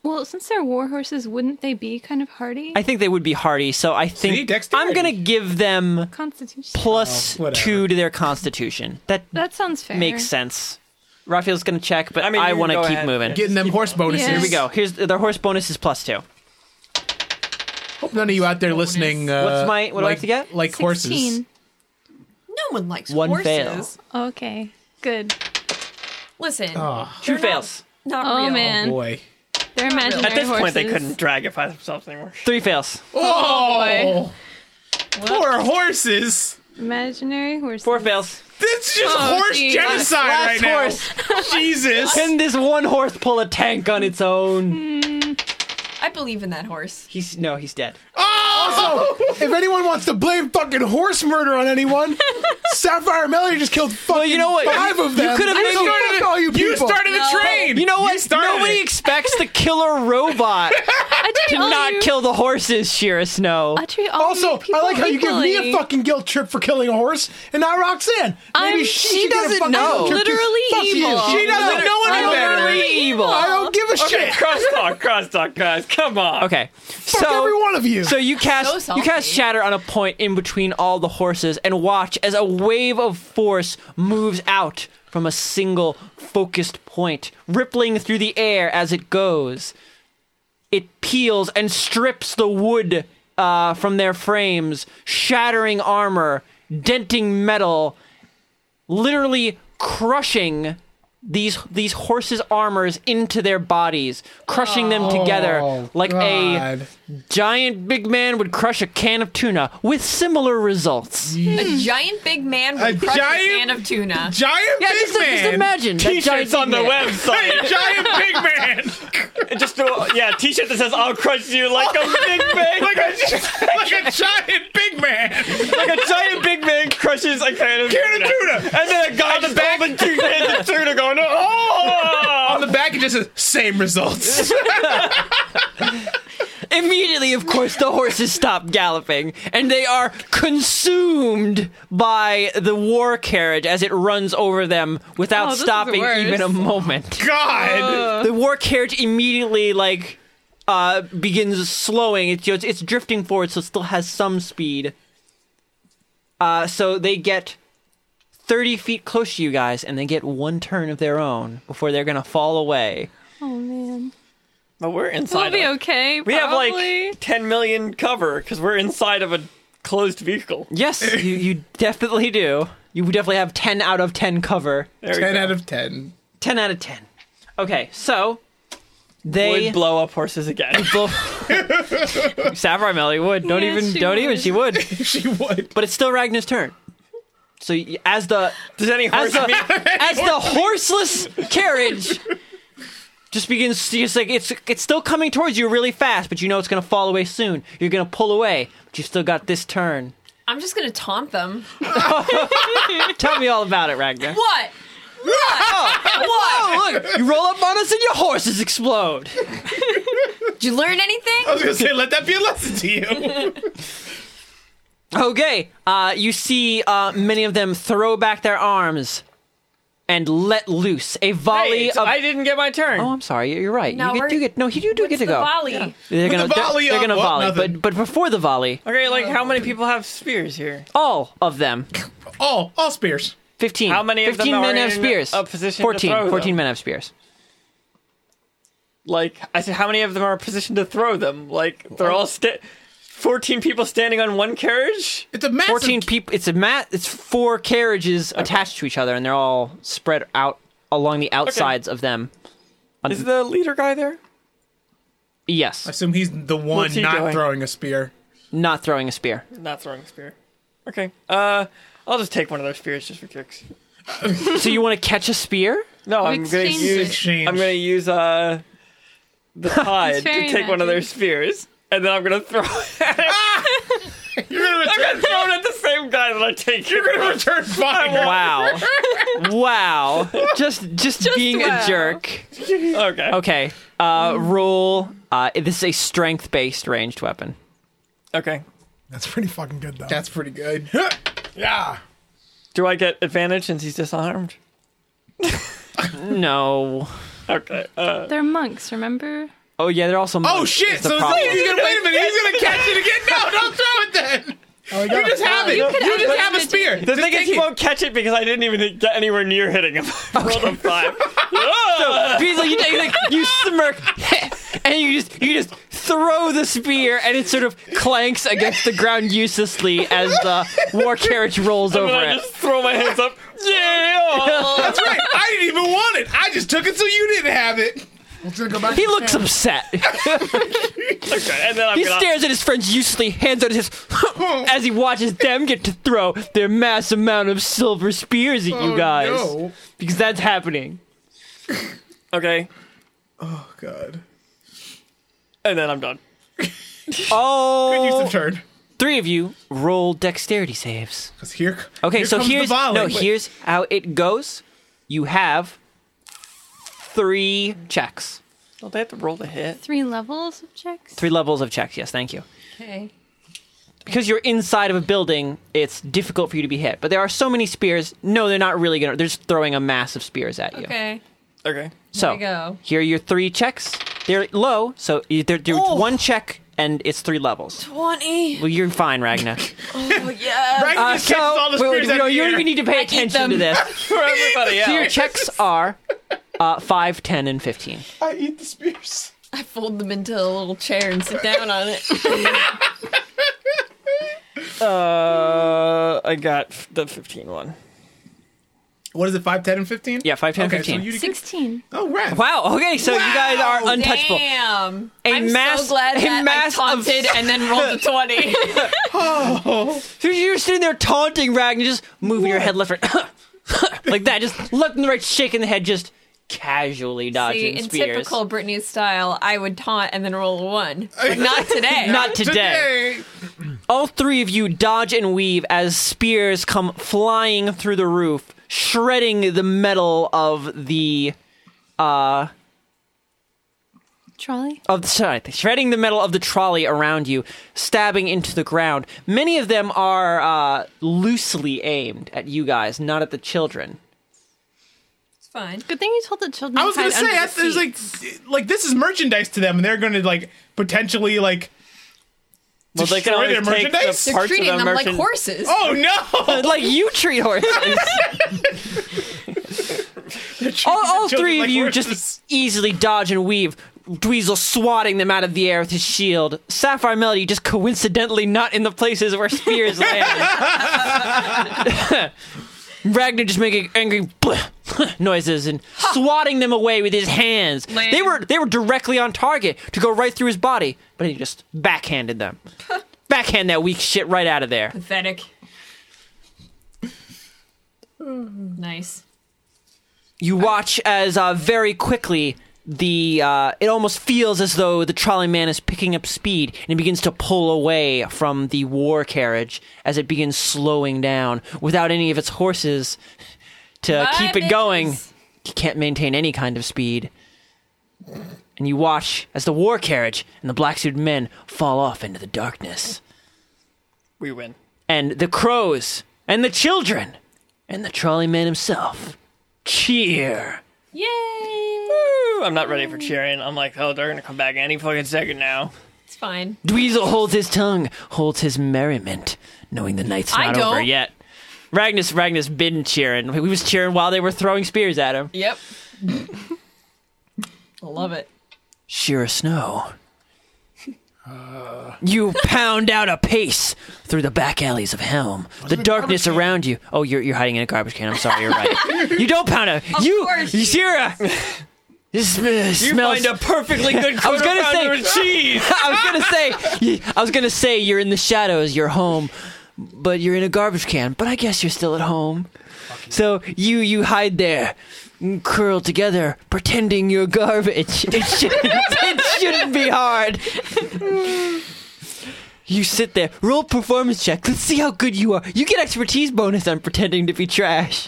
Speaker 4: Well, since they're war horses, wouldn't they be kind of hardy?
Speaker 1: I think they would be hardy, so I think
Speaker 5: dexterity.
Speaker 1: I'm gonna give
Speaker 6: Oh,
Speaker 1: them
Speaker 4: Constitution.
Speaker 1: plus
Speaker 5: whatever.
Speaker 1: two to their constitution. That
Speaker 4: That sounds fair.
Speaker 1: makes sense. Raphael's gonna check, but I,
Speaker 6: I mean, you
Speaker 1: want to
Speaker 6: go
Speaker 1: keep
Speaker 6: ahead.
Speaker 1: moving.
Speaker 5: Getting them horse bonuses.
Speaker 4: Yeah.
Speaker 1: Here we go. Here's their horse bonus is plus two.
Speaker 5: Hope none of you out there listening. Uh,
Speaker 1: What's my- what do I
Speaker 5: like,
Speaker 1: have to get?
Speaker 5: Like
Speaker 4: 16.
Speaker 5: horses.
Speaker 3: No one likes
Speaker 1: One
Speaker 3: horses.
Speaker 1: fail.
Speaker 4: Okay. Good.
Speaker 3: Listen,
Speaker 5: Ah.
Speaker 1: Two fails,
Speaker 3: not
Speaker 4: Oh,
Speaker 3: real.
Speaker 4: man.
Speaker 5: Boy.
Speaker 4: They're imaginary
Speaker 6: At this
Speaker 4: horses.
Speaker 6: point, they couldn't dragify themselves anymore.
Speaker 1: three fails,
Speaker 5: Oh, poor horses.
Speaker 4: Imaginary horses.
Speaker 1: four fails.
Speaker 5: It's just
Speaker 4: Oh,
Speaker 5: horse
Speaker 4: geez.
Speaker 5: genocide right
Speaker 1: Last
Speaker 5: now.
Speaker 1: horse.
Speaker 5: Jesus.
Speaker 1: Can this one horse pull a tank on its own?
Speaker 3: I believe in that horse.
Speaker 1: He's no, he's dead.
Speaker 2: Also, if anyone wants to blame fucking horse murder on anyone, Sapphire Melody just killed fucking
Speaker 1: you know what?
Speaker 2: five
Speaker 1: You-
Speaker 2: of them.
Speaker 1: you could've
Speaker 2: So
Speaker 1: made- You
Speaker 2: fuck all you people.
Speaker 5: You started the train.
Speaker 1: You know what?
Speaker 5: started
Speaker 1: Nobody
Speaker 5: it.
Speaker 1: expects the killer robot
Speaker 4: I
Speaker 1: to
Speaker 4: treat all
Speaker 1: not
Speaker 4: Oh, you-
Speaker 1: kill the horses, Shira Snow.
Speaker 4: I treat all
Speaker 2: Also,
Speaker 4: you people
Speaker 2: I like how you give me
Speaker 4: equally.
Speaker 2: a fucking guilt trip for killing a horse and not Roxanne. Maybe
Speaker 4: I'm-
Speaker 2: she,
Speaker 1: she
Speaker 2: should get a
Speaker 1: doesn't
Speaker 2: fucking
Speaker 1: know.
Speaker 2: guilt trip, too.
Speaker 4: Literally
Speaker 2: Fuck
Speaker 4: evil.
Speaker 2: You. She doesn't know any better.
Speaker 1: Literally evil.
Speaker 2: I don't give a
Speaker 6: Okay,
Speaker 2: shit.
Speaker 6: crosstalk, crosstalk, guys. Come on.
Speaker 1: Okay,
Speaker 2: Fuck
Speaker 1: so
Speaker 2: every one of you.
Speaker 1: So you cast
Speaker 3: So
Speaker 1: you cast
Speaker 3: salty.
Speaker 1: shatter on a point in between all the horses and watch as a wave of force moves out from a single focused point, rippling through the air as it goes. It peels and strips the wood uh, from their frames, shattering armor, denting metal, literally crushing these these horses' armors into their bodies, crushing them together like a
Speaker 2: God.
Speaker 1: giant big man would crush a can of tuna with similar results. Yeah,
Speaker 3: A giant big man
Speaker 5: A
Speaker 3: with crush
Speaker 5: giant-
Speaker 3: a can of tuna.
Speaker 5: Giant big
Speaker 1: just,
Speaker 5: man.
Speaker 1: just imagine. that
Speaker 6: T-shirts
Speaker 1: giant
Speaker 6: on the
Speaker 1: big man.
Speaker 6: website.
Speaker 5: Giant big man.
Speaker 6: just do, yeah, T-shirt that says "I'll crush you like a big man."
Speaker 5: like, a, like a giant big man.
Speaker 6: like a giant big man crushes a can of
Speaker 5: Can of tuna.
Speaker 6: and then a guy on the back of two cans of tuna going,
Speaker 5: On
Speaker 6: "Oh!"
Speaker 5: the back, it just says, same results.
Speaker 1: Immediately, of course, the horses stop galloping, and they are consumed by the war carriage as it runs over them without
Speaker 4: Oh, this is the
Speaker 1: stopping
Speaker 4: worst.
Speaker 1: even a moment.
Speaker 5: God.
Speaker 1: the war carriage immediately like uh begins slowing it's it's, it's drifting forward so it still has some speed uh so they get 30 feet close to you guys and they get one turn of their own before they're gonna fall away
Speaker 4: Oh, man.
Speaker 6: But we're
Speaker 4: We'll
Speaker 6: inside.
Speaker 4: be
Speaker 6: of-
Speaker 4: okay.
Speaker 6: We have
Speaker 4: probably.
Speaker 6: like 10 million cover because we're inside of a closed vehicle.
Speaker 1: Yes, you, you definitely do. You definitely have 10 out of 10 cover.
Speaker 6: There we
Speaker 5: Ten
Speaker 6: go.
Speaker 5: out of ten.
Speaker 1: 10 out of 10. Okay, so they
Speaker 6: would blow up horses again.
Speaker 1: blow- Samurai Melly would. Don't
Speaker 4: Yeah,
Speaker 1: even
Speaker 4: she
Speaker 1: don't even
Speaker 4: would.
Speaker 1: she would.
Speaker 5: she would.
Speaker 1: But it's still Ragnar's turn. So y- as the
Speaker 6: Does any
Speaker 1: as
Speaker 6: horse
Speaker 1: the,
Speaker 6: mean
Speaker 1: as the horseless carriage just begins to just like it's it's still coming towards you really fast, but you know it's gonna fall away soon. You're gonna pull away, but you still got this turn.
Speaker 3: I'm just gonna taunt them.
Speaker 1: Tell me all about it, Ragnar.
Speaker 3: What?
Speaker 1: Oh, look, you roll up on us and your horses explode.
Speaker 3: Did you learn
Speaker 5: I
Speaker 3: anything?
Speaker 5: was gonna say, let that be a lesson to you.
Speaker 1: Okay, uh, you see uh, many of them throw back their arms and let loose a volley
Speaker 6: Hey, so
Speaker 1: of.
Speaker 6: I didn't get my turn.
Speaker 1: Oh, I'm sorry. You're right.
Speaker 3: No,
Speaker 1: you get,
Speaker 3: we're-
Speaker 1: you get no. You do get to
Speaker 3: the
Speaker 1: go.
Speaker 3: volley.
Speaker 1: They're gonna
Speaker 5: the
Speaker 1: they're-
Speaker 5: volley
Speaker 1: they're,
Speaker 5: up,
Speaker 1: gonna
Speaker 5: what?
Speaker 1: volley,
Speaker 5: Nothing.
Speaker 1: but but before the volley,
Speaker 6: Okay, like how many people have spears here?
Speaker 1: all of them,
Speaker 5: all, all spears.
Speaker 1: fifteen.
Speaker 6: How many of them
Speaker 1: Fifteen men
Speaker 6: are
Speaker 1: have
Speaker 6: in
Speaker 1: spears.
Speaker 6: a position to
Speaker 1: Fourteen.
Speaker 6: throw them?
Speaker 1: Fourteen men have spears.
Speaker 6: Like I said, how many of them are positioned to throw them? Like they're all sta- fourteen people standing on one carriage.
Speaker 5: It's a massive.
Speaker 1: Fourteen people. It's a mat. It's four carriages attached to each other, and they're all spread out along the outsides of them.
Speaker 6: Is the leader guy there?
Speaker 1: Yes,
Speaker 5: I assume he's the one
Speaker 6: What's he
Speaker 5: not
Speaker 6: doing?
Speaker 5: throwing a spear.
Speaker 1: not throwing a spear.
Speaker 6: Not throwing a spear. Okay. Uh, I'll just take one of their spears just for kicks.
Speaker 1: so you want to catch a spear?
Speaker 6: No, I'm gonna
Speaker 4: Exchange
Speaker 6: use.
Speaker 5: Exchange.
Speaker 6: I'm gonna use uh the tide to
Speaker 4: fairy
Speaker 6: take one of their
Speaker 4: magic.
Speaker 6: spears, and then I'm gonna throw. I'm
Speaker 5: You're gonna
Speaker 6: gonna
Speaker 5: return.
Speaker 6: throw it at the same guy that I take. You're
Speaker 5: You're gonna return fire.
Speaker 1: Wow. wow. Just just, being
Speaker 4: wow.
Speaker 1: a jerk.
Speaker 6: Okay. Okay.
Speaker 1: Okay. Uh roll uh this is a strength based ranged weapon.
Speaker 6: Okay.
Speaker 2: That's pretty fucking good though.
Speaker 5: That's pretty good.
Speaker 2: yeah.
Speaker 6: Do I get advantage since he's disarmed?
Speaker 1: No.
Speaker 6: Okay. Uh,
Speaker 4: They're monks, remember?
Speaker 1: Oh yeah, they're also
Speaker 5: Oh shit!
Speaker 1: the
Speaker 5: So it's
Speaker 1: problem.
Speaker 5: like, he's gonna wait a minute. He's gonna catch it again. No, don't throw it then. you just have Oh, it. You, just have a spear.
Speaker 6: the thing is, he won't catch it because I didn't even get anywhere near hitting him. I rolled a five. Ah!
Speaker 1: He's like, you, you, like, you smirk and you just you just throw the spear and it sort of clanks against the ground uselessly as the war carriage rolls
Speaker 6: and
Speaker 1: over
Speaker 6: then I
Speaker 1: it.
Speaker 6: just throw my hands up. Yeah.
Speaker 5: That's right. I didn't even want it. I just took it so you didn't have it.
Speaker 2: Let's go back.
Speaker 1: He
Speaker 2: to
Speaker 1: looks
Speaker 2: Sam.
Speaker 1: upset.
Speaker 6: Okay. And then I'm
Speaker 1: He
Speaker 6: gonna.
Speaker 1: stares at his friends uselessly, hands out his as he watches them get to throw their mass amount of silver spears at you guys.
Speaker 5: Oh, no.
Speaker 1: Because that's happening.
Speaker 6: Okay.
Speaker 5: Oh god.
Speaker 6: And then I'm done.
Speaker 5: Good use
Speaker 1: All
Speaker 5: of turn.
Speaker 1: three of you roll dexterity saves.
Speaker 5: Because here.
Speaker 1: Okay,
Speaker 5: here
Speaker 1: so
Speaker 5: comes the
Speaker 1: here's
Speaker 5: volley.
Speaker 1: no,
Speaker 5: Wait.
Speaker 1: here's how it goes. You have three checks.
Speaker 6: Don't they have to roll to hit?
Speaker 4: Three levels of checks?
Speaker 1: Three levels of checks, yes, thank you.
Speaker 3: Okay.
Speaker 1: Because you're inside of a building, it's difficult for you to be hit. But there are so many spears. No, they're not really gonna they're just throwing a mass of spears at you.
Speaker 3: Okay.
Speaker 6: Okay.
Speaker 1: So
Speaker 3: we go.
Speaker 1: here are your three checks. They're low, so you- they're, they're
Speaker 3: Oh.
Speaker 1: one check and it's three levels.
Speaker 3: Twenty. oh,
Speaker 1: Well, you're fine, Ragna.
Speaker 3: Yeah.
Speaker 5: Ragnar
Speaker 1: Uh,
Speaker 5: just catches all the
Speaker 1: wait, wait,
Speaker 5: spears out
Speaker 1: no,
Speaker 5: of the
Speaker 1: you don't
Speaker 5: air.
Speaker 1: even need to pay attention to this.
Speaker 6: For everybody
Speaker 1: So your
Speaker 6: else.
Speaker 1: checks are uh, 5, 10, and 15.
Speaker 5: I eat the spears.
Speaker 3: I fold them into a little chair and sit down on it.
Speaker 6: Uh, I got f- the 15 one.
Speaker 5: What is it? 5, 10, and fifteen?
Speaker 1: Yeah, 5, 10,
Speaker 5: Okay,
Speaker 1: 15.
Speaker 5: so you did.
Speaker 4: 16.
Speaker 5: Oh, right.
Speaker 1: Wow, okay, so you guys
Speaker 3: Wow,
Speaker 1: are untouchable.
Speaker 3: Oh, Damn.
Speaker 1: A
Speaker 3: I'm
Speaker 1: mass-
Speaker 3: so glad
Speaker 1: a
Speaker 3: that
Speaker 1: mass
Speaker 3: I taunted
Speaker 1: of-
Speaker 3: and then rolled a twenty.
Speaker 1: So you're sitting there taunting Ragnar, just moving your head left, right, like that, just left and right, shaking the head, just casually
Speaker 3: See,
Speaker 1: dodging
Speaker 3: in
Speaker 1: spears.
Speaker 3: typical Britney style, I would taunt and then roll a one. But not today.
Speaker 1: Not today. All three of you dodge and weave as spears come flying through the roof, shredding the metal of the
Speaker 4: Trolley?
Speaker 1: of the, sorry, shredding the metal of the trolley around you, stabbing into the ground. Many of them are uh, loosely aimed at you guys, not at the children.
Speaker 3: It's fine.
Speaker 4: Good thing you told the children.
Speaker 5: I was
Speaker 4: to
Speaker 5: gonna
Speaker 4: hide
Speaker 5: say, I
Speaker 4: under the
Speaker 5: was like, like this is merchandise to them, and they're gonna like potentially like.
Speaker 6: Well, they can
Speaker 5: Destroy
Speaker 6: always
Speaker 5: their
Speaker 6: take
Speaker 5: merchandise?
Speaker 6: the
Speaker 3: They're
Speaker 6: parts
Speaker 3: treating
Speaker 6: of
Speaker 3: them
Speaker 6: the merchant-
Speaker 3: like horses.
Speaker 5: Oh no!
Speaker 1: Like you treat horses.
Speaker 5: They're treating
Speaker 1: all
Speaker 5: the
Speaker 1: all
Speaker 5: children
Speaker 1: three of
Speaker 5: like
Speaker 1: you
Speaker 5: horses.
Speaker 1: just easily dodge and weave, Dweezil swatting them out of the air with his shield. Sapphire Melody just coincidentally not in the places where spears land. Ragnar just making angry noises and swatting them away with his hands. They were they were directly on target to go right through his body, but he just backhanded them. Backhand that weak shit right out of there.
Speaker 8: Pathetic. nice.
Speaker 1: you watch as uh, very quickly the uh, it almost feels as though the trolley man is picking up speed and it begins to pull away from the war carriage as it begins slowing down without any of its horses to keep it going. You can't maintain any kind of speed. And you watch as the war carriage and the black suited men fall off into the darkness
Speaker 9: We win.
Speaker 1: and the crows and the children and the trolley man himself cheer.
Speaker 9: Ooh, I'm not ready for cheering. I'm like, oh, they're gonna come back any fucking second now.
Speaker 8: It's fine.
Speaker 1: Dweezil holds his tongue, holds his merriment, knowing the night's
Speaker 8: I
Speaker 1: not over
Speaker 8: don't.
Speaker 1: yet. Ragnus, Ragnus, been cheering. He was cheering while they were throwing spears at him.
Speaker 8: Yep. I love it.
Speaker 1: Sheer snow.
Speaker 9: Uh.
Speaker 1: You pound out a pace through the back alleys of Helm. The darkness around you. Oh, you're, you're hiding in a garbage can. I'm sorry. You're right. you don't pound out. You,
Speaker 8: course
Speaker 1: you,
Speaker 8: you-
Speaker 1: Shira. This uh,
Speaker 9: You
Speaker 1: smells.
Speaker 9: find a perfectly good
Speaker 1: I was
Speaker 9: quarter
Speaker 1: gonna
Speaker 9: pounder
Speaker 1: say-
Speaker 9: with cheese.
Speaker 1: I was gonna say, I was gonna say you're in the shadows, you're home, but you're in a garbage can. But I guess you're still at home. So you you hide there, curled together, pretending you're garbage. It shouldn't, it shouldn't be hard. You sit there, roll performance check. Let's see how good you are. You get expertise bonus on pretending to be trash.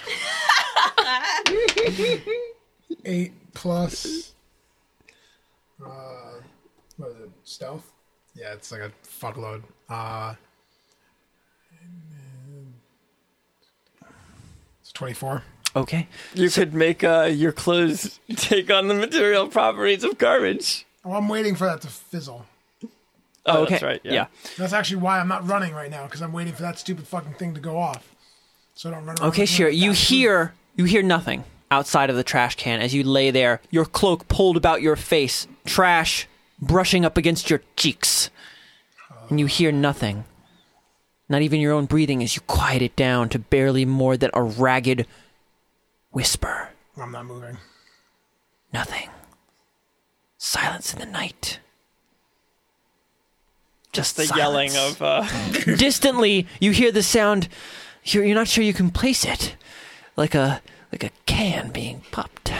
Speaker 2: Eight plus. Uh, what is it? Stealth? Yeah, it's like a fuckload. Uh, it's 24.
Speaker 1: Okay.
Speaker 9: You could make uh, your clothes take on the material properties of garbage.
Speaker 2: Oh, I'm waiting for that to fizzle.
Speaker 9: Oh,
Speaker 1: okay.
Speaker 9: that's right. Yeah.
Speaker 2: That's actually why I'm not running right now because I'm waiting for that stupid fucking thing to go off. So I don't run. around
Speaker 1: Okay,
Speaker 2: with
Speaker 1: sure.
Speaker 2: that
Speaker 1: You
Speaker 2: food.
Speaker 1: hear you hear nothing outside of the trash can as you lay there, your cloak pulled about your face, trash brushing up against your cheeks. And you hear nothing. Not even your own breathing as you quiet it down to barely more than a ragged whisper.
Speaker 2: I'm not moving.
Speaker 1: Nothing. Silence in the night. Just
Speaker 9: The
Speaker 1: silence.
Speaker 9: yelling of uh,
Speaker 1: Distantly, you hear the sound. You're, you're not sure you can place it, like a like a can being popped.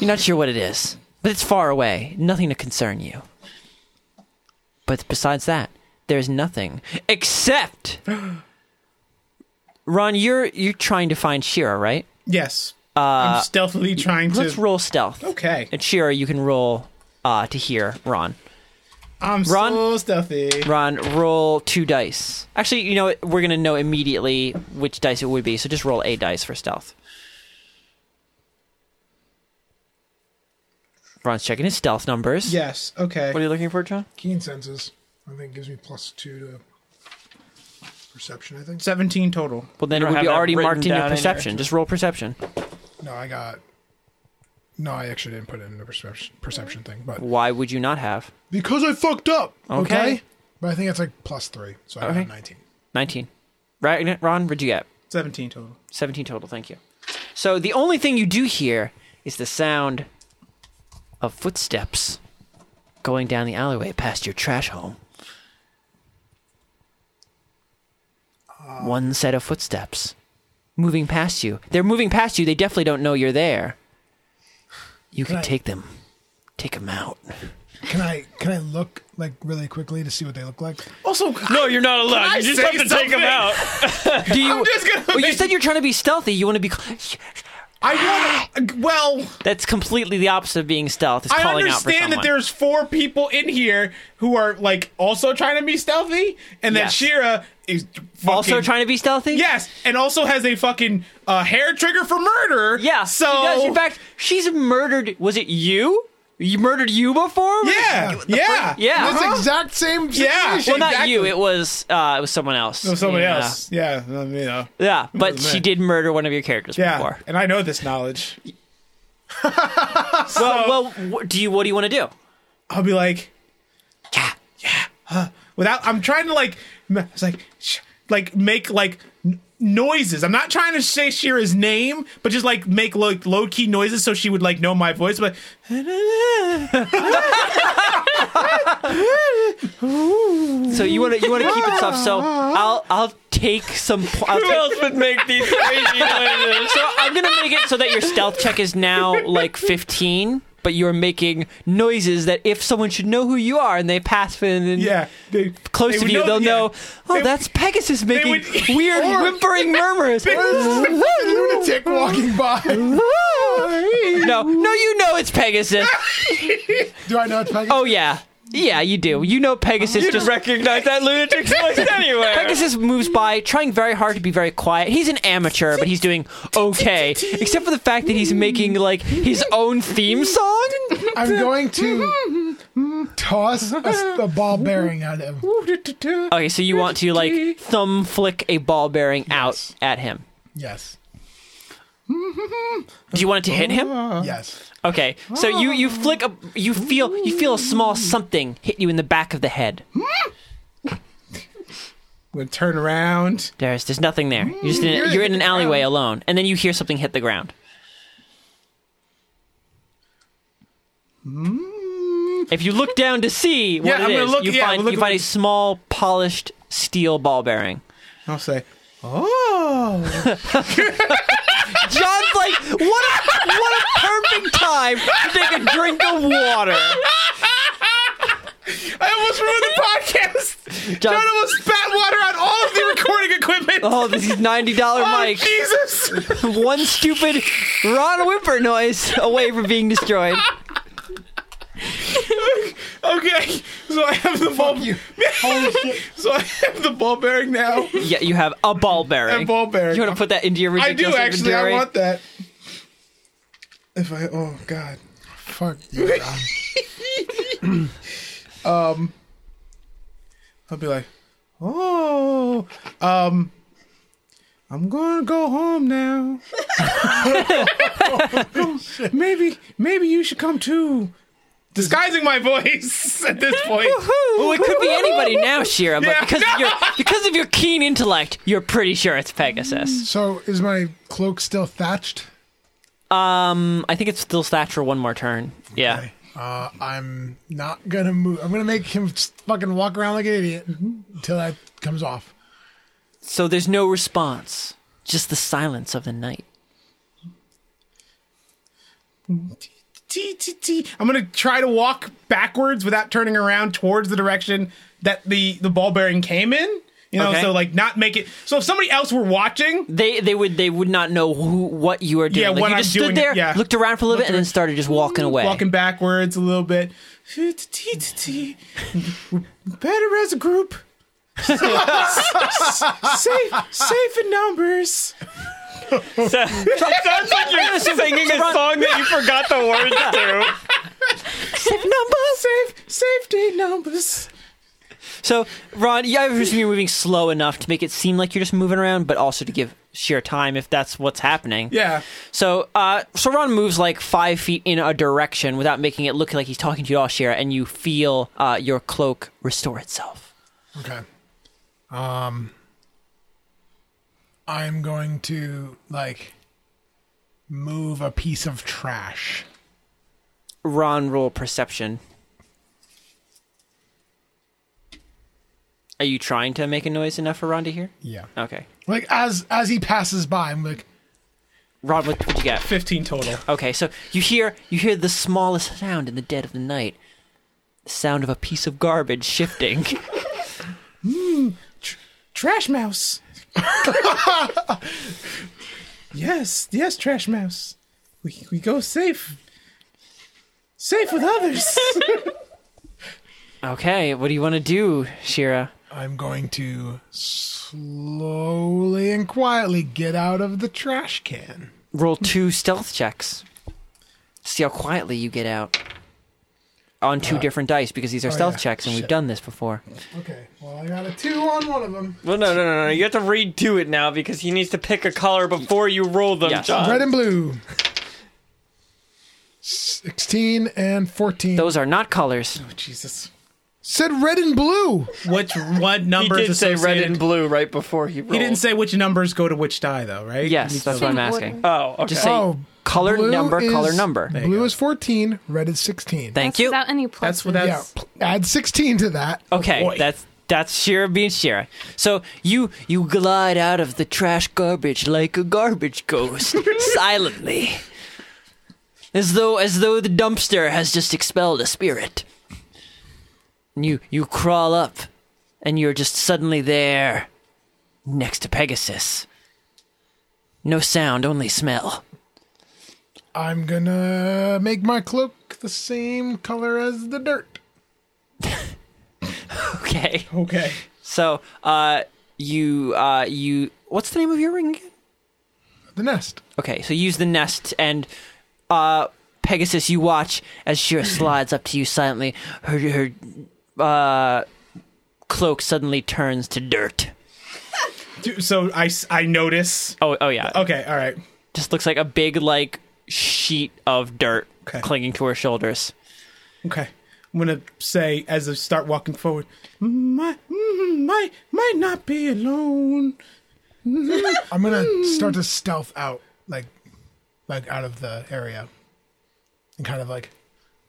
Speaker 1: You're not sure what it is, but it's far away. Nothing to concern you. But besides that, there's nothing except Ron. You're you're trying to find Shira, right?
Speaker 5: Yes. I'm stealthily trying to.
Speaker 1: Let's roll stealth.
Speaker 5: Okay.
Speaker 1: And Shira, you can roll uh, to hear Ron.
Speaker 5: I'm
Speaker 1: Ron?
Speaker 5: so stealthy.
Speaker 1: Ron, roll two dice. Actually, you know what? We're going to know immediately which dice it would be, so just roll a dice for stealth. Ron's checking his stealth numbers.
Speaker 5: Yes. Okay.
Speaker 9: what are you looking for, John?
Speaker 2: Keen senses. I think it gives me plus two to perception. I think.
Speaker 5: 17 total.
Speaker 1: Well, then
Speaker 9: You don't
Speaker 1: it would be
Speaker 9: have that
Speaker 1: already
Speaker 9: written
Speaker 1: marked in
Speaker 9: down
Speaker 1: your
Speaker 9: in your-
Speaker 1: perception. Just roll perception.
Speaker 2: No, I got. No, I actually didn't put it in the perception perception
Speaker 5: Mm-hmm.
Speaker 2: thing, but
Speaker 1: Why would you not have?
Speaker 2: because I fucked up.
Speaker 1: Okay.
Speaker 2: But I think it's like plus three, so I got
Speaker 1: Okay.
Speaker 2: a 19.
Speaker 1: 19. Right, Ron, what'd you get?
Speaker 5: 17 total.
Speaker 1: 17 total, thank you. So the only thing you do hear is the sound of footsteps going down the alleyway past your trash home.
Speaker 5: Uh.
Speaker 1: One set of footsteps moving past you. They're moving past you, they definitely don't know you're there. You can
Speaker 2: Right.
Speaker 1: take them. Take them out.
Speaker 2: Can I can I look like really quickly to see what they look like?
Speaker 5: Also,
Speaker 9: No, you're not allowed.
Speaker 5: I
Speaker 9: You just
Speaker 5: say
Speaker 9: have to take
Speaker 5: something?
Speaker 9: them out.
Speaker 1: Do you,
Speaker 5: just gonna
Speaker 1: well, you
Speaker 5: make-
Speaker 1: said you're trying to be stealthy. You want to be. cl-
Speaker 5: I want. Well,
Speaker 1: That's completely the opposite of being stealth. Is
Speaker 5: I
Speaker 1: calling out for
Speaker 5: understand
Speaker 1: someone.
Speaker 5: that there's four people in here who are like also trying to be stealthy, and that
Speaker 1: Yes.
Speaker 5: Shira is fucking,
Speaker 1: also trying to be stealthy.
Speaker 5: Yes, and also has a fucking uh, hair trigger for murder.
Speaker 1: Yeah.
Speaker 5: So
Speaker 1: she does. in fact, she's murdered. Was it you? You murdered you before?
Speaker 5: yeah, yeah,
Speaker 1: Yeah.
Speaker 2: That's
Speaker 1: Uh-huh.
Speaker 2: exact same.
Speaker 5: Yeah.
Speaker 2: situation.
Speaker 1: Well, not
Speaker 5: Exactly.
Speaker 1: you. It was uh, it was someone else.
Speaker 5: So somebody
Speaker 1: Yeah.
Speaker 5: else. Yeah, I mean, uh,
Speaker 1: Yeah, but
Speaker 5: wasn't
Speaker 1: she
Speaker 5: me.
Speaker 1: did murder one of your characters
Speaker 5: yeah.
Speaker 1: before.
Speaker 5: And I know this knowledge.
Speaker 1: Uh, well, wh- do you? What do you want to do?
Speaker 5: I'll be like, yeah, yeah. huh. Without, I'm trying to like, m- it's like, sh- like make like n- noises. I'm not trying to say Shira's name, but just like make like low key noises so she would like know my voice. But
Speaker 1: So you want to you want to keep it soft. So I'll I'll take some. po- I'll
Speaker 6: Who
Speaker 1: take-
Speaker 6: else would make these crazy noises?
Speaker 1: so I'm gonna make it so that your stealth check is now like 15, but you're making noises that if someone should know who you are and they pass in and
Speaker 5: yeah, they,
Speaker 1: close
Speaker 5: they
Speaker 1: to
Speaker 5: would
Speaker 1: you, they'll
Speaker 5: yeah.
Speaker 1: know. Oh,
Speaker 5: They-
Speaker 1: that's Pegasus making
Speaker 5: would-
Speaker 1: weird whimpering murmurs.
Speaker 2: lunatic walking by.
Speaker 1: no, no, you know it's Pegasus.
Speaker 2: Do I know it's Pegasus?
Speaker 1: Oh yeah, yeah, you do. You know Pegasus
Speaker 6: You'd
Speaker 1: just
Speaker 6: recognize that lunatic's voice anywhere.
Speaker 1: Pegasus moves by, trying very hard to be very quiet. He's an amateur, but he's doing okay. Except for the fact that he's making like his own theme song.
Speaker 2: I'm going to toss a, a ball bearing at him.
Speaker 1: Okay, so you want to like thumb flick a ball bearing out at him.
Speaker 2: Yes.
Speaker 1: Do you want it to hit him?
Speaker 2: Yes.
Speaker 1: Okay, so you
Speaker 5: Oh.
Speaker 1: you flick a you feel you feel a small something hit you in the back of the head.
Speaker 5: I'm gonna turn around.
Speaker 1: There's there's nothing there. You're just in,
Speaker 2: You're
Speaker 1: a, you're in an
Speaker 2: hitting the
Speaker 1: alleyway
Speaker 2: ground.
Speaker 1: alone, and then you hear something hit the ground. If you look down to see what
Speaker 5: Hmm. Yeah,
Speaker 1: it
Speaker 5: I'm gonna
Speaker 1: is,
Speaker 5: look-
Speaker 1: you
Speaker 5: yeah, I'm
Speaker 1: find
Speaker 5: gonna
Speaker 1: you
Speaker 5: look-
Speaker 1: find a small polished steel ball bearing.
Speaker 5: I'll say, oh,
Speaker 1: John's like, what a what a perfect time to take a drink of water.
Speaker 5: I almost ruined the podcast.
Speaker 1: John-
Speaker 5: John almost spat water on all of the recording equipment.
Speaker 1: Oh, this is ninety dollar
Speaker 5: Oh,
Speaker 1: mic.
Speaker 5: Jesus.
Speaker 1: One stupid Ron Whimper noise away from being destroyed.
Speaker 5: Okay, so I have the ball.
Speaker 2: you. Holy shit.
Speaker 5: So I have the ball bearing now.
Speaker 1: Yeah, you have a ball bearing.
Speaker 5: A ball bearing.
Speaker 1: You want to put that into your
Speaker 5: I
Speaker 1: ridiculous
Speaker 5: do actually.
Speaker 1: inventory?
Speaker 5: I want that. If I oh god,
Speaker 2: Fuck you, Ron.
Speaker 5: Um, I'll be like, oh, um, I'm gonna go home now. maybe maybe you should come too. Disguising my voice at this point.
Speaker 1: Well, it could be anybody now, Shira, but
Speaker 5: Yeah.
Speaker 1: because of your because of your keen intellect, you're pretty sure it's Pegasus.
Speaker 2: So is my cloak still thatched?
Speaker 1: Um, I think it's still thatched for one more turn. Yeah.
Speaker 2: Uh, I'm not gonna move. I'm gonna make him just fucking walk around like an idiot until that comes off.
Speaker 1: So there's no response, just the silence of the night.
Speaker 5: Tee, tee, tee. I'm gonna try to walk backwards without turning around towards the direction that the the ball bearing came in. You know,
Speaker 1: Okay.
Speaker 5: so like not make it. So if somebody else were watching,
Speaker 1: They they would they would not know who what you are doing.
Speaker 5: Yeah,
Speaker 1: like,
Speaker 5: what
Speaker 1: you
Speaker 5: I'm
Speaker 1: just
Speaker 5: doing,
Speaker 1: stood there,
Speaker 5: yeah.
Speaker 1: looked around for a little bit, and then started just walking away.
Speaker 5: walking backwards a little bit. Tee, tee, tee, tee. Better as a group. safe, safe in numbers.
Speaker 6: It sounds like you're singing a song that Oh, you forgot the words to.
Speaker 5: Safe numbers. Safe, safety numbers.
Speaker 1: So, Ron, yeah, I assume you're moving slow enough to make it seem like you're just moving around, but also to give sheer time if that's what's happening.
Speaker 5: Yeah.
Speaker 1: So, uh, so Ron moves like five feet in a direction without making it look like he's talking to you at all, Shira, and you feel uh, your cloak restore itself.
Speaker 2: Okay. Um, I'm going to like move a piece of trash.
Speaker 1: Ron, roll perception. Are you trying to make a noise enough for Ron to hear?
Speaker 2: Yeah.
Speaker 1: Okay.
Speaker 2: Uh, Like as as he passes by, I'm like,
Speaker 1: Ron, what what you got?
Speaker 5: Fifteen total.
Speaker 1: Okay, so you hear you hear the smallest sound in the dead of the night. The sound of a piece of garbage shifting.
Speaker 5: Trash Mouse. yes, yes, Trash Mouse. We, we go safe. Safe with others.
Speaker 1: okay, what do you want to do, Shira?
Speaker 2: I'm going to slowly and quietly get out of the trash can.
Speaker 1: Roll two stealth checks. See how quietly you get out. On two different dice because these are stealth
Speaker 2: Uh, oh, yeah.
Speaker 1: checks and we've
Speaker 2: Shit.
Speaker 1: done this before.
Speaker 2: Okay. Well, I got a two on one of them.
Speaker 6: Well, no, no, no, no. You have to redo it now because he needs to pick a color before you roll them,
Speaker 1: Yes.
Speaker 6: John.
Speaker 2: Red and blue. 16 and 14.
Speaker 1: Those are not colors.
Speaker 5: Jesus.
Speaker 2: Said red and blue.
Speaker 5: Which what
Speaker 9: He
Speaker 5: numbers
Speaker 9: did say
Speaker 5: associated?
Speaker 9: red and blue right before he rolled.
Speaker 5: He didn't say which numbers go to which die though, right?
Speaker 1: Yes, that's what I'm asking.
Speaker 9: Oh, okay.
Speaker 1: Just say
Speaker 2: Oh,
Speaker 1: color
Speaker 2: Blue
Speaker 1: number,
Speaker 2: is-
Speaker 1: color number.
Speaker 5: you
Speaker 2: Blue
Speaker 5: go.
Speaker 2: is 14, red is 16.
Speaker 1: Thank
Speaker 4: That's
Speaker 1: you.
Speaker 4: Without any pluses.
Speaker 5: That's what that's
Speaker 2: yeah, pl- add 16 to that.
Speaker 1: Okay,
Speaker 5: boy.
Speaker 1: that's that's Shira being Shira. So you you glide out of the trash garbage like a garbage ghost, silently, as though as though the dumpster has just expelled a spirit. And you you crawl up, and you're just suddenly there, next to Pegasus. No sound, only smell.
Speaker 2: I'm gonna make my cloak the same color as the dirt.
Speaker 1: Okay,
Speaker 5: okay.
Speaker 1: so uh, you uh, you what's the name of your ring again?
Speaker 2: The nest.
Speaker 1: Okay, so use the nest and uh Pegasus, you watch as Shira slides up to you silently. Her her uh cloak suddenly turns to dirt.
Speaker 5: Do- So I s- I notice.
Speaker 1: Oh oh yeah.
Speaker 5: Okay, all right.
Speaker 1: Just looks like a big like sheet of dirt
Speaker 5: Okay.
Speaker 1: clinging to her shoulders.
Speaker 5: Okay. I'm gonna say as I start walking forward, might might might not be alone.
Speaker 2: I'm gonna start to stealth out, like, like out of the area, and kind of like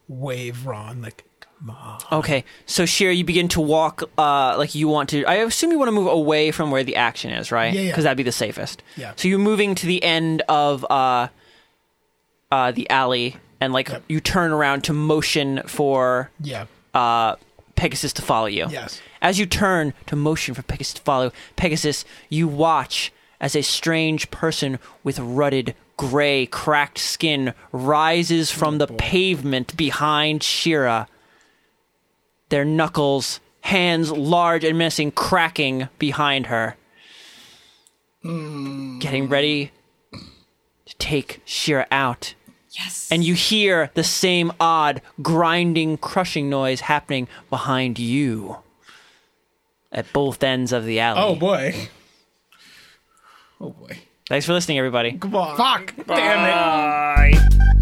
Speaker 2: wave Ron, like, come on.
Speaker 1: Okay. So Shira, you begin to walk uh like you want to I assume you want to move away from where the action is, right?
Speaker 2: Yeah, yeah.
Speaker 1: Cuz that'd be the safest.
Speaker 2: Yeah.
Speaker 1: So you're moving to the end of uh uh the alley and like
Speaker 2: Yep.
Speaker 1: you turn around to motion for
Speaker 2: Yeah.
Speaker 1: uh, Pegasus to follow you.
Speaker 2: Yes.
Speaker 1: As you turn to motion for Pegasus to follow, Pegasus, you watch as a strange person with rutted, gray, cracked skin rises from the pavement behind Shira. Their knuckles, hands large and menacing, cracking behind her. Getting ready to take Shira out and you hear the same odd grinding, crushing noise happening behind you at both ends of the alley.
Speaker 5: Oh boy. Oh boy.
Speaker 1: Thanks for listening, everybody.
Speaker 5: Come on. Fuck. Damn it.